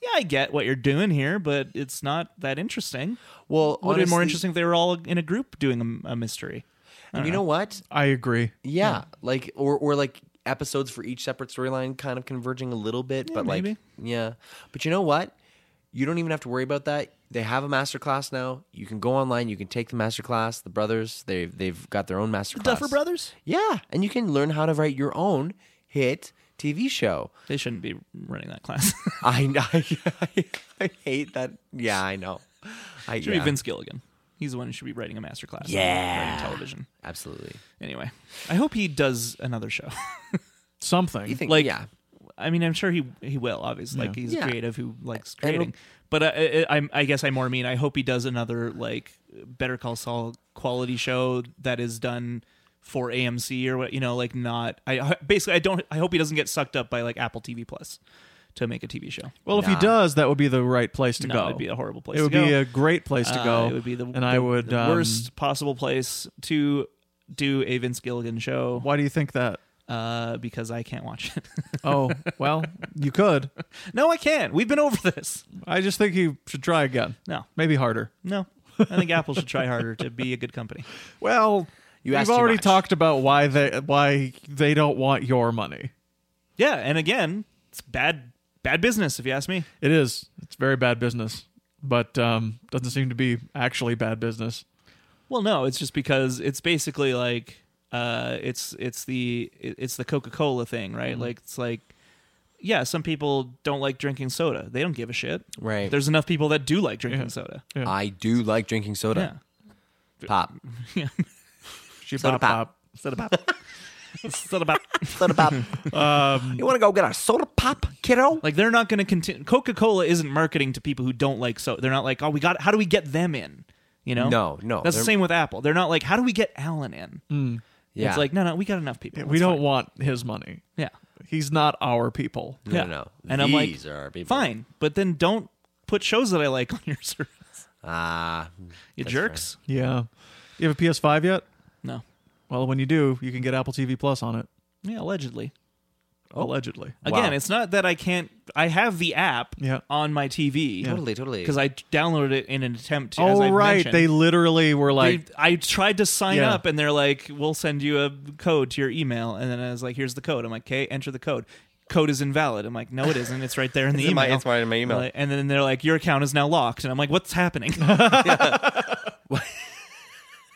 S1: yeah, I get what you're doing here, but it's not that interesting.
S3: Well,
S1: Would have been more
S3: honestly-
S1: interesting if they were all in a group doing a, a mystery.
S3: And you know what?
S2: I agree.
S3: Yeah, like or or like episodes for each separate storyline kind of converging a little bit, but like
S1: maybe.
S3: yeah. But you know what? You don't even have to worry about that. They have a master class now. You can go online, you can take the master class. The brothers, they they've got their own master class.
S1: Duffer Brothers?
S3: Yeah, and you can learn how to write your own hit TV show.
S1: They shouldn't be running that class. <laughs>
S3: I <laughs> I, I hate that. Yeah, I know. I
S1: should
S3: yeah.
S1: be Vince Gilligan. He's the one who should be writing a master class.
S3: Yeah.
S1: Writing television.
S3: Absolutely.
S1: Anyway, I hope he does another show. <laughs>
S2: Something.
S3: You think
S1: Like-
S3: yeah.
S1: I mean, I'm sure he he will. Obviously, like he's
S3: Yeah.
S1: a creative who likes
S3: And it'll-
S1: creating. But I, I, I'm- I guess I more mean I hope he does another like Better Call Saul quality show that is done for AMC or what you know, like not. I basically I don't. I hope he doesn't get sucked up by like Apple TV Plus to make a TV show.
S2: Well, if he
S3: Nah.
S2: does, that would be the right place to
S1: No,
S2: go.
S1: it'd be a horrible place
S2: It
S1: to
S2: would
S1: go.
S2: be a great place to
S1: Uh,
S2: go.
S1: it would be the
S2: and I
S1: the-
S2: would
S1: the
S2: um,
S1: worst possible place to do a Vince Gilligan show
S2: Why do you think that?
S1: uh, because I can't watch it. <laughs>
S2: Oh well, you could.
S1: no, I can't. We've been over this.
S2: I just think you should try again.
S1: No,
S2: Maybe harder.
S1: no. I think Apple should try harder to be a good company. <laughs>
S2: Well,
S3: You
S2: have
S3: asked too
S2: already
S3: much.
S2: talked about why they why they don't want your money.
S1: Yeah, and again, it's bad bad business if you ask me.
S2: It is. It's very bad business, but um, doesn't seem to be actually bad business.
S1: Well, no, it's just because it's basically like uh, it's it's the it's the Coca Cola thing, right?
S2: Mm-hmm.
S1: Like it's like yeah, some people don't like drinking soda. They don't give a shit.
S3: Right.
S1: There's enough people that do like drinking
S2: Yeah.
S1: soda.
S2: Yeah.
S3: I do like drinking
S1: Yeah.
S3: soda. Pop.
S2: She
S3: Soda
S2: bop
S3: pop.
S2: bop.
S1: Instead about. Instead about.
S3: Soda <laughs> pop. you want to go get a soda pop, kiddo?
S1: Like they're not going to continue. Coca Cola isn't marketing to people who don't like so. They're not like, oh, we got. How do we get them in? You know?
S3: No, no,
S1: That's the
S3: they're- Mm.
S1: same with Apple. They're not like, how do we get Alan in?
S3: Yeah.
S1: It's like, no, no, we got enough people.
S2: We
S1: It's
S2: don't
S1: fine."
S2: want his money.
S1: Yeah.
S2: He's not our people.
S3: no,
S1: yeah.
S3: no, no.
S1: And I'm like,
S3: These are our people.
S1: Fine, but then don't put shows that I like on your service.
S3: Ah,
S1: You jerks.
S2: Yeah. You have a PS5 yet?
S1: No.
S2: Well, when you do, you can get Apple TV Plus on it,
S1: Yeah, allegedly.
S2: allegedly.
S1: Again, it's not that I can't. I have the app
S2: Yeah.
S1: on my TV.
S3: totally, totally.
S1: Because I downloaded it in an attempt to. as
S2: Oh,
S1: I've
S2: right.
S1: mentioned.
S2: They literally were like,
S1: They- I tried to sign
S2: Yeah.
S1: up and they're like, we'll send you a code to your email. And then I was like, here's the code. I'm like, okay, enter the code. Code is invalid. I'm like, no, it isn't. It's right there
S3: <laughs>
S1: in the
S3: in
S1: email.
S3: my- it's right in my email.
S1: Like- and then they're like, your account is now locked. And I'm like, what's
S3: <laughs>
S1: happening? <laughs>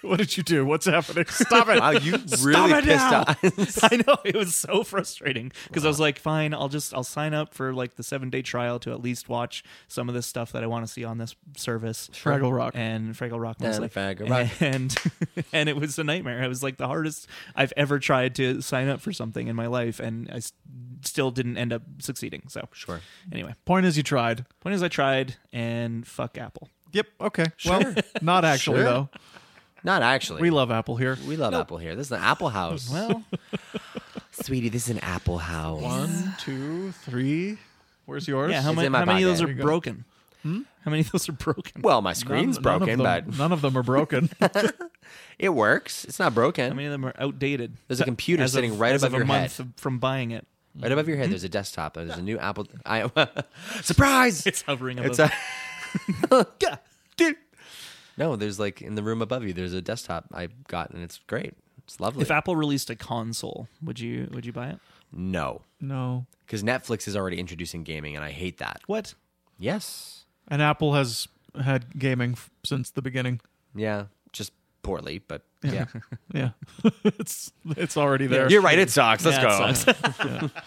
S2: what did you do? What's happening? Stop it.
S3: wow, you <laughs> really
S1: it
S3: pissed
S1: now.
S3: off. <laughs>
S1: I know it was so frustrating because I was like, fine, I'll just I'll sign up for like the seven day trial to at least watch some of this stuff that I want to see on this service.
S2: Fraggle Rock.
S1: and Fraggle Rock
S3: And
S1: mostly. <laughs>
S3: Fraggle Rock.
S1: and and it was a nightmare. It was like the hardest I've ever tried to sign up for something in my life, and I s- still didn't end up succeeding. So
S3: Sure.
S1: Anyway,
S2: Point is, you tried.
S1: point is I tried, and fuck Apple.
S2: Yep. Okay. Well, not actually,
S3: Sure.
S2: though.
S3: Not actually.
S2: We love Apple here.
S3: We love Apple here. This is an Apple house.
S1: <laughs> Well,
S3: Sweetie, this is an Apple house.
S2: One, two, three. Where's yours?
S1: yeah, how,
S3: It's
S1: many
S3: in my
S1: how many of those
S3: pocket.
S1: are broken?
S3: Hmm?
S1: How many of those are broken?
S3: Well, my screen's
S2: None-
S3: broken,
S2: none of
S3: but
S2: them, none of them are broken. <laughs>
S3: it works. It's not broken.
S1: how many of them are outdated?
S3: there's a computer
S1: As of-
S3: sitting right
S1: as
S3: above
S1: of
S3: your
S1: a
S3: head.
S1: month from buying it.
S3: Right above
S1: hmm.
S3: your head, there's a desktop. There's a new Apple. I, <laughs>
S1: <laughs>
S3: surprise!
S1: It's hovering above.
S3: It's a. <laughs> no, there's like in the room above you. There's a desktop I got, and it's great. It's lovely.
S1: if Apple released a console, would you would you buy it?
S3: no,
S2: no.
S3: because Netflix is already introducing gaming, and I hate that.
S1: What?
S3: Yes.
S2: And Apple has had gaming f- since the beginning.
S3: Yeah. Just poorly, but yeah.
S1: <laughs>
S2: Yeah, <laughs> it's it's already there.
S3: You're right. It sucks. Let's
S1: Yeah,
S3: go.
S1: it sucks.
S3: <laughs>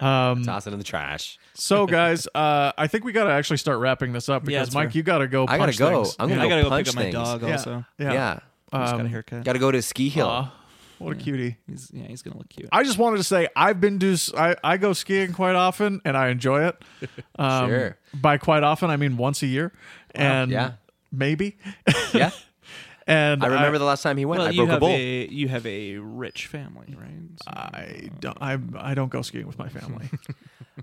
S3: Toss it in the trash.
S2: Um, So, guys, <laughs> uh, I think we got to actually start wrapping this up
S1: Yeah,
S2: because,
S1: that's
S2: Mike,
S1: fair.
S2: you got to go.
S3: I gotta
S2: punch
S3: go.
S2: things.
S3: I'm
S2: yeah.
S3: gonna
S1: I gotta go
S3: punch
S1: pick up my
S3: things.
S1: dog.
S2: Yeah.
S1: Also,
S2: Yeah.
S3: Yeah.
S1: He's got a
S2: Um,
S1: haircut.
S3: Got to go to ski hill.
S2: aw, what a cutie.
S1: He's, yeah, he's gonna look cute.
S2: I just wanted to say I've been do I, I go skiing quite often and I
S3: <laughs>
S2: enjoy it. Um,
S3: Sure.
S2: By quite often I mean once a year, and
S3: yeah.
S2: maybe.
S3: yeah.
S2: and
S3: I remember the last time he went.
S1: well,
S3: I
S1: you
S3: broke a
S1: have
S3: bowl.
S1: a you have a rich family, right? So-
S2: I don't I, I don't go skiing with my family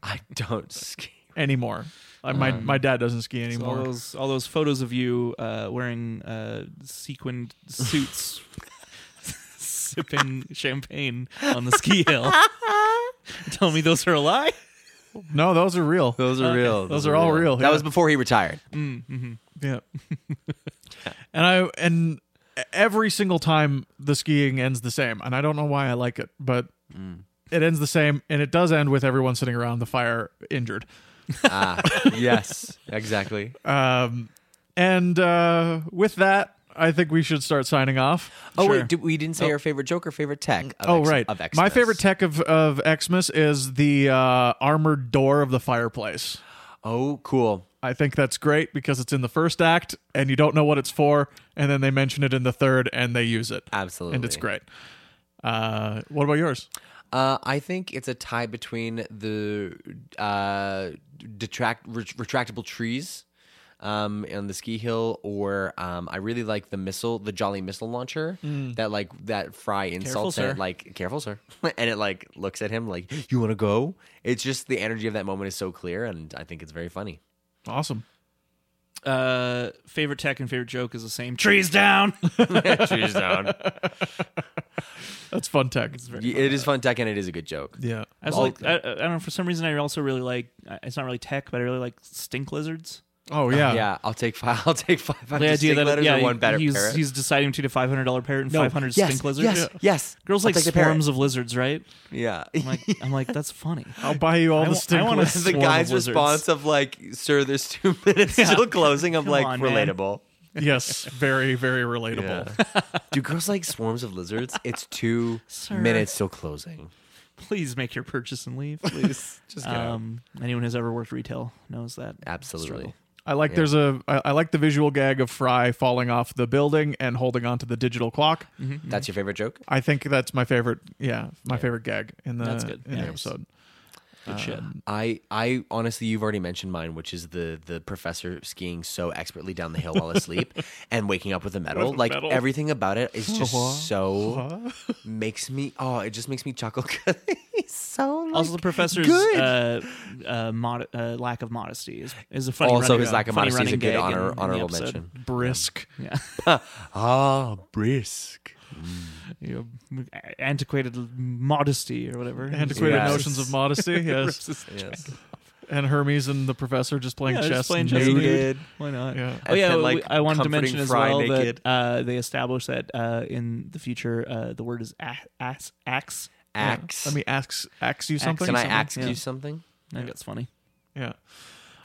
S3: I don't ski.
S2: anymore. I, my
S3: Um,
S2: my dad doesn't ski
S1: so all
S2: anymore.
S1: those all those photos of you uh, wearing uh, sequined suits, <laughs> sipping champagne on the ski
S3: <laughs>
S1: hill. Tell me those are a lie.
S2: no, those
S3: <laughs>
S2: are real.
S3: Those
S1: <laughs>
S3: are real.
S2: Those are all real,
S3: That
S2: yeah.
S3: was before he retired. <laughs>
S2: Yeah. and I and every single time the skiing ends the same, and I don't know why I like it, but
S3: Mm.
S2: it ends the same, and it does end with everyone sitting around the fire injured.
S3: Ah, yes, exactly.
S2: Um, and uh, with that, I think we should start signing off.
S3: Oh wait, did, we didn't say our favorite joke or favorite tech. Of
S2: Oh
S3: X-
S2: right,
S3: of Xmas.
S2: my favorite tech of of Xmas is the uh, armored door of the fireplace.
S3: Oh, cool.
S2: I think that's great because it's in the first act and you don't know what it's for, and then they mention it in the third and they use it.
S3: Absolutely.
S2: And it's great. Uh, what about yours?
S3: Uh, I think it's a tie between the uh, detract re- retractable trees um, on the ski hill, or um, I really like the missile, the Jolly missile launcher
S2: Mm.
S3: that like that Fry insults
S1: Careful, sir.
S3: and it, like careful sir, <laughs> and it like looks at him like you want to go. It's just the energy of that moment is so clear, and I think it's very funny.
S2: Awesome.
S1: Uh, favorite tech and favorite joke is the same. Trees <laughs> down. <laughs>
S3: trees down.
S2: That's fun tech.
S3: It is fun tech, and it is a good joke.
S2: Yeah.
S1: I was
S3: Well,
S1: like, I, I don't know. For some reason, I also really like. It's not really tech, but I really like stink lizards.
S2: Oh yeah.
S3: Yeah, I'll take five. <laughs> I'll take five.
S1: The idea that
S3: letters
S1: yeah,
S3: or one better
S1: he's,
S3: parrot.
S1: he's deciding between a five hundred dollar parrot and
S3: No,
S1: five hundred
S3: yes,
S1: stink lizards.
S3: Yes, yes.
S1: Girls
S3: I'll
S1: like
S3: take the parrot.
S1: swarms of lizards, right?
S3: <laughs> Yeah.
S1: I'm like, I'm like,
S3: <laughs>
S1: that's funny.
S2: I'll buy you all
S1: I
S2: the
S1: wa- I
S2: stink.
S1: wanna-
S2: list.
S3: the
S1: <laughs> swarm of
S3: guy's
S1: lizards.
S3: response of like, "Sir, there's two <laughs> minutes till closing." I'm like,
S1: on, man.
S3: relatable.
S2: yes. Very very relatable.
S3: <laughs>
S1: <laughs>
S3: Do girls like swarms of lizards? It's two
S1: Sir.
S3: minutes till closing.
S1: Please make your purchase and leave.
S3: Please, just get out.
S1: um, anyone who's ever worked retail knows that.
S3: Absolutely.
S1: struggle.
S2: I like there's a I, I like the visual gag of Fry falling off the building and holding onto the digital clock.
S1: Mm-hmm.
S3: That's your favorite joke?
S2: I think that's my favorite. Yeah, my favorite gag in the
S1: That's good.
S2: in
S1: Nice.
S2: the episode.
S1: Good shit.
S3: I, I honestly, you've already mentioned mine, which is the the professor skiing so expertly down the hill while
S2: <laughs>
S3: asleep and waking up with a medal. like
S2: medal. Uh-huh.
S3: everything about it is just so makes me oh, it just makes me chuckle. <laughs> 'cause He's
S2: Oh.
S3: so like,
S1: Also, the professor's
S3: good.
S1: uh, uh, mod- uh, lack of modesty is, is a funny.
S3: Also,
S1: running-
S3: his lack of
S1: funny
S3: modesty is a
S1: running
S3: good
S1: gag
S3: honor-
S1: in the
S3: honorable
S1: episode.
S3: mention.
S2: Brisk,
S1: Yeah.
S3: ah brisk.
S1: you know, antiquated modesty or whatever.
S2: antiquated
S3: Yes.
S2: notions of modesty.
S1: <laughs>
S3: <laughs>
S2: Yes,
S3: Yes.
S2: and Hermes and the professor just playing
S1: Yeah, just
S2: chess.
S1: playing chess
S2: nude.
S1: nude.
S3: Dude.
S1: Why not?
S2: Yeah.
S1: Oh yeah,
S3: And,
S1: we-
S3: like,
S1: I wanted to
S3: comforting
S1: mention as
S3: Fry
S1: well
S3: naked.
S1: that uh, they established that uh, in the future uh, the word is a- ass, axe.
S3: Axe.
S2: Let me ask ask you something.
S3: Can I
S1: something,
S3: axe
S1: yeah.
S3: you something?
S1: I think that's funny.
S2: Yeah.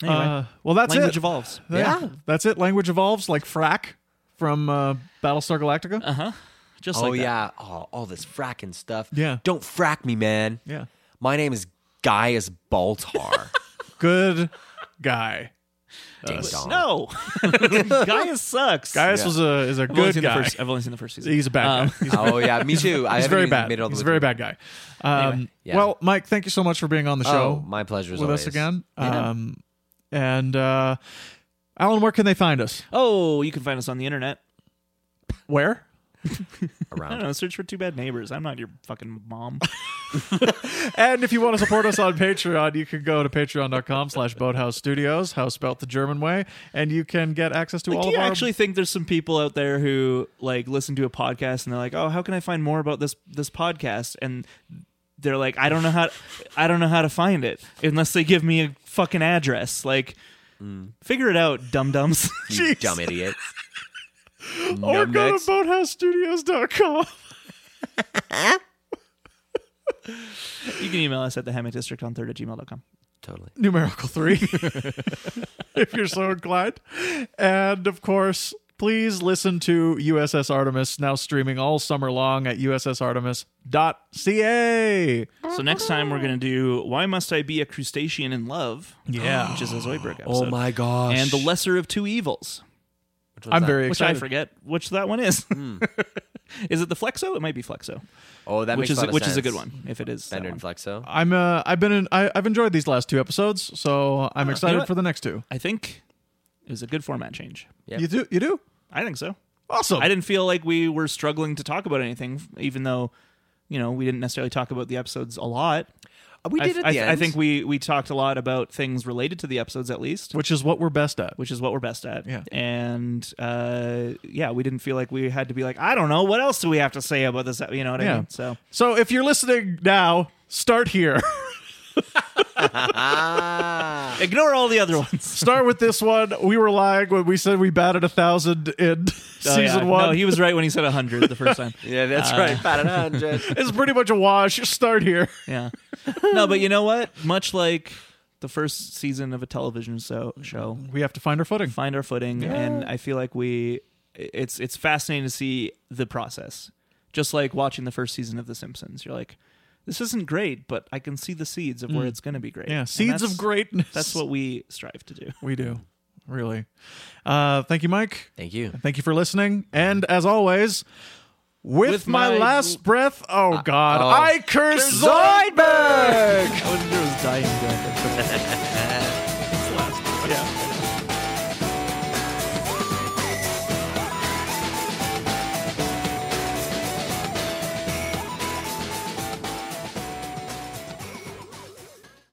S1: Anyway,
S2: Uh, well, that's
S1: language
S2: it.
S1: evolves.
S2: yeah.
S3: Yeah.
S2: that's it. Language evolves like frack from uh, Battlestar Galactica.
S1: Uh huh. Just
S3: oh
S1: like that.
S3: yeah, oh, all this fracking stuff.
S2: Yeah.
S3: don't frack me, man.
S2: yeah,
S3: My name is Gaius
S2: <laughs>
S3: Baltar.
S2: Uh, good guy.
S3: Ding dong.
S1: No, <laughs> Gaius sucks.
S2: Gaius was a is a
S1: I've only
S2: good
S1: seen
S2: guy.
S1: The first, I've only seen the first season.
S2: He's a bad
S1: Um,
S2: guy. He's,
S3: Oh yeah, me too. I
S2: he's
S3: haven't
S2: very
S3: even
S2: bad.
S3: Made it all the
S2: He's a
S3: way
S2: very
S3: through.
S2: bad guy. Um,
S3: yeah.
S2: Well, Mike, thank you so much for being on the show.
S3: Oh, my pleasure as
S2: with
S3: always.
S2: us again.
S1: Yeah.
S2: Um, and uh, Alan, where can they find us?
S1: Oh, you can find us on the internet.
S2: Where?
S1: I don't
S2: <laughs>
S3: Around.
S1: know. Search for Two Bad Neighbors. I'm not your fucking <laughs> mom.
S2: And if you want to support us on Patreon, you can go to patreon.com slash boathouse studios, house spelt the German way, and you can get access to
S1: Like,
S2: all
S1: do
S2: of
S1: you
S2: our
S1: actually think there's some people out there who like listen to a podcast and they're like, "Oh, how can I find more about this this podcast?" And they're like, "I don't know how I don't know how to find it unless they give me a fucking address." Like, figure it out, dum <laughs> dums.
S3: You dumb idiot.
S2: <laughs> or
S3: Numb
S2: go to
S3: nuts.
S2: boathousestudios.com.
S1: you can email us at the Hammett District on third at gmail.com.
S3: Totally.
S2: <laughs> numerical three,
S1: <laughs>
S2: if you're so inclined. And of course, please listen to USS Artemis, now streaming all summer long at ussartemis.ca.
S1: So next time we're gonna do "Why Must I Be a Crustacean in Love?"
S2: Yeah.
S1: which is a Zoidberg episode.
S3: Oh my gosh.
S1: And the lesser of two evils,
S3: Which one's
S2: I'm
S3: that?
S2: very
S1: which
S2: excited.
S1: I forget which that one is.
S3: Hmm.
S1: <laughs> is it the Flexo? It might be Flexo,
S3: Oh, that
S1: which is
S3: makes a lot of
S1: which is a
S3: sense.
S1: good one. If it is, that
S3: Bender
S1: one.
S3: and Flexo.
S2: I'm uh, I've been in, I, I've enjoyed these last two episodes, so I'm excited
S1: what?
S2: for the next two.
S1: I think it was a good format change.
S3: Yep.
S2: You do you do
S1: I think so.
S3: Oh.
S2: awesome.
S1: I didn't feel like we were struggling to talk about anything, even though you know we didn't necessarily talk about the episodes a lot.
S3: Oh, we
S1: I-
S3: did at
S1: I,
S3: the
S1: I
S3: end.
S1: think we we talked a lot about things related to the episodes, at least,
S2: which is what we're best at.
S1: which is what we're best at.
S2: Yeah.
S1: And uh, yeah, we didn't feel like we had to be like, I don't know, what else do we have to say about this? You know what I
S2: Yeah.
S1: mean? So
S2: So if you're listening now, start here. <laughs>
S1: <laughs>
S3: Ah.
S1: ignore all the other ones.
S2: start with this one. We were lying when we said we batted a thousand in <laughs>
S1: Oh, yeah.
S2: season one.
S1: No, he was right when he said hundred the first
S2: <laughs>
S1: time.
S3: yeah, that's
S1: Uh,
S3: right. About an
S1: <laughs>
S3: hundred.
S2: it's pretty much a wash. Start here.
S1: Yeah. No, but you know what? Much like the first season of a television so, show,
S2: We have to find our footing.
S1: find our footing, and I feel like we it's it's fascinating to see the process. Just like watching the first season of The Simpsons, you're like, this isn't great, but I can see the seeds of where it's going to be great.
S2: Mm. Yeah,
S1: And
S2: seeds
S1: that's-
S2: of greatness.
S1: That's what we strive to do.
S2: <laughs> we do. Really. Uh, thank you, Mike.
S3: Thank you.
S2: Thank you for listening. And as always, with,
S1: With
S2: my,
S1: my-
S2: last breath, oh God,
S3: oh.
S2: I curse
S3: Zoidberg.
S1: I was dying.
S2: Zoidberg.